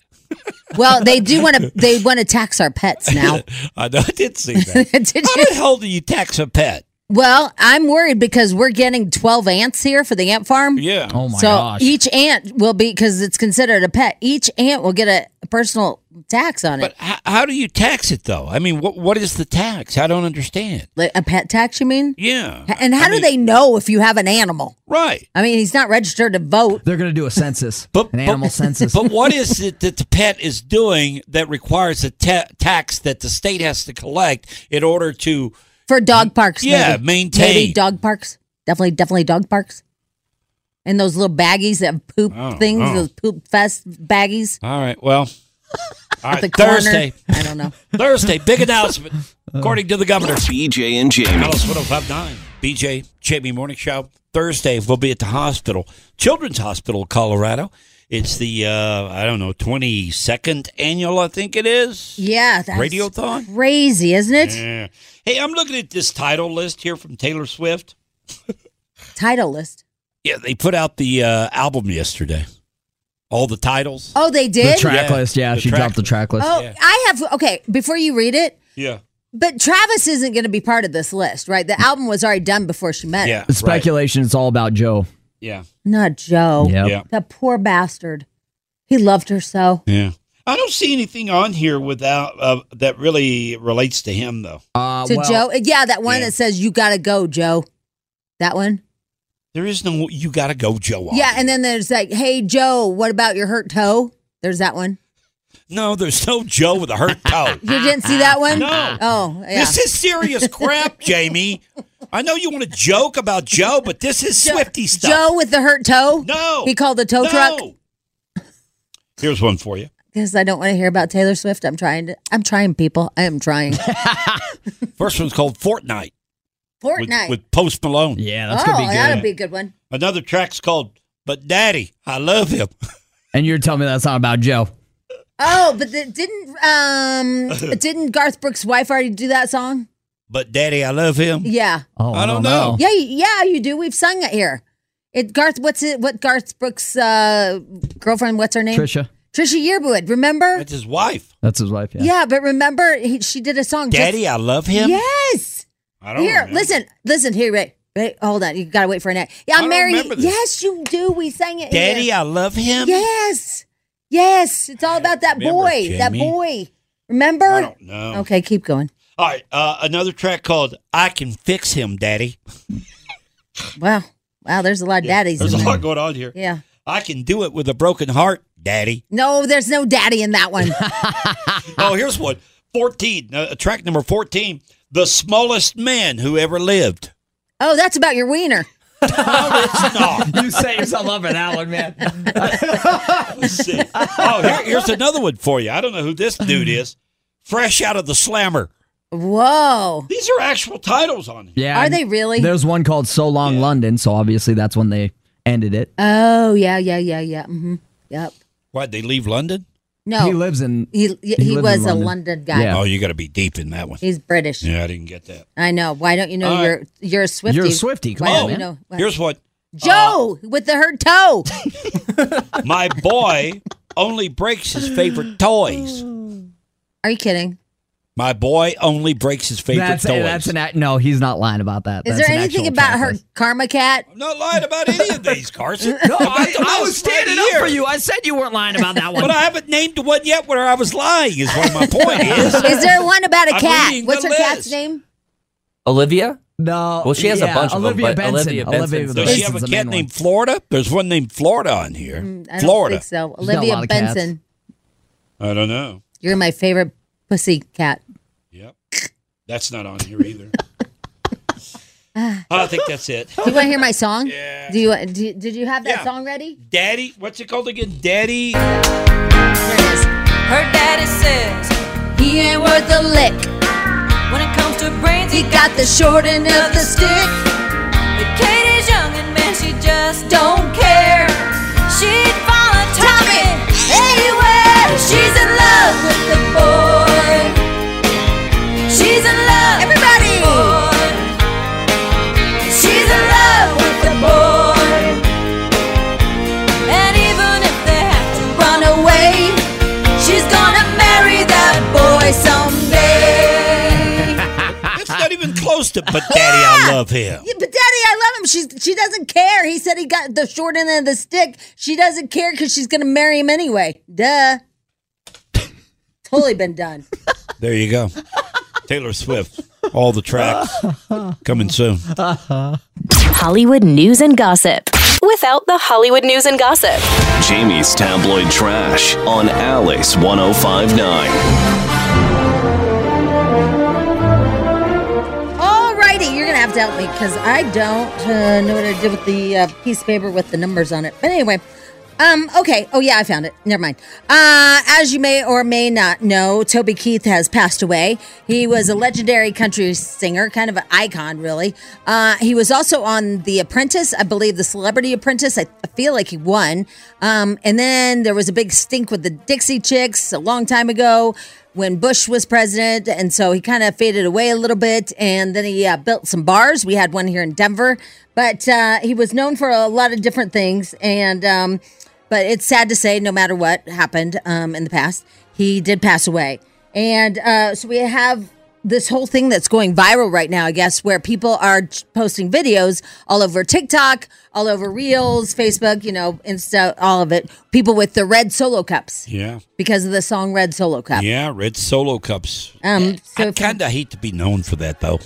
Speaker 3: Well, they do want to. They want to tax our pets now.
Speaker 5: I know. I did see that.
Speaker 3: Did you?
Speaker 5: How the hell do you tax a pet?
Speaker 3: Well, I'm worried because we're getting 12 ants here for the ant farm.
Speaker 5: Yeah.
Speaker 7: Oh my
Speaker 3: so
Speaker 7: gosh.
Speaker 3: each ant will be because it's considered a pet. Each ant will get a personal tax on
Speaker 5: But
Speaker 3: it.
Speaker 5: how, how do you tax it though? I mean, what what is the tax? I don't understand.
Speaker 3: like a pet tax, you mean?
Speaker 5: Yeah.
Speaker 3: And how
Speaker 5: I
Speaker 3: do
Speaker 5: mean,
Speaker 3: they know if you have an animal?
Speaker 5: Right.
Speaker 3: I mean, he's not registered to vote.
Speaker 7: They're gonna do a census,
Speaker 5: But-
Speaker 7: an animal
Speaker 5: but-
Speaker 7: census.
Speaker 5: But what is it that the pet is doing that requires a ta- tax that the state has to collect in order to?
Speaker 3: For dog parks,
Speaker 5: Yeah,
Speaker 3: maybe.
Speaker 5: maintain.
Speaker 3: Maybe dog parks. Definitely, definitely dog parks. And those little baggies that have poop
Speaker 5: Oh,
Speaker 3: things,
Speaker 5: oh.
Speaker 3: those poop fest baggies.
Speaker 5: All right. Well. All
Speaker 3: at
Speaker 5: right.
Speaker 3: the
Speaker 5: Thursday.
Speaker 3: Corner. I don't know.
Speaker 5: Thursday. Big announcement, according to the governor.
Speaker 2: BJ and Jamie.
Speaker 5: Alice 1059. BJ, Jamie Morning Show. Thursday, we'll be at the hospital, Children's Hospital, Colorado. It's the, uh, I don't know, 22nd annual, I think it is.
Speaker 3: Yeah, that's
Speaker 5: Radiothon?
Speaker 3: Crazy, isn't it?
Speaker 5: Yeah. Hey, I'm looking at this title list here from Taylor Swift.
Speaker 3: Title list.
Speaker 5: Yeah, they put out the uh, album yesterday. All the titles.
Speaker 3: Oh, they
Speaker 7: the
Speaker 3: did.
Speaker 7: track
Speaker 5: Yeah,
Speaker 7: list. Yeah,
Speaker 5: the
Speaker 7: she
Speaker 5: track-
Speaker 7: dropped the track list.
Speaker 3: Oh,
Speaker 5: Yeah.
Speaker 3: I have. Okay, before you read it,
Speaker 5: Yeah.
Speaker 3: but Travis isn't going to be part of this list, right? The album was already done before she met him.
Speaker 5: Yeah.
Speaker 7: The
Speaker 5: right.
Speaker 7: speculation is all about Joe.
Speaker 5: Yeah.
Speaker 3: Not Joe.
Speaker 7: Yep.
Speaker 5: Yeah.
Speaker 3: The poor bastard. He loved her so.
Speaker 5: Yeah. I don't see anything on here without uh, that really relates to him, though.
Speaker 7: Uh,
Speaker 3: to
Speaker 7: well,
Speaker 3: Joe. Yeah, that one
Speaker 5: Yeah.
Speaker 3: that says, You got to go, Joe. That one.
Speaker 5: There is no, you got to go, Joe. on
Speaker 3: Yeah.
Speaker 5: here.
Speaker 3: And then there's like, Hey, Joe, what about your hurt toe? There's that one.
Speaker 5: No, there's no Joe with a hurt toe.
Speaker 3: You didn't see that one?
Speaker 5: No.
Speaker 3: Oh, yeah.
Speaker 5: This is serious crap, Jamie. I know you want to joke about Joe, but this is Swifty stuff.
Speaker 3: Joe with the hurt toe?
Speaker 5: no.
Speaker 3: He called the tow
Speaker 5: no.
Speaker 3: truck?
Speaker 5: Here's one for you.
Speaker 3: Because I don't want to hear about Taylor Swift. I'm trying to, I'm trying, people. I am trying.
Speaker 5: First one's called Fortnite with,
Speaker 3: Fortnite.
Speaker 5: with Post Malone.
Speaker 7: yeah, that's
Speaker 3: oh,
Speaker 7: gonna be
Speaker 3: that'll
Speaker 7: good.
Speaker 3: be a good one.
Speaker 5: Another track's called But Daddy, I Love Him.
Speaker 7: and you're telling me that's not about Joe?
Speaker 3: Oh, but the, didn't um didn't Garth Brooks' wife already do that song?
Speaker 5: But Daddy, I Love Him.
Speaker 3: Yeah,
Speaker 7: Oh,
Speaker 5: I don't know.
Speaker 3: yeah, you- yeah. You do. We've sung it here. It Garth. What's it? What Garth Brooks' uh, girlfriend? What's her name?
Speaker 7: Trisha.
Speaker 3: Trisha Yearwood, remember?
Speaker 5: That's his wife.
Speaker 7: That's his wife.
Speaker 3: Yeah, but remember he, she did a song. just-
Speaker 5: Daddy, I love him.
Speaker 3: Yes.
Speaker 5: I don't
Speaker 3: Here,
Speaker 5: remember.
Speaker 3: listen, listen. Here, wait, wait. Hold on. You gotta wait for a net. Yeah,
Speaker 5: I
Speaker 3: I'm
Speaker 5: don't
Speaker 3: marrying.
Speaker 5: remember this.
Speaker 3: Yes, you do. We sang it.
Speaker 5: Daddy,
Speaker 3: here.
Speaker 5: I love him.
Speaker 3: Yes. Yes. It's all about that
Speaker 5: Remember,
Speaker 3: boy. That
Speaker 5: Jamie.
Speaker 3: boy. Remember?
Speaker 5: No.
Speaker 3: Okay, keep going.
Speaker 5: All right. Uh, another track called "I Can Fix Him, Daddy."
Speaker 3: Wow. Wow, there's a lot of daddies.
Speaker 5: There's a
Speaker 3: in
Speaker 7: Mm.
Speaker 5: lot going on here.
Speaker 3: there. Yeah.
Speaker 5: I can do it with a broken heart, Daddy.
Speaker 3: No, there's no daddy in that one.
Speaker 5: oh, here's one. 14, uh, track number 14, The Smallest Man Who Ever Lived.
Speaker 3: oh, that's about your wiener.
Speaker 7: Oh, you set yourself up for that one, man.
Speaker 5: Oh, here- here's another one for you. I don't know who this dude is. Fresh Out of the Slammer.
Speaker 3: Whoa.
Speaker 5: These are actual titles on here.
Speaker 7: Yeah.
Speaker 3: Are they really?
Speaker 7: There's one called So Long London, so obviously that's when they ended it.
Speaker 3: Oh, yeah, yeah, yeah, yeah. Mm-hmm. Yep.
Speaker 5: Why'd they leave London?
Speaker 3: No.
Speaker 7: He lives in
Speaker 3: He he,
Speaker 7: he lives
Speaker 3: was
Speaker 7: in
Speaker 3: a
Speaker 7: London.
Speaker 3: London guy.
Speaker 5: Oh, you got to be deep in that one.
Speaker 3: He's British.
Speaker 5: Yeah, I didn't get that.
Speaker 3: I know. Why don't you know
Speaker 5: All
Speaker 3: you're you're a Swifty?
Speaker 7: You're a Swifty. Come
Speaker 3: Why
Speaker 7: on,
Speaker 3: don't you
Speaker 7: man.
Speaker 3: know? why-
Speaker 5: Here's what
Speaker 3: Joe with the hurt toe.
Speaker 5: My boy only breaks his favorite toys.
Speaker 3: Are you kidding?
Speaker 5: My boy only breaks his favorite
Speaker 7: That's, eh,
Speaker 5: toys.
Speaker 7: that's an act. No, he's not lying about that. That's
Speaker 3: Is there
Speaker 7: an
Speaker 3: anything
Speaker 7: actual
Speaker 3: about
Speaker 7: track
Speaker 3: her
Speaker 7: list.
Speaker 3: karma cat?
Speaker 5: I'm not lying about any of these, Carson.
Speaker 7: No, I, I was standing up
Speaker 5: here.
Speaker 7: for you. I said you weren't lying about that one.
Speaker 5: But I haven't named one yet where I was lying, is what my point is.
Speaker 3: Is there one about a
Speaker 5: I'm
Speaker 3: cat?
Speaker 5: reading
Speaker 3: What's
Speaker 5: the
Speaker 3: her cat's
Speaker 5: list.
Speaker 3: name?
Speaker 6: Olivia?
Speaker 7: no.
Speaker 6: Well, she has a bunch of them,
Speaker 7: Olivia
Speaker 6: but
Speaker 7: Benson.
Speaker 6: Olivia Benson's
Speaker 7: Benson.
Speaker 6: the
Speaker 5: Does she have a
Speaker 7: the
Speaker 5: cat
Speaker 7: main
Speaker 5: named Florida? There's one named Florida on here.
Speaker 3: Mm, I don't
Speaker 5: Florida.
Speaker 3: think so.
Speaker 7: She's got a
Speaker 3: Olivia
Speaker 7: lot of cats.
Speaker 3: Benson.
Speaker 5: I don't know.
Speaker 3: You're my favorite pussy cat.
Speaker 5: Yep. That's not on here either. I think that's it.
Speaker 3: Do Ah. you want to hear my song? Yeah. Do you want- do, did you have that song ready?
Speaker 5: Daddy, what's it called again? Daddy.
Speaker 3: Here it is.
Speaker 18: Her daddy says
Speaker 3: He ain't worth a lick.
Speaker 18: when it comes to brains,
Speaker 3: He got the short end of the stick.
Speaker 18: But Katie's young and man, she just don't care. She'd follow Tommy anywhere. She's in love with the boy. She's in love. Everybody. With the boy. She's in love with the boy. And even if they have to run away, she's gonna marry that boy someday.
Speaker 5: It's not even close to, but Daddy, I love him.
Speaker 3: Yeah, but Daddy, I love him. She's she doesn't care. He said he got the short end of the stick. She doesn't care because she's gonna marry him anyway. Duh. totally been done.
Speaker 5: There you go. Taylor Swift. All the tracks coming soon.
Speaker 9: Hollywood news and gossip. Without the Hollywood news and gossip.
Speaker 2: Jamie's tabloid trash on Alice 1059.
Speaker 3: Alrighty, you're gonna have to help me because I don't uh, know what I did with the uh, piece of paper with the numbers on it. But anyway, um, okay. Oh yeah, I found it. Never mind. Uh, as you may or may not know, Toby Keith has passed away. He was a legendary country singer, kind of an icon, really. Uh, he was also on The Apprentice, I believe, the Celebrity Apprentice. I, I feel like he won. Um, and then there was a big stink with the Dixie Chicks a long time ago when Bush was president, and so he kind of faded away a little bit. And then he uh, built some bars. We had one here in Denver, but uh, he was known for a lot of different things. And um, but it's sad to say, no matter what happened um, in the past, he did pass away. And uh, so we have this whole thing that's going viral right now, I guess, where people are ch- posting videos all over TikTok, all over Reels, Facebook, you know, Insta, all of it. People with the red solo cups
Speaker 5: Yeah.
Speaker 3: because of the song "Red Solo Cup."
Speaker 5: Yeah, red solo cups.
Speaker 3: Um, so
Speaker 5: I
Speaker 3: if-
Speaker 5: kind of hate to be known for that, though.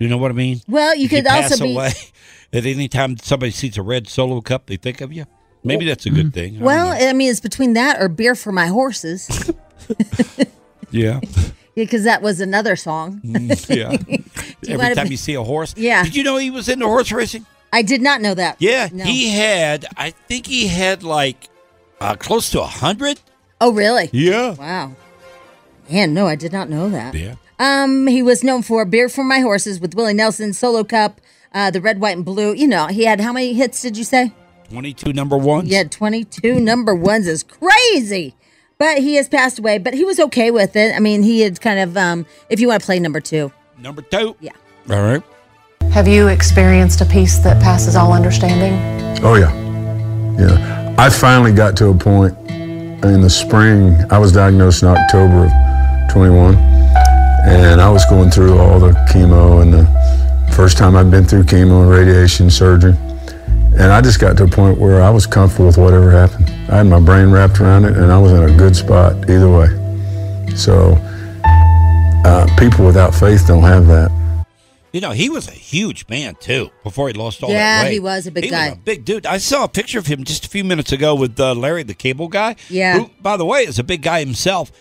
Speaker 5: You know what I mean?
Speaker 3: Well, you
Speaker 5: If you
Speaker 3: could
Speaker 5: pass
Speaker 3: also be.
Speaker 5: away, at any time somebody sees a red solo cup, they think of you. Maybe that's a good thing. I don't
Speaker 3: Mm-hmm. Well,
Speaker 5: know.
Speaker 3: I mean, it's between that or beer for my horses,
Speaker 5: yeah,
Speaker 3: because that was another song.
Speaker 5: Mm, yeah. Every
Speaker 3: wanna
Speaker 5: time
Speaker 3: be-
Speaker 5: you see a horse.
Speaker 3: Yeah.
Speaker 5: Did you know he was into horse racing?
Speaker 3: I did not know that.
Speaker 5: Yeah,
Speaker 3: No.
Speaker 5: he had. I think he had like uh, close to a hundred.
Speaker 3: Oh, really?
Speaker 5: Yeah.
Speaker 3: Wow. Man, no, I did not know that.
Speaker 5: Yeah.
Speaker 3: Um, he was known for beer for my horses with Willie Nelson, Solo Cup, uh, the red, white, and blue. You know, he had how many hits did you say?
Speaker 5: Twenty-two number ones.
Speaker 3: Yeah, 22 number ones is crazy. But he has passed away, but he was okay with it. I mean, he had kind of, um, if you want to play number two,
Speaker 5: Number two.
Speaker 3: Yeah.
Speaker 5: All right.
Speaker 10: Have you experienced a peace that passes all understanding?
Speaker 11: Oh yeah, yeah. I finally got to a point in the spring. I was diagnosed in October of 21, and I was going through all the chemo and the first time I'd been through chemo and radiation surgery. And I just got to a point where I was comfortable with whatever happened. I had my brain wrapped around it, and I was in a good spot either way. So, uh, people without faith don't have that.
Speaker 5: You know, he was a huge man too before he lost all that
Speaker 3: yeah,
Speaker 5: weight.
Speaker 3: he was a big
Speaker 5: He was
Speaker 3: guy.
Speaker 5: a big dude. I saw a picture of him just a few minutes ago with uh, Larry, the cable guy.
Speaker 3: Yeah.
Speaker 5: Who, by the way, is a big guy himself.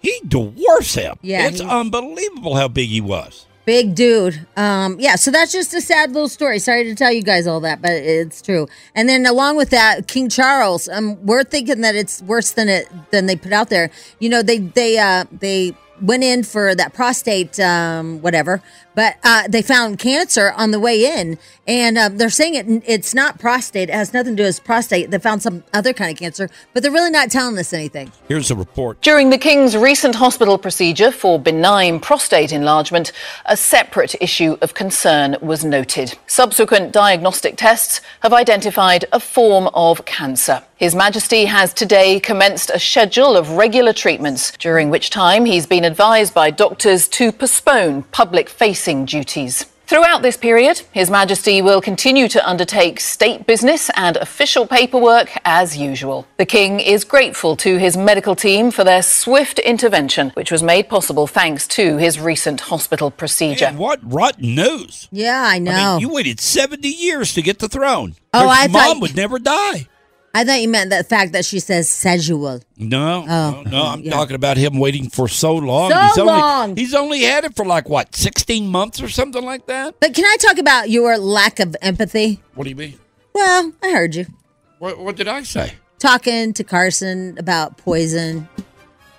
Speaker 5: He dwarfs him.
Speaker 3: Yeah,
Speaker 5: It's
Speaker 3: he-
Speaker 5: unbelievable how big he was.
Speaker 3: Big dude. Um, yeah, so that's just a sad little story. Sorry to tell you guys all that, but it's true. And then along with that, King Charles. Um, we're thinking that it's worse than it than they put out there. You know, they they uh, they went in for that prostate um, whatever, but uh, they found cancer on the way in, and um, they're saying it it's not prostate. It has nothing to do with prostate. They found some other kind of cancer, but they're really not telling us anything.
Speaker 5: Here's a report.
Speaker 15: During the King's recent hospital procedure for benign prostate enlargement, a separate issue of concern was noted. Subsequent diagnostic tests have identified a form of cancer. His Majesty has today commenced a schedule of regular treatments, during which time he's been advised by doctors to postpone public facing duties. Throughout this period, His Majesty will continue to undertake state business and official paperwork as usual. The King is grateful to his medical team for their swift intervention, which was made possible thanks to his recent hospital procedure.
Speaker 5: What rotten news.
Speaker 3: Yeah, I know.
Speaker 5: I mean, you waited 70 years to get the throne.
Speaker 3: Oh,
Speaker 5: Your
Speaker 3: I
Speaker 5: mom
Speaker 3: thought-
Speaker 5: would never die.
Speaker 3: I thought you meant the fact that she says sexual.
Speaker 5: No,
Speaker 3: Oh,
Speaker 5: no, no, I'm talking about him waiting for so long.
Speaker 3: So
Speaker 5: he's only,
Speaker 3: long.
Speaker 5: He's only had it for like what, 16 months or something like that?
Speaker 3: But can I talk about your lack of empathy?
Speaker 5: What do you mean?
Speaker 3: Well, I heard you
Speaker 5: What, what did I say?
Speaker 3: talking to Carson about poison.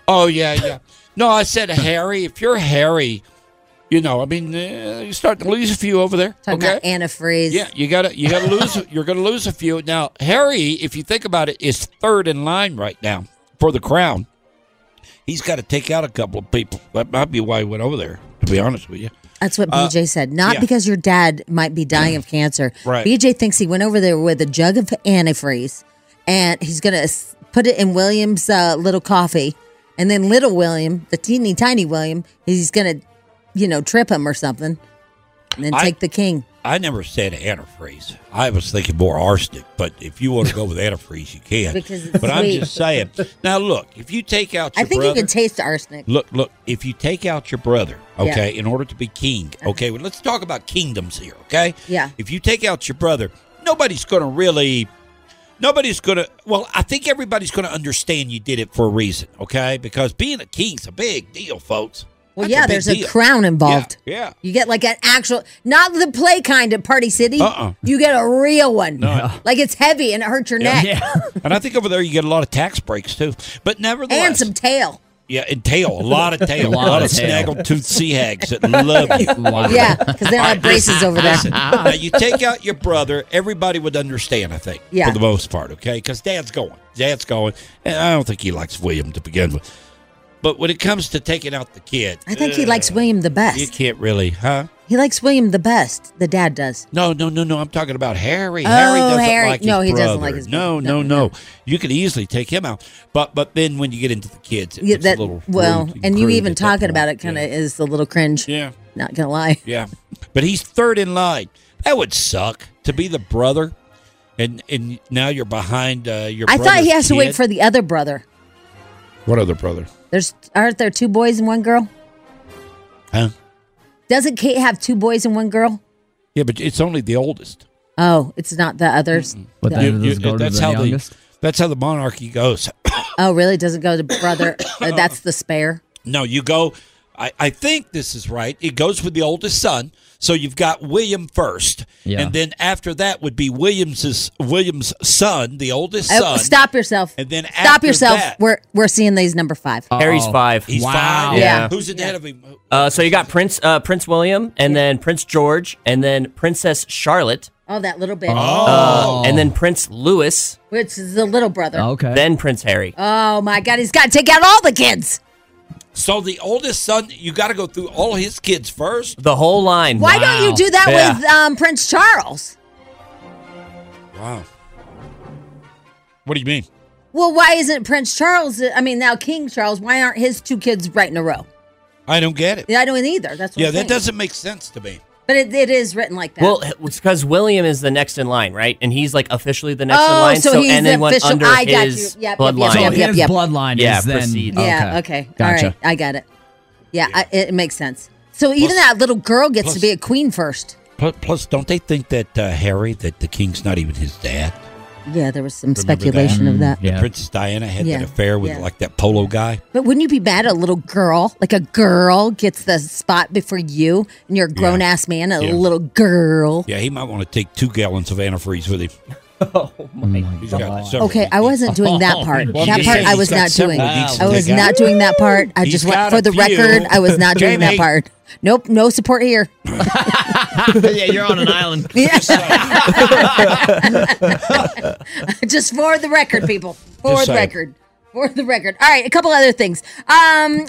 Speaker 5: Oh yeah, yeah. No, I said Harry. If you're Harry, you know, I mean, uh, you start to lose a few over there.
Speaker 3: Talking
Speaker 5: okay.
Speaker 3: about antifreeze.
Speaker 5: yeah, you gotta, you gotta lose. You're gonna lose a few now. Harry, if you think about it, is third in line right now for the crown. He's got to take out a couple of people. That might be why he went over there. To be honest with you,
Speaker 3: That's what
Speaker 5: Uh,
Speaker 3: BJ said. Not
Speaker 5: yeah. Mm.
Speaker 3: because your dad might be dying of cancer.
Speaker 5: Right.
Speaker 3: BJ thinks he went over there with a jug of antifreeze and he's going to put it in William's uh, little coffee. And then little William, the teeny tiny William, he's going to, you know, trip him or something and then
Speaker 5: I-
Speaker 3: take the king.
Speaker 5: I never said antifreeze. I was thinking more arsenic, but if you want to go with antifreeze, you can.
Speaker 3: Because it's
Speaker 5: but I'm
Speaker 3: sweet.
Speaker 5: just saying. Now look, if you take out,
Speaker 3: I
Speaker 5: your
Speaker 3: think
Speaker 5: brother,
Speaker 3: you can taste the arsenic.
Speaker 5: Look, look, if you take out your brother,
Speaker 3: Yeah. Uh-huh.
Speaker 5: okay, in order to be king, okay, well, let's talk about kingdoms here, okay?
Speaker 3: Yeah.
Speaker 5: If you take out your brother, nobody's going to really, nobody's going to, well, I think everybody's going to understand you did it for a reason, okay? Because being a king's a big deal, folks.
Speaker 3: Well,
Speaker 5: That's
Speaker 3: yeah,
Speaker 5: big
Speaker 3: there's a
Speaker 5: deal.
Speaker 3: crown involved.
Speaker 5: Yeah.
Speaker 3: You get like an actual, not the play kind at Party City.
Speaker 5: Uh-uh.
Speaker 3: You get a real one.
Speaker 5: No, I-
Speaker 3: Like it's heavy and it hurts your neck
Speaker 5: yeah. and I think over there you get a lot of tax breaks too. But nevertheless,
Speaker 3: and some tail.
Speaker 5: yeah, and tail, a lot of tail, a lot, of,
Speaker 6: tail.
Speaker 5: snaggle-toothed sea hags that love you.
Speaker 3: Yeah, because they don't
Speaker 5: All
Speaker 3: have
Speaker 5: right,
Speaker 3: braces
Speaker 5: listen,
Speaker 3: over there.
Speaker 5: listen. now you take out your brother, everybody would understand, I think,
Speaker 3: Yeah.
Speaker 5: for the most part, okay? Because dad's going, dad's going, and I don't think he likes William to begin with. But when it comes to taking out the kid,
Speaker 3: I think he
Speaker 5: ugh,
Speaker 3: likes William the
Speaker 5: You
Speaker 3: best.
Speaker 5: can't really, huh?
Speaker 3: He likes William the best. The dad does.
Speaker 5: No, no, no, no. I'm talking about Harry.
Speaker 3: Oh,
Speaker 5: Harry doesn't
Speaker 3: Harry.
Speaker 5: like his
Speaker 3: No, he
Speaker 5: brother.
Speaker 3: doesn't like his
Speaker 5: No, no, no, You could easily take him out, but but then when you get into the kids, it
Speaker 3: Yeah,
Speaker 5: gets
Speaker 3: that
Speaker 5: a little
Speaker 3: well,
Speaker 5: rude
Speaker 3: and you
Speaker 5: crude
Speaker 3: even
Speaker 5: at that
Speaker 3: talking
Speaker 5: point.
Speaker 3: about it kind of is a little cringe.
Speaker 5: Yeah.
Speaker 3: not gonna lie.
Speaker 5: Yeah, but he's third in line. That would suck to be the brother, and and now you're behind uh, your.
Speaker 3: I thought
Speaker 5: brother's
Speaker 3: he has to
Speaker 5: kid.
Speaker 3: wait for the other brother.
Speaker 5: what other brother?
Speaker 3: There's aren't there two boys and one girl?
Speaker 5: Huh?
Speaker 3: Doesn't Kate have two boys and one girl?
Speaker 5: Yeah, but it's only the oldest.
Speaker 3: Oh, it's not the others.
Speaker 7: But
Speaker 3: The-
Speaker 7: then it doesn't go to
Speaker 5: that's
Speaker 7: the
Speaker 5: how
Speaker 7: youngest?
Speaker 5: the that's how the monarchy goes.
Speaker 3: oh, really? Doesn't go to brother. uh, that's the spare.
Speaker 5: No, you go. I, I think this is right. It goes with the oldest son. So you've got William first,
Speaker 7: Yeah.
Speaker 5: and then after that would be William's William's son, the oldest
Speaker 3: Oh,
Speaker 5: son.
Speaker 3: stop yourself.
Speaker 5: And then
Speaker 3: Stop
Speaker 5: after
Speaker 3: yourself.
Speaker 5: that- Oh,
Speaker 3: We're we're seeing these number five.
Speaker 6: Harry's five.
Speaker 5: He's five.
Speaker 6: Yeah.
Speaker 5: Who's ahead of him?
Speaker 6: Uh, so you got Prince uh, Prince William, and then Prince George, and then Princess Charlotte,
Speaker 3: Oh, that little bit.
Speaker 5: Oh.
Speaker 3: Oh.
Speaker 6: uh, and then Prince Louis,
Speaker 3: Which is the little brother.
Speaker 6: Oh. then Prince Harry.
Speaker 3: Oh my God, he's got to take out all the kids.
Speaker 5: So the oldest son, you got to go through all his kids first.
Speaker 6: The whole line.
Speaker 3: Why don't you do that with um, Prince Charles?
Speaker 5: Wow. What do you mean?
Speaker 3: Well, why isn't Prince Charles? I mean, now King Charles. Why aren't his two kids right in a row?
Speaker 5: I don't get it.
Speaker 3: Yeah, I don't either. That's what
Speaker 5: Yeah,
Speaker 3: I'm
Speaker 5: that
Speaker 3: saying.
Speaker 5: doesn't make sense to me.
Speaker 3: But it, it is written like that.
Speaker 6: Well, it's because William is the next in line, right? And he's like officially the next in
Speaker 3: Oh,
Speaker 6: line.
Speaker 3: so
Speaker 6: So,
Speaker 3: he's the
Speaker 6: anyone
Speaker 3: official-
Speaker 6: under
Speaker 3: I got
Speaker 6: his
Speaker 3: you. Yep, yep, yep,
Speaker 6: bloodline,
Speaker 7: So
Speaker 3: yep, yep,
Speaker 7: his
Speaker 3: yep.
Speaker 7: bloodline
Speaker 6: Yeah,
Speaker 7: is then.
Speaker 6: proceeds.
Speaker 3: yeah. Okay.
Speaker 7: Gotcha.
Speaker 3: All right. I got it. Yeah, I, it, it makes sense. So even
Speaker 5: Plus-
Speaker 3: that little girl gets to
Speaker 5: plus-
Speaker 3: be a queen first.
Speaker 5: Plus, plus don't they think that uh, Harry, that the king's not even his dad?
Speaker 3: Yeah, there was some
Speaker 5: Remember Mm,
Speaker 3: speculation of that. Mm,
Speaker 5: The Princess Diana had
Speaker 3: Yeah.
Speaker 5: that affair with
Speaker 3: Yeah.
Speaker 5: like that polo guy.
Speaker 3: But wouldn't you be mad at a little girl? Like a girl gets the spot before you, and you're a grown ass man, a
Speaker 5: Yeah.
Speaker 3: little girl.
Speaker 5: Yeah, he might want to take two gallons of antifreeze with him. He's got several.
Speaker 3: Okay, I wasn't doing that part.
Speaker 5: Well,
Speaker 3: that
Speaker 5: just
Speaker 3: part
Speaker 5: saying
Speaker 3: I
Speaker 5: he's
Speaker 3: was
Speaker 5: got
Speaker 3: not doing.
Speaker 5: several weeks to
Speaker 3: I was
Speaker 5: take
Speaker 3: not
Speaker 5: out.
Speaker 3: doing that part. I
Speaker 5: He's
Speaker 3: just
Speaker 5: got
Speaker 3: want for
Speaker 5: a
Speaker 3: the
Speaker 5: few.
Speaker 3: record, I was not doing that
Speaker 5: Jamie.
Speaker 3: part. Nope, no support here.
Speaker 7: yeah, you're on an island.
Speaker 3: just for the record, people. For
Speaker 7: Just
Speaker 3: the
Speaker 7: saying.
Speaker 3: record. For the record. All right, a couple other things. Um,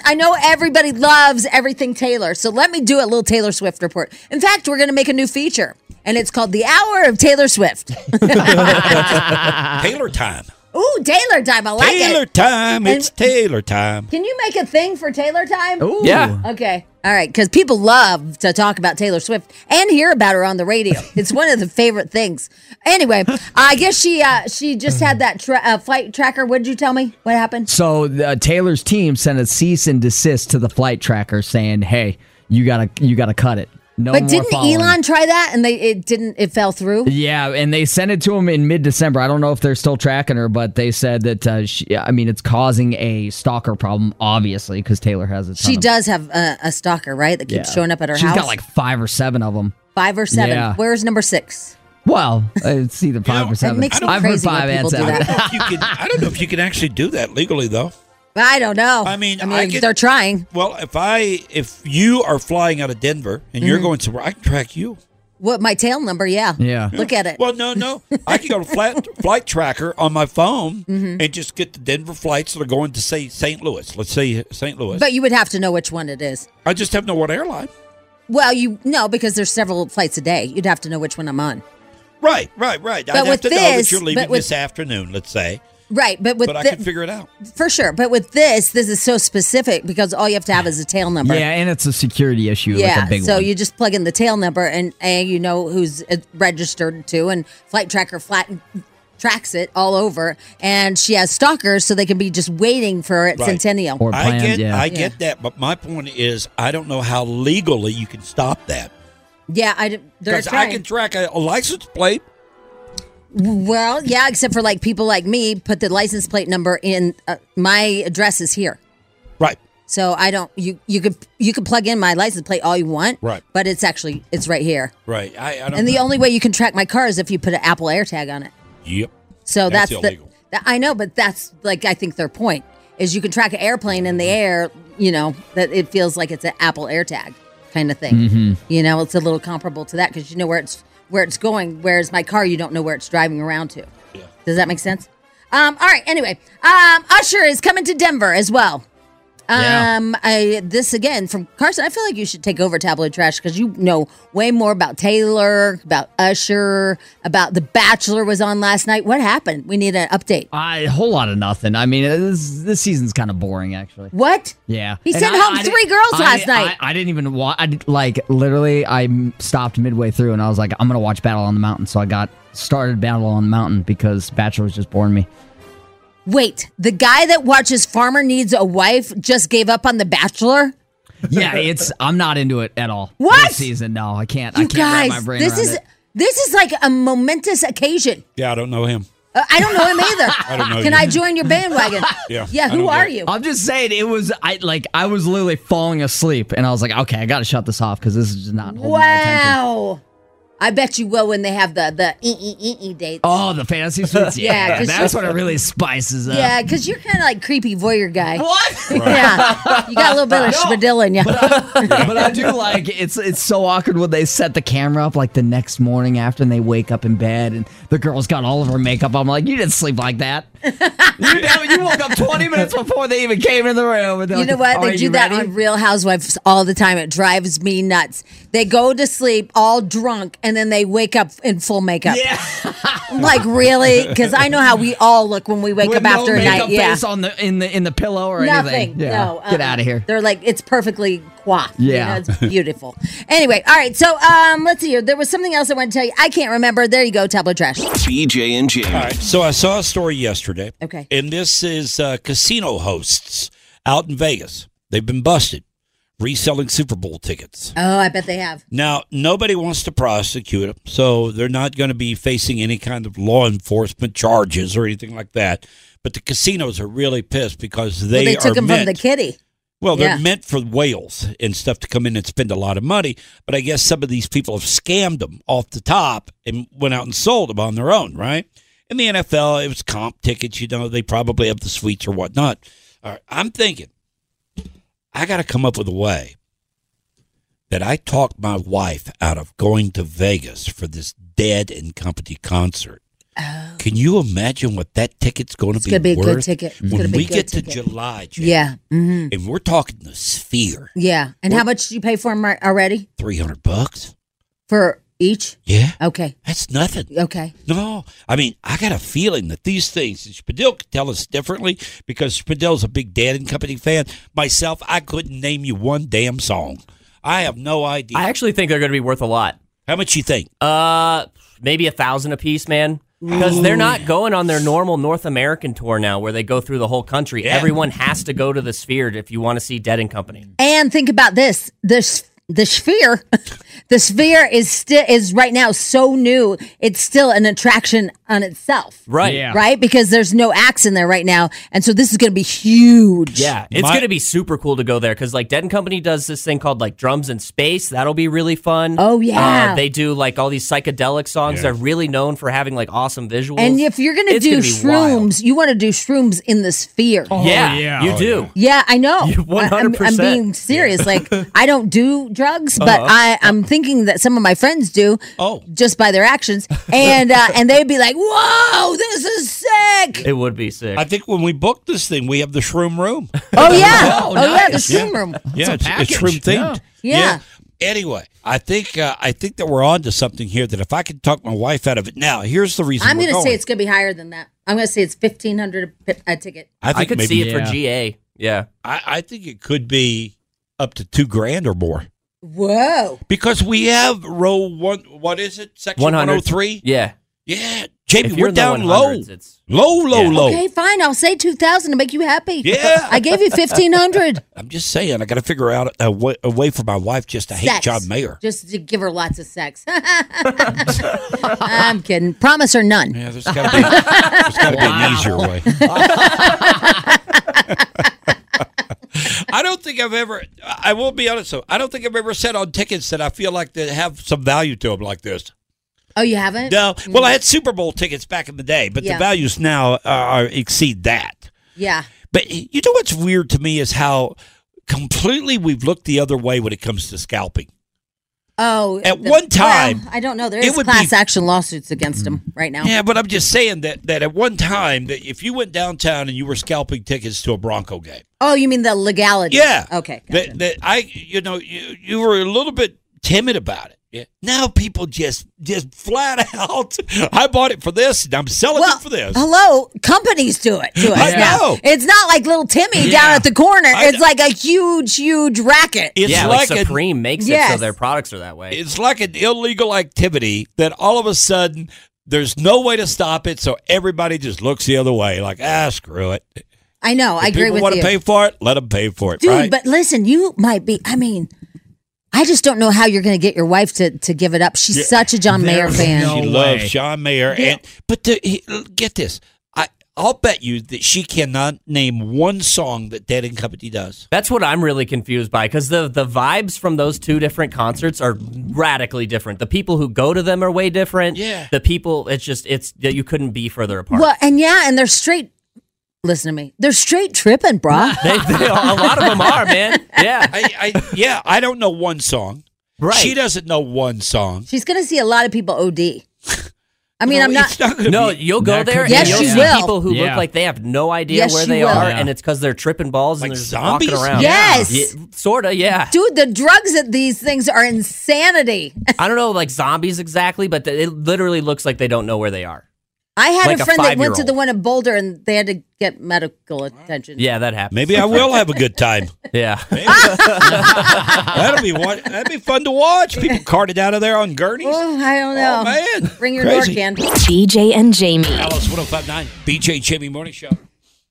Speaker 3: I know everybody loves everything Taylor, so let me do a little Taylor Swift report. In fact, we're gonna make a new feature, and it's called the Hour of Taylor Swift.
Speaker 5: Taylor time.
Speaker 3: Ooh, Taylor time. I like
Speaker 5: Taylor
Speaker 3: it.
Speaker 5: time.
Speaker 3: And-
Speaker 5: It's Taylor time.
Speaker 3: Can you make a thing for Taylor time?
Speaker 5: Ooh. Yeah.
Speaker 3: Okay. All right, because people love to talk about Taylor Swift and hear about her on the radio. It's one of the favorite things. Anyway, I guess she uh, she just had that tra- uh, flight tracker. What did you tell me? What happened?
Speaker 7: So uh, Taylor's team sent a cease and desist to the flight tracker, saying, "Hey, you gotta, you gotta cut it. No
Speaker 3: but
Speaker 7: more
Speaker 3: didn't
Speaker 7: following."
Speaker 3: Elon try that and they it didn't it fell through?
Speaker 7: Yeah, and they sent it to him in mid-December. I don't know if they're still tracking her, but they said that. Uh, she, I mean, it's causing a stalker problem, obviously, because Taylor has a. Ton
Speaker 3: She
Speaker 7: of-
Speaker 3: does have a, a stalker, right? That keeps
Speaker 7: Yeah.
Speaker 3: showing up at her
Speaker 7: She's
Speaker 3: house.
Speaker 7: got like five or seven of them.
Speaker 3: five or seven.
Speaker 7: Yeah.
Speaker 3: Where's number six?
Speaker 7: Well, it's either five or seven.
Speaker 3: makes me
Speaker 7: I've
Speaker 3: crazy
Speaker 7: heard
Speaker 3: when
Speaker 7: five
Speaker 3: people
Speaker 7: and
Speaker 3: do
Speaker 7: seven.
Speaker 3: that.
Speaker 5: I don't know if you can actually do that legally though.
Speaker 3: I don't know.
Speaker 5: I mean,
Speaker 3: I mean
Speaker 5: I get-
Speaker 3: they're trying.
Speaker 5: Well, if I if you are flying out of Denver and you're
Speaker 3: Mhm.
Speaker 5: going somewhere, I can track you.
Speaker 3: What my tail number? Yeah.
Speaker 7: Yeah.
Speaker 3: Look at it.
Speaker 5: Well, no, no, I can go to flat, flight tracker on my phone
Speaker 3: Mm-hmm.
Speaker 5: and just get the Denver flights that are going to say St. Louis. Let's say St. Louis.
Speaker 3: But you would have to know which one it is.
Speaker 5: I just have no what airline.
Speaker 3: Well, you no, because there's several flights a day. You'd have to know which one I'm on.
Speaker 5: Right, right, right.
Speaker 3: But
Speaker 5: I'd
Speaker 3: with
Speaker 5: have to know
Speaker 3: this-
Speaker 5: that you're leaving
Speaker 3: but with-
Speaker 5: this afternoon. Let's say,
Speaker 3: Right, but with
Speaker 5: but I
Speaker 3: thi-
Speaker 5: can figure it out.
Speaker 3: for sure. But with this, this is so specific because all you have to have is a tail number.
Speaker 7: Yeah, and it's a security issue,
Speaker 3: Yeah,
Speaker 7: like a big
Speaker 3: so
Speaker 7: one.
Speaker 3: you just plug in the tail number and, and you know who's uh, registered to, and Flight Tracker flat tracks it all over. And she has stalkers, so they can be just waiting for it
Speaker 5: Right.
Speaker 3: centennial.
Speaker 5: I get, I get that, but my point is, I don't know how legally you can stop that
Speaker 3: Yeah, I, d- they're
Speaker 5: because I
Speaker 3: trying.
Speaker 5: can track a, a license plate.
Speaker 3: Well, yeah, except for like people like me put the license plate number in. Uh, my address is here.
Speaker 5: Right.
Speaker 3: So I don't you you could you could plug in my license plate all you want.
Speaker 5: Right.
Speaker 3: But it's actually it's right here.
Speaker 5: Right. I, I don't.
Speaker 3: And the
Speaker 5: know.
Speaker 3: only way you can track my car is if you put an Apple AirTag on it.
Speaker 5: Yep.
Speaker 3: So that's,
Speaker 5: That's
Speaker 3: the
Speaker 5: illegal.
Speaker 3: th- I know, but that's like I think their point is you can track an airplane in the air, you know, that it feels like it's an Apple AirTag kind of thing.
Speaker 7: Mhm.
Speaker 3: You know, it's a little comparable to that cuz you know where it's where it's going whereas my car you don't know where it's driving around to. Does that make sense? Um, all right. Anyway, um, Usher is coming to Denver as well.
Speaker 12: Yeah.
Speaker 3: Um, I this again from Carson. I feel like you should take over tabloid trash because you know way more about Taylor, about Usher, about The Bachelor was on last night. What happened? We need an update.
Speaker 7: I a whole lot of nothing. I mean, this this season's kind of boring, actually.
Speaker 3: What?
Speaker 7: Yeah,
Speaker 3: He
Speaker 7: And
Speaker 3: sent
Speaker 7: I-
Speaker 3: home
Speaker 7: I
Speaker 3: three
Speaker 7: didn't-
Speaker 3: girls
Speaker 7: I
Speaker 3: last
Speaker 7: didn't-
Speaker 3: night.
Speaker 7: I, I didn't even watch. I did, like literally, I m- stopped midway through, and I was like, I'm gonna watch Battle on the Mountain. So I got started Battle on the Mountain because Bachelor was just boring me.
Speaker 3: Wait, the guy that watches Farmer Needs a Wife just gave up on The Bachelor.
Speaker 7: Yeah, it's I'm not into it at all.
Speaker 3: What?
Speaker 7: this season? No, I can't. I
Speaker 3: You
Speaker 7: can't wrap my
Speaker 3: guys,
Speaker 7: brain
Speaker 3: this
Speaker 7: around
Speaker 3: is
Speaker 7: it.
Speaker 3: this is like a momentous occasion.
Speaker 5: Yeah, I don't know him.
Speaker 3: Uh, I don't know him either.
Speaker 7: I don't know
Speaker 3: Can
Speaker 7: you.
Speaker 3: I join your bandwagon? Yeah. Who are you?
Speaker 7: I'm just saying it was I like I was literally falling asleep and I was like, okay, I gotta shut this off because this is just not holding my attention.
Speaker 3: Wow. I bet you will when they have the the e e e e dates.
Speaker 7: Oh, the fantasy suites.
Speaker 3: Yeah,
Speaker 7: Yeah,
Speaker 3: 'cause
Speaker 7: that's
Speaker 3: you-
Speaker 7: what it really spices up.
Speaker 3: Yeah, because you're kind of like creepy voyeur guy.
Speaker 7: What?
Speaker 3: yeah, you got a little bit of spadilla in you.
Speaker 7: but I do like it's it's so awkward when they set the camera up like the next morning after and they wake up in bed and the girl's got all of her makeup. I'm like, you didn't sleep like that. you, know, you woke up 20 minutes before they even came in the room. and they're
Speaker 3: You know
Speaker 7: like,
Speaker 3: what?
Speaker 7: "Are
Speaker 3: They do
Speaker 7: you
Speaker 3: that
Speaker 7: ready?"
Speaker 3: on Real Housewives all the time. It drives me nuts. They go to sleep all drunk and then they wake up in full makeup. Yeah. like, really? Because I know how we all look when we wake
Speaker 7: With
Speaker 3: up
Speaker 7: no
Speaker 3: after a
Speaker 7: makeup
Speaker 3: night. Yeah.
Speaker 7: face on the in the in the pillow or
Speaker 3: Nothing.
Speaker 7: anything. Yeah.
Speaker 3: No.
Speaker 7: Get
Speaker 3: uh-uh.
Speaker 7: out of here.
Speaker 3: They're like, it's perfectly coiffed. you
Speaker 7: Yeah.
Speaker 3: know, it's beautiful. anyway, all right. So um, let's see here. There was something else I wanted to tell you. I can't remember. There you go, tablet trash.
Speaker 2: BJ and Jamie.
Speaker 5: All right. So I saw a story yesterday.
Speaker 3: Okay.
Speaker 5: And this is uh, casino hosts out in Vegas. They've been busted reselling Super Bowl tickets.
Speaker 3: Oh, I bet they have.
Speaker 5: Now, nobody wants to prosecute them, so they're not going to be facing any kind of law enforcement charges or anything like that. But the casinos are really pissed because
Speaker 3: Well,
Speaker 5: they,
Speaker 3: they took
Speaker 5: are
Speaker 3: him
Speaker 5: meant,
Speaker 3: from the kitty.
Speaker 5: well, they're
Speaker 3: Yeah.
Speaker 5: meant for whales and stuff to come in and spend a lot of money. But I guess some of these people have scammed them off the top and went out and sold them on their own, right? In the NFL, it was comp tickets. You know, they probably have the suites or whatnot. All right, I'm thinking, I got to come up with a way that I talk my wife out of going to Vegas for this Dead and Company concert. Can you imagine what that ticket's going to
Speaker 3: Oh. It's
Speaker 5: be
Speaker 3: gonna be a good
Speaker 5: worth
Speaker 3: ticket. It's gonna
Speaker 5: when
Speaker 3: be a
Speaker 5: we
Speaker 3: good
Speaker 5: get
Speaker 3: ticket.
Speaker 5: to July? Jay?
Speaker 3: Yeah. hmm
Speaker 5: and we're talking the Sphere.
Speaker 3: Yeah. And how much did you pay for them already?
Speaker 5: Three hundred bucks.
Speaker 3: For each?
Speaker 5: Yeah,
Speaker 3: Okay.
Speaker 5: that's nothing.
Speaker 3: Okay.
Speaker 5: No, I mean I got a feeling that these things. and Spadil could tell us differently because Spadel's a big Dad and Company fan. Myself, I couldn't name you one damn song. I have no idea.
Speaker 6: I actually think they're going to be worth a lot.
Speaker 5: How much you think?
Speaker 6: Uh, maybe a thousand a piece, man. Because they're not going on their normal North American tour now, where they go through the whole country. Everyone has to go to the Sphere if you want to see Dead and Company.
Speaker 3: And think about this: the s- the sphere, the sphere is still is right now so new. It's still an attraction on itself,
Speaker 6: Right. Yeah.
Speaker 3: Right, because there's no acts in there right now, and so this is going to be huge.
Speaker 6: Yeah, it's going to be super cool to go there because like Dead and Company does this thing called like Drums in Space. That'll be really fun. Oh
Speaker 3: yeah.
Speaker 6: they do like all these psychedelic songs. They're really known for having like awesome visuals.
Speaker 3: And if you're going to
Speaker 6: It's
Speaker 3: do
Speaker 6: gonna be
Speaker 3: shrooms, you want to do shrooms in the sphere.
Speaker 6: yeah, you do.
Speaker 3: Yeah, I know. I- I'm, I'm
Speaker 6: 100%.
Speaker 3: being serious. Like, I don't do drugs, but
Speaker 6: Uh-huh.
Speaker 3: I, I'm thinking that some of my friends do.
Speaker 5: Oh,
Speaker 3: just by their actions, and uh, and they'd be like, "Whoa, this is sick!"
Speaker 6: It would be sick.
Speaker 5: I think when we book this thing, we have the Shroom Room.
Speaker 3: Oh yeah, oh, yeah, the
Speaker 5: Yeah.
Speaker 3: shroom room.
Speaker 5: yeah, it's, it's shroom themed.
Speaker 3: Yeah.
Speaker 5: Anyway, I think uh, I think that we're on to something here. That if I can talk my wife out of it now, here's the reason.
Speaker 3: I'm
Speaker 5: we're
Speaker 3: gonna say
Speaker 5: going.
Speaker 3: it's gonna be higher than that. I'm gonna say it's fifteen hundred a ticket.
Speaker 5: I, think
Speaker 6: could
Speaker 5: maybe-
Speaker 6: see it for GA. Yeah,
Speaker 5: I, I think it could be up to two grand or more
Speaker 3: Whoa!
Speaker 5: because we have row one. What is it? Section
Speaker 6: 100.
Speaker 5: 103?
Speaker 6: Yeah,
Speaker 5: yeah. Jamie,
Speaker 6: If you're
Speaker 5: we're
Speaker 6: in the
Speaker 5: down low.
Speaker 6: 100s, it's-
Speaker 5: low, low,
Speaker 6: Yeah.
Speaker 5: low.
Speaker 3: Okay, fine. I'll say two thousand to make you happy.
Speaker 5: Yeah.
Speaker 3: I gave you fifteen hundred.
Speaker 5: I'm just saying, I got to figure out a way, a way for my wife just to hate
Speaker 3: Sex.
Speaker 5: John Mayer.
Speaker 3: Just to give her lots of sex. I'm kidding. Promise or none.
Speaker 5: Yeah, there's gotta be- there's gotta be an easier way. I don't think I've ever. I will be honest though. I don't think I've ever said on tickets that I feel like they have some value to them like this.
Speaker 3: Oh, you haven't?
Speaker 5: No, well, I had Super Bowl tickets back in the day, but
Speaker 3: Yeah.
Speaker 5: the values now uh, are exceed that.
Speaker 3: Yeah.
Speaker 5: But you know what's weird to me is how completely we've looked the other way when it comes to scalping.
Speaker 3: Oh.
Speaker 5: At
Speaker 3: the-
Speaker 5: one time,
Speaker 3: well, I don't know. There
Speaker 5: it
Speaker 3: is
Speaker 5: would be- Mm.
Speaker 3: class action lawsuits against him right now.
Speaker 5: Yeah, but I'm just saying that that at one time that if you went downtown and you were scalping tickets to a Bronco game.
Speaker 3: Oh, you mean the legality?
Speaker 5: Yeah.
Speaker 3: Okay.
Speaker 5: That, that I, you know, you, you were a little bit timid about it. Yeah. Now people just, just flat out. I bought it for this, and I'm selling it for this.
Speaker 3: Hello, companies do it to us
Speaker 5: I
Speaker 3: now.
Speaker 5: know.
Speaker 3: It's not like little Timmy down
Speaker 5: Yeah.
Speaker 3: at the corner.
Speaker 5: I
Speaker 3: it's
Speaker 5: know.
Speaker 3: like a huge, huge racket.
Speaker 5: It's
Speaker 6: yeah.
Speaker 5: like
Speaker 6: Like,
Speaker 5: a-
Speaker 6: Supreme makes it
Speaker 3: Yes.
Speaker 6: so their products are that way.
Speaker 5: It's like an illegal activity that all of a sudden there's no way to stop it, so everybody just looks the other way, like ah, screw it.
Speaker 3: I know. Oh,
Speaker 5: If
Speaker 3: I agree
Speaker 5: people
Speaker 3: with
Speaker 5: want
Speaker 3: you,
Speaker 5: to pay for it, let them pay for it,
Speaker 3: dude.
Speaker 5: right?
Speaker 3: But listen, you might be. I mean, I just don't know how you're going to get your wife to to give it up. She's
Speaker 5: Yeah.
Speaker 3: such a John Mayer fan.
Speaker 5: she loves John Mayer,
Speaker 3: Yeah.
Speaker 5: and but the, he- get this, I I'll bet you that she cannot name one song that Dead and Company does.
Speaker 6: That's what I'm really confused by because the the vibes from those two different concerts are radically different. The people who go to them are way different. Yeah. The people, it's just it's you couldn't be further apart.
Speaker 3: Well, and yeah, and they're straight. Listen to me. They're straight tripping, bro.
Speaker 6: They, they, a lot of them are, man. Yeah,
Speaker 5: I, I yeah, I don't know one song.
Speaker 6: Right.
Speaker 5: She doesn't know one song.
Speaker 3: She's going to see a lot of people OD. I mean, I'm not.
Speaker 6: no, you'll go
Speaker 3: that
Speaker 6: there and
Speaker 3: Yes,
Speaker 6: you'll
Speaker 3: you
Speaker 6: see
Speaker 3: will.
Speaker 6: people who
Speaker 3: Yeah.
Speaker 6: look like they have no idea
Speaker 3: Yes,
Speaker 6: where
Speaker 3: you
Speaker 6: they
Speaker 3: will.
Speaker 6: are,
Speaker 3: Yeah.
Speaker 6: and it's because they're tripping balls and they're just walking
Speaker 3: zombies?
Speaker 6: around.
Speaker 3: Yes.
Speaker 6: sorta. Yeah,
Speaker 3: Dude, the drugs at these things are insanity.
Speaker 6: I don't know like zombies exactly, but th- it literally looks like they don't know where they are.
Speaker 3: I had
Speaker 6: Like
Speaker 3: a
Speaker 6: a
Speaker 3: friend that went to
Speaker 6: five-year-old.
Speaker 3: the one in Boulder and they had to get medical attention.
Speaker 6: Yeah, that happens.
Speaker 5: Maybe I will have a good time.
Speaker 6: Yeah,
Speaker 5: that'll be one. That'd be fun to watch. People carted out of there on gurneys.
Speaker 3: Oh, I don't know.
Speaker 5: man. oh
Speaker 3: Bring your
Speaker 5: Crazy.
Speaker 3: dork in.
Speaker 9: BJ and Jamie.
Speaker 5: Alice 1059, BJ Jimmy Morning Show.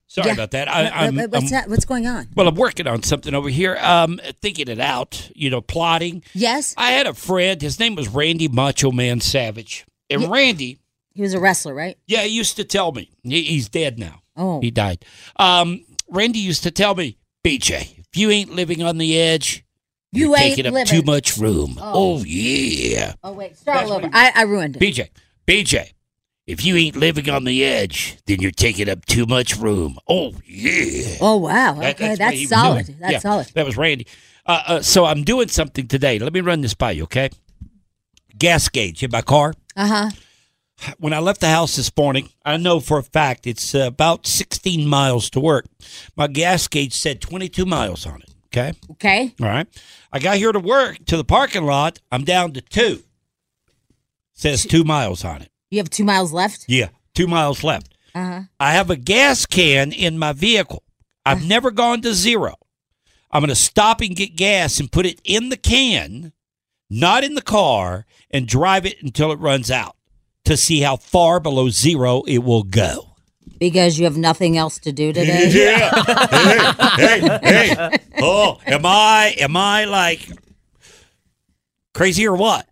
Speaker 5: Sorry
Speaker 3: Yeah.
Speaker 5: about that. I, I'm,
Speaker 3: What- what's,
Speaker 5: I'm-
Speaker 3: that? what's going on?
Speaker 5: Well, I'm working on something over here, um, thinking it out, you know, plotting.
Speaker 3: Yes.
Speaker 5: I had a friend, his name was Randy Macho Man Savage. And Randy,
Speaker 3: He was a wrestler, right?
Speaker 5: yeah, he used to tell me, he, he's dead now.
Speaker 3: Oh.
Speaker 5: He died. Um, Randy used to tell me, BJ, if you ain't living on the edge,
Speaker 3: You
Speaker 5: you're
Speaker 3: ain't
Speaker 5: taking up
Speaker 3: living.
Speaker 5: too much room.
Speaker 3: Oh.
Speaker 5: oh yeah.
Speaker 3: Oh, wait. Start all over. I, I ruined it.
Speaker 5: BJ, BJ, if you ain't living on the edge, then you're taking up too much room. Oh yeah.
Speaker 3: Oh, wow. Okay. that's
Speaker 5: what he was
Speaker 3: solid.
Speaker 5: doing.
Speaker 3: That's
Speaker 5: Yeah,
Speaker 3: solid.
Speaker 5: That was Randy. Uh, uh, so I'm doing something today. Let me run this by you, okay? Gas gauge in my car.
Speaker 3: Uh huh.
Speaker 5: When I left the house this morning, I know for a fact it's uh, about 16 miles to work. My gas gauge said 22 miles on it. Okay.
Speaker 3: Okay.
Speaker 5: All right. I got here to work to the parking lot. I'm down to two. Says two miles on it.
Speaker 3: You have two miles left?
Speaker 5: Yeah. Two miles left.
Speaker 3: Uh huh.
Speaker 5: I have a gas can in my vehicle. I've never gone to zero. I'm going to stop and get gas and put it in the can, not in the car, and drive it until it runs out to see how far below zero it will go.
Speaker 3: Because you have nothing else to do today?
Speaker 5: hey, hey, hey. Oh, am I am I like crazy or what?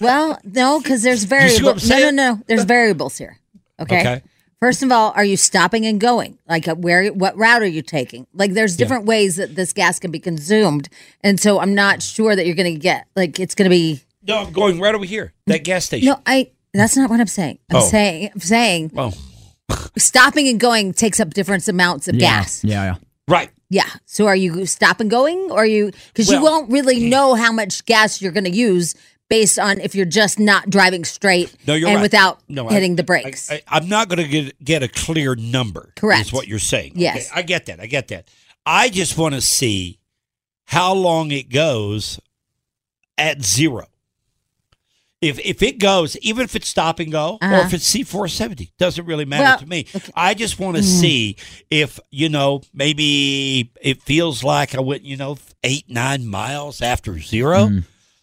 Speaker 3: Well, no, because there's
Speaker 5: see what I'm
Speaker 3: variables. No, no,
Speaker 5: saying?
Speaker 3: no. There's variables here. Okay?
Speaker 5: Okay.
Speaker 3: First of all, are you stopping and going? Like, uh, where? What route are you taking? Like, there's different ways that this gas can be consumed, and so I'm not sure that you're going to get like it's going to be.
Speaker 5: No, I'm going right over here. That gas station.
Speaker 3: No, I. That's not what I'm saying. I'm
Speaker 5: Oh.
Speaker 3: saying I'm saying
Speaker 5: Oh,
Speaker 3: stopping and going takes up different amounts of gas.
Speaker 7: Yeah, yeah.
Speaker 5: right.
Speaker 3: Yeah. So are you stop and going, or are you because you won't really know how much gas you're going to use based on if you're just not driving straight
Speaker 5: No, you're
Speaker 3: and
Speaker 5: right.
Speaker 3: without
Speaker 5: No, I-
Speaker 3: hitting the brakes.
Speaker 5: I, I'm not going to get get a clear number.
Speaker 3: Correct.
Speaker 5: Is what you're saying.
Speaker 3: Yes.
Speaker 5: Okay, I get that. I get that. I just want to see how long it goes at zero. If if it goes, even if it's stop and go, or if
Speaker 3: Uh-huh.
Speaker 5: it's C four seventy, doesn't really matter
Speaker 3: Well, Mm-hmm.
Speaker 5: to me. I just want to see if you know maybe it feels like I went you know eight nine miles after zero,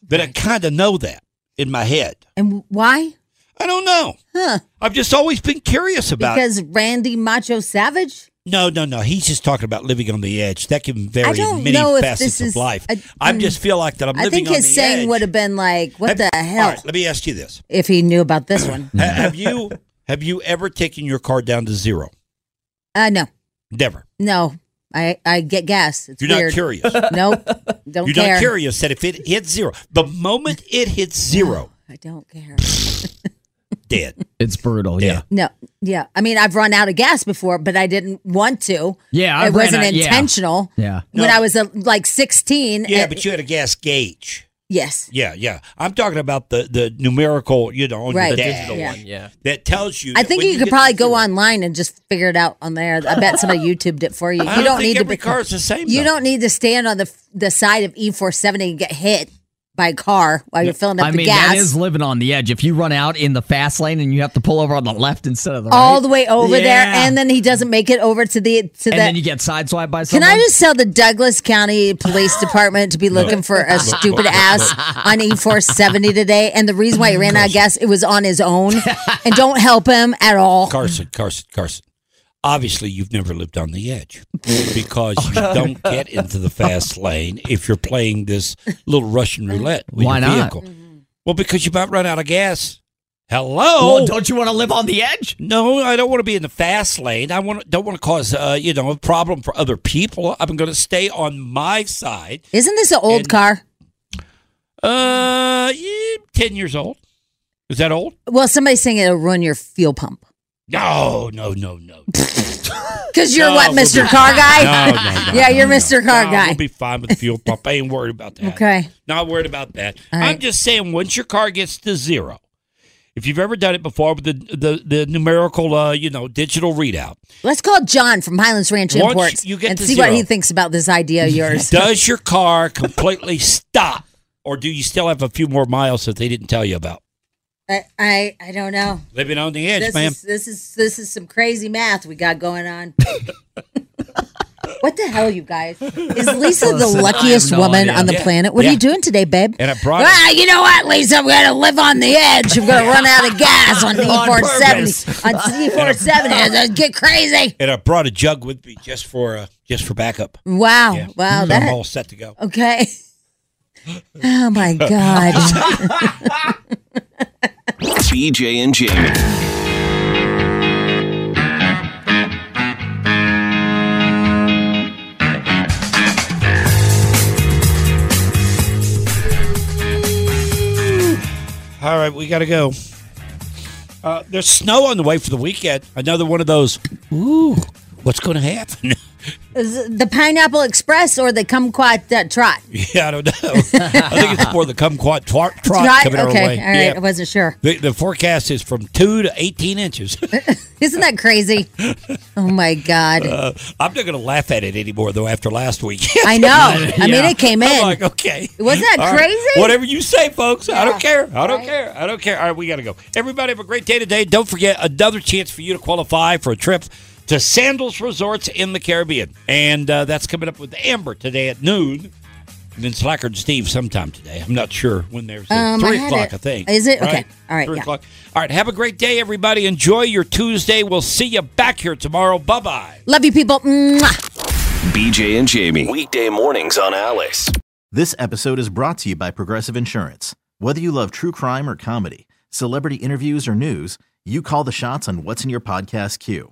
Speaker 5: but I kind of know that in my head.
Speaker 3: and why?
Speaker 5: I don't know.
Speaker 3: Huh.
Speaker 5: I've just always been curious about
Speaker 3: Because Randy Macho Savage?
Speaker 5: No, no, no. He's just talking about living on the edge. That can vary
Speaker 3: I don't
Speaker 5: in many
Speaker 3: know if
Speaker 5: facets
Speaker 3: this is-
Speaker 5: of life.
Speaker 3: I-
Speaker 5: I, am just feel like that I'm
Speaker 3: I
Speaker 5: living
Speaker 3: think
Speaker 5: on
Speaker 3: his
Speaker 5: the
Speaker 3: saying
Speaker 5: edge.
Speaker 3: would have been like, what the hell?
Speaker 5: All right, let me ask you this.
Speaker 3: If he knew about this one.
Speaker 5: Ha- have you have you ever taken your car down to zero?
Speaker 3: Uh, no,
Speaker 5: Never.
Speaker 3: no. I, I get gas. It's
Speaker 5: You're
Speaker 3: weird.
Speaker 5: not curious.
Speaker 3: Nope. Don't
Speaker 5: You're
Speaker 3: care.
Speaker 5: not curious that if it hits zero, the moment it hits zero,
Speaker 3: I don't care.
Speaker 5: dead.
Speaker 7: It's brutal. Yeah.
Speaker 3: No. Yeah. I mean, I've run out of gas before, but I didn't want to.
Speaker 7: Yeah, I
Speaker 3: it
Speaker 7: ran
Speaker 3: wasn't
Speaker 7: out- yeah.
Speaker 3: intentional.
Speaker 7: Yeah.
Speaker 3: When I uh, was uh, like 16.
Speaker 5: Yeah,
Speaker 3: and-
Speaker 5: but you had a gas gauge.
Speaker 3: yes.
Speaker 5: Yeah, yeah. I'm talking about the the numerical, you know, on your
Speaker 3: Right. The
Speaker 5: dash
Speaker 3: digital Yeah. one,
Speaker 6: yeah.
Speaker 5: That tells you.
Speaker 3: I
Speaker 5: that
Speaker 3: think
Speaker 5: when
Speaker 3: you, could
Speaker 5: get to
Speaker 3: probably
Speaker 5: zero-
Speaker 3: go online and just figure it out on there. I bet somebody YouTubed it for you.
Speaker 5: I
Speaker 3: you
Speaker 5: don't think
Speaker 3: need
Speaker 5: every
Speaker 3: to be,
Speaker 5: car's the same,
Speaker 3: You
Speaker 5: though.
Speaker 3: don't need to stand on the the side of E470 and get hit by a car while you're filling up
Speaker 7: I
Speaker 3: the
Speaker 7: mean,
Speaker 3: gas
Speaker 7: that is living on the edge. If you run out in the fast lane and you have to pull over on the left instead of the right,
Speaker 3: all the way over there,
Speaker 7: Yeah.
Speaker 3: and then he doesn't make it over to the to
Speaker 7: and
Speaker 3: the.
Speaker 7: then you get sideswiped by
Speaker 3: can
Speaker 7: someone.
Speaker 3: I just tell the Douglas County Police Department to be
Speaker 7: No.
Speaker 3: looking for
Speaker 7: No,
Speaker 3: a stupid
Speaker 7: no, no.
Speaker 3: ass on E470 today? And the reason why he ran out of gas, it was on his own. and don't help him at
Speaker 7: Oh.
Speaker 3: all.
Speaker 5: Carson, Carson, Carson. Obviously, you've never lived on the edge because
Speaker 7: Oh.
Speaker 5: you don't get into the fast lane if you're playing this little Russian roulette with
Speaker 7: Why
Speaker 5: your
Speaker 7: not? Mm-hmm.
Speaker 5: vehicle. Well, because you might run out of gas. Hello.
Speaker 7: Well, don't you want to live on the edge?
Speaker 5: no, I don't want to be in the fast lane. I want don't want to cause uh, you know a problem for other people. I'm going to stay on my side.
Speaker 3: Isn't this an old
Speaker 5: And-
Speaker 3: car?
Speaker 5: Uh, yeah, ten years old. Is that old?
Speaker 3: Well, somebody's saying it'll ruin your fuel pump.
Speaker 5: No, no, no, no.
Speaker 3: Because you're
Speaker 5: No,
Speaker 3: what,
Speaker 5: we'll
Speaker 3: Mr.
Speaker 5: be-
Speaker 3: Car Guy?
Speaker 5: No, no, no,
Speaker 3: yeah,
Speaker 5: no,
Speaker 3: you're
Speaker 5: no.
Speaker 3: Mr. Car
Speaker 5: No,
Speaker 3: Guy.
Speaker 5: We'll be fine with the fuel pump. I ain't worried about that.
Speaker 3: Okay.
Speaker 5: Not worried about that.
Speaker 3: All right.
Speaker 5: I'm just saying, once your car gets to zero, if you've ever done it before with the the, the numerical, uh, you know, digital readout,
Speaker 3: Let's call John from Highlands Ranch
Speaker 5: Once
Speaker 3: Imports
Speaker 5: you get
Speaker 3: and
Speaker 5: to
Speaker 3: see what
Speaker 5: zero.
Speaker 3: he thinks about this idea of yours.
Speaker 5: does your car completely stop, or do you still have a few more miles that they didn't tell you about?
Speaker 3: I, I, I don't know.
Speaker 5: Living on the edge,
Speaker 3: this
Speaker 5: ma'am.
Speaker 3: is this is this is some crazy math we got going on. what the hell, you guys? Is Lisa the
Speaker 5: Listen, I have
Speaker 3: luckiest
Speaker 5: no
Speaker 3: woman
Speaker 5: idea.
Speaker 3: on the
Speaker 5: Yeah.
Speaker 3: planet? What are
Speaker 5: Yeah.
Speaker 3: you doing today, babe?
Speaker 5: And I brought it.
Speaker 3: Ah, you know what, Lisa? I'm gonna live on the edge. I'm gonna run out of gas on D
Speaker 5: On
Speaker 3: four seventy.
Speaker 5: purpose.
Speaker 3: On D four seventy, get crazy.
Speaker 5: and I brought a jug with me just for uh, just for backup.
Speaker 3: Wow,
Speaker 5: Yeah.
Speaker 3: wow,
Speaker 5: So I'm
Speaker 3: that
Speaker 5: all set to go.
Speaker 3: okay. Oh my god.
Speaker 2: BJ and Jamie.
Speaker 5: All right, we got to go. Uh, there's snow on the way for the weekend. Another one of those. Ooh, what's going to happen?
Speaker 3: Is it the Pineapple Express or the Kumquat uh, Trot?
Speaker 5: yeah, I don't know. I think it's more the kumquat twat trot
Speaker 3: Trot?
Speaker 5: coming our
Speaker 3: Okay,
Speaker 5: way.
Speaker 3: all right. I
Speaker 5: Yeah.
Speaker 3: wasn't sure.
Speaker 5: The, the forecast is from two to eighteen inches.
Speaker 3: Isn't that crazy? oh my god.
Speaker 5: Uh, I'm not going to laugh at it anymore though. After last week,
Speaker 3: I know. I mean, it came
Speaker 5: I'm
Speaker 3: in.
Speaker 5: like, okay,
Speaker 3: Wasn't that
Speaker 5: All right.
Speaker 3: crazy?
Speaker 5: Whatever you say, folks. I don't care. I don't care. I don't care. All right, we got to go. Everybody have a great day today. Don't forget another chance for you to qualify for a trip to Sandals Resorts in the Caribbean, and uh, that's coming up with Amber today at noon. And then Slacker and Steve sometime today. I'm not sure when there's a
Speaker 3: Um, I
Speaker 5: three
Speaker 3: had
Speaker 5: o'clock.
Speaker 3: it.
Speaker 5: I think.
Speaker 3: Is it? Okay. All right,
Speaker 5: Three
Speaker 3: yeah.
Speaker 5: o'clock. All right. Have a great day, everybody. Enjoy your Tuesday. We'll see you back here tomorrow. Bye bye.
Speaker 3: Love you, people. Mwah.
Speaker 2: BJ and Jamie. Weekday mornings on Alice.
Speaker 13: This episode is brought to you by Progressive Insurance. Whether you love true crime or comedy, celebrity interviews or news, you call the shots on what's in your podcast queue.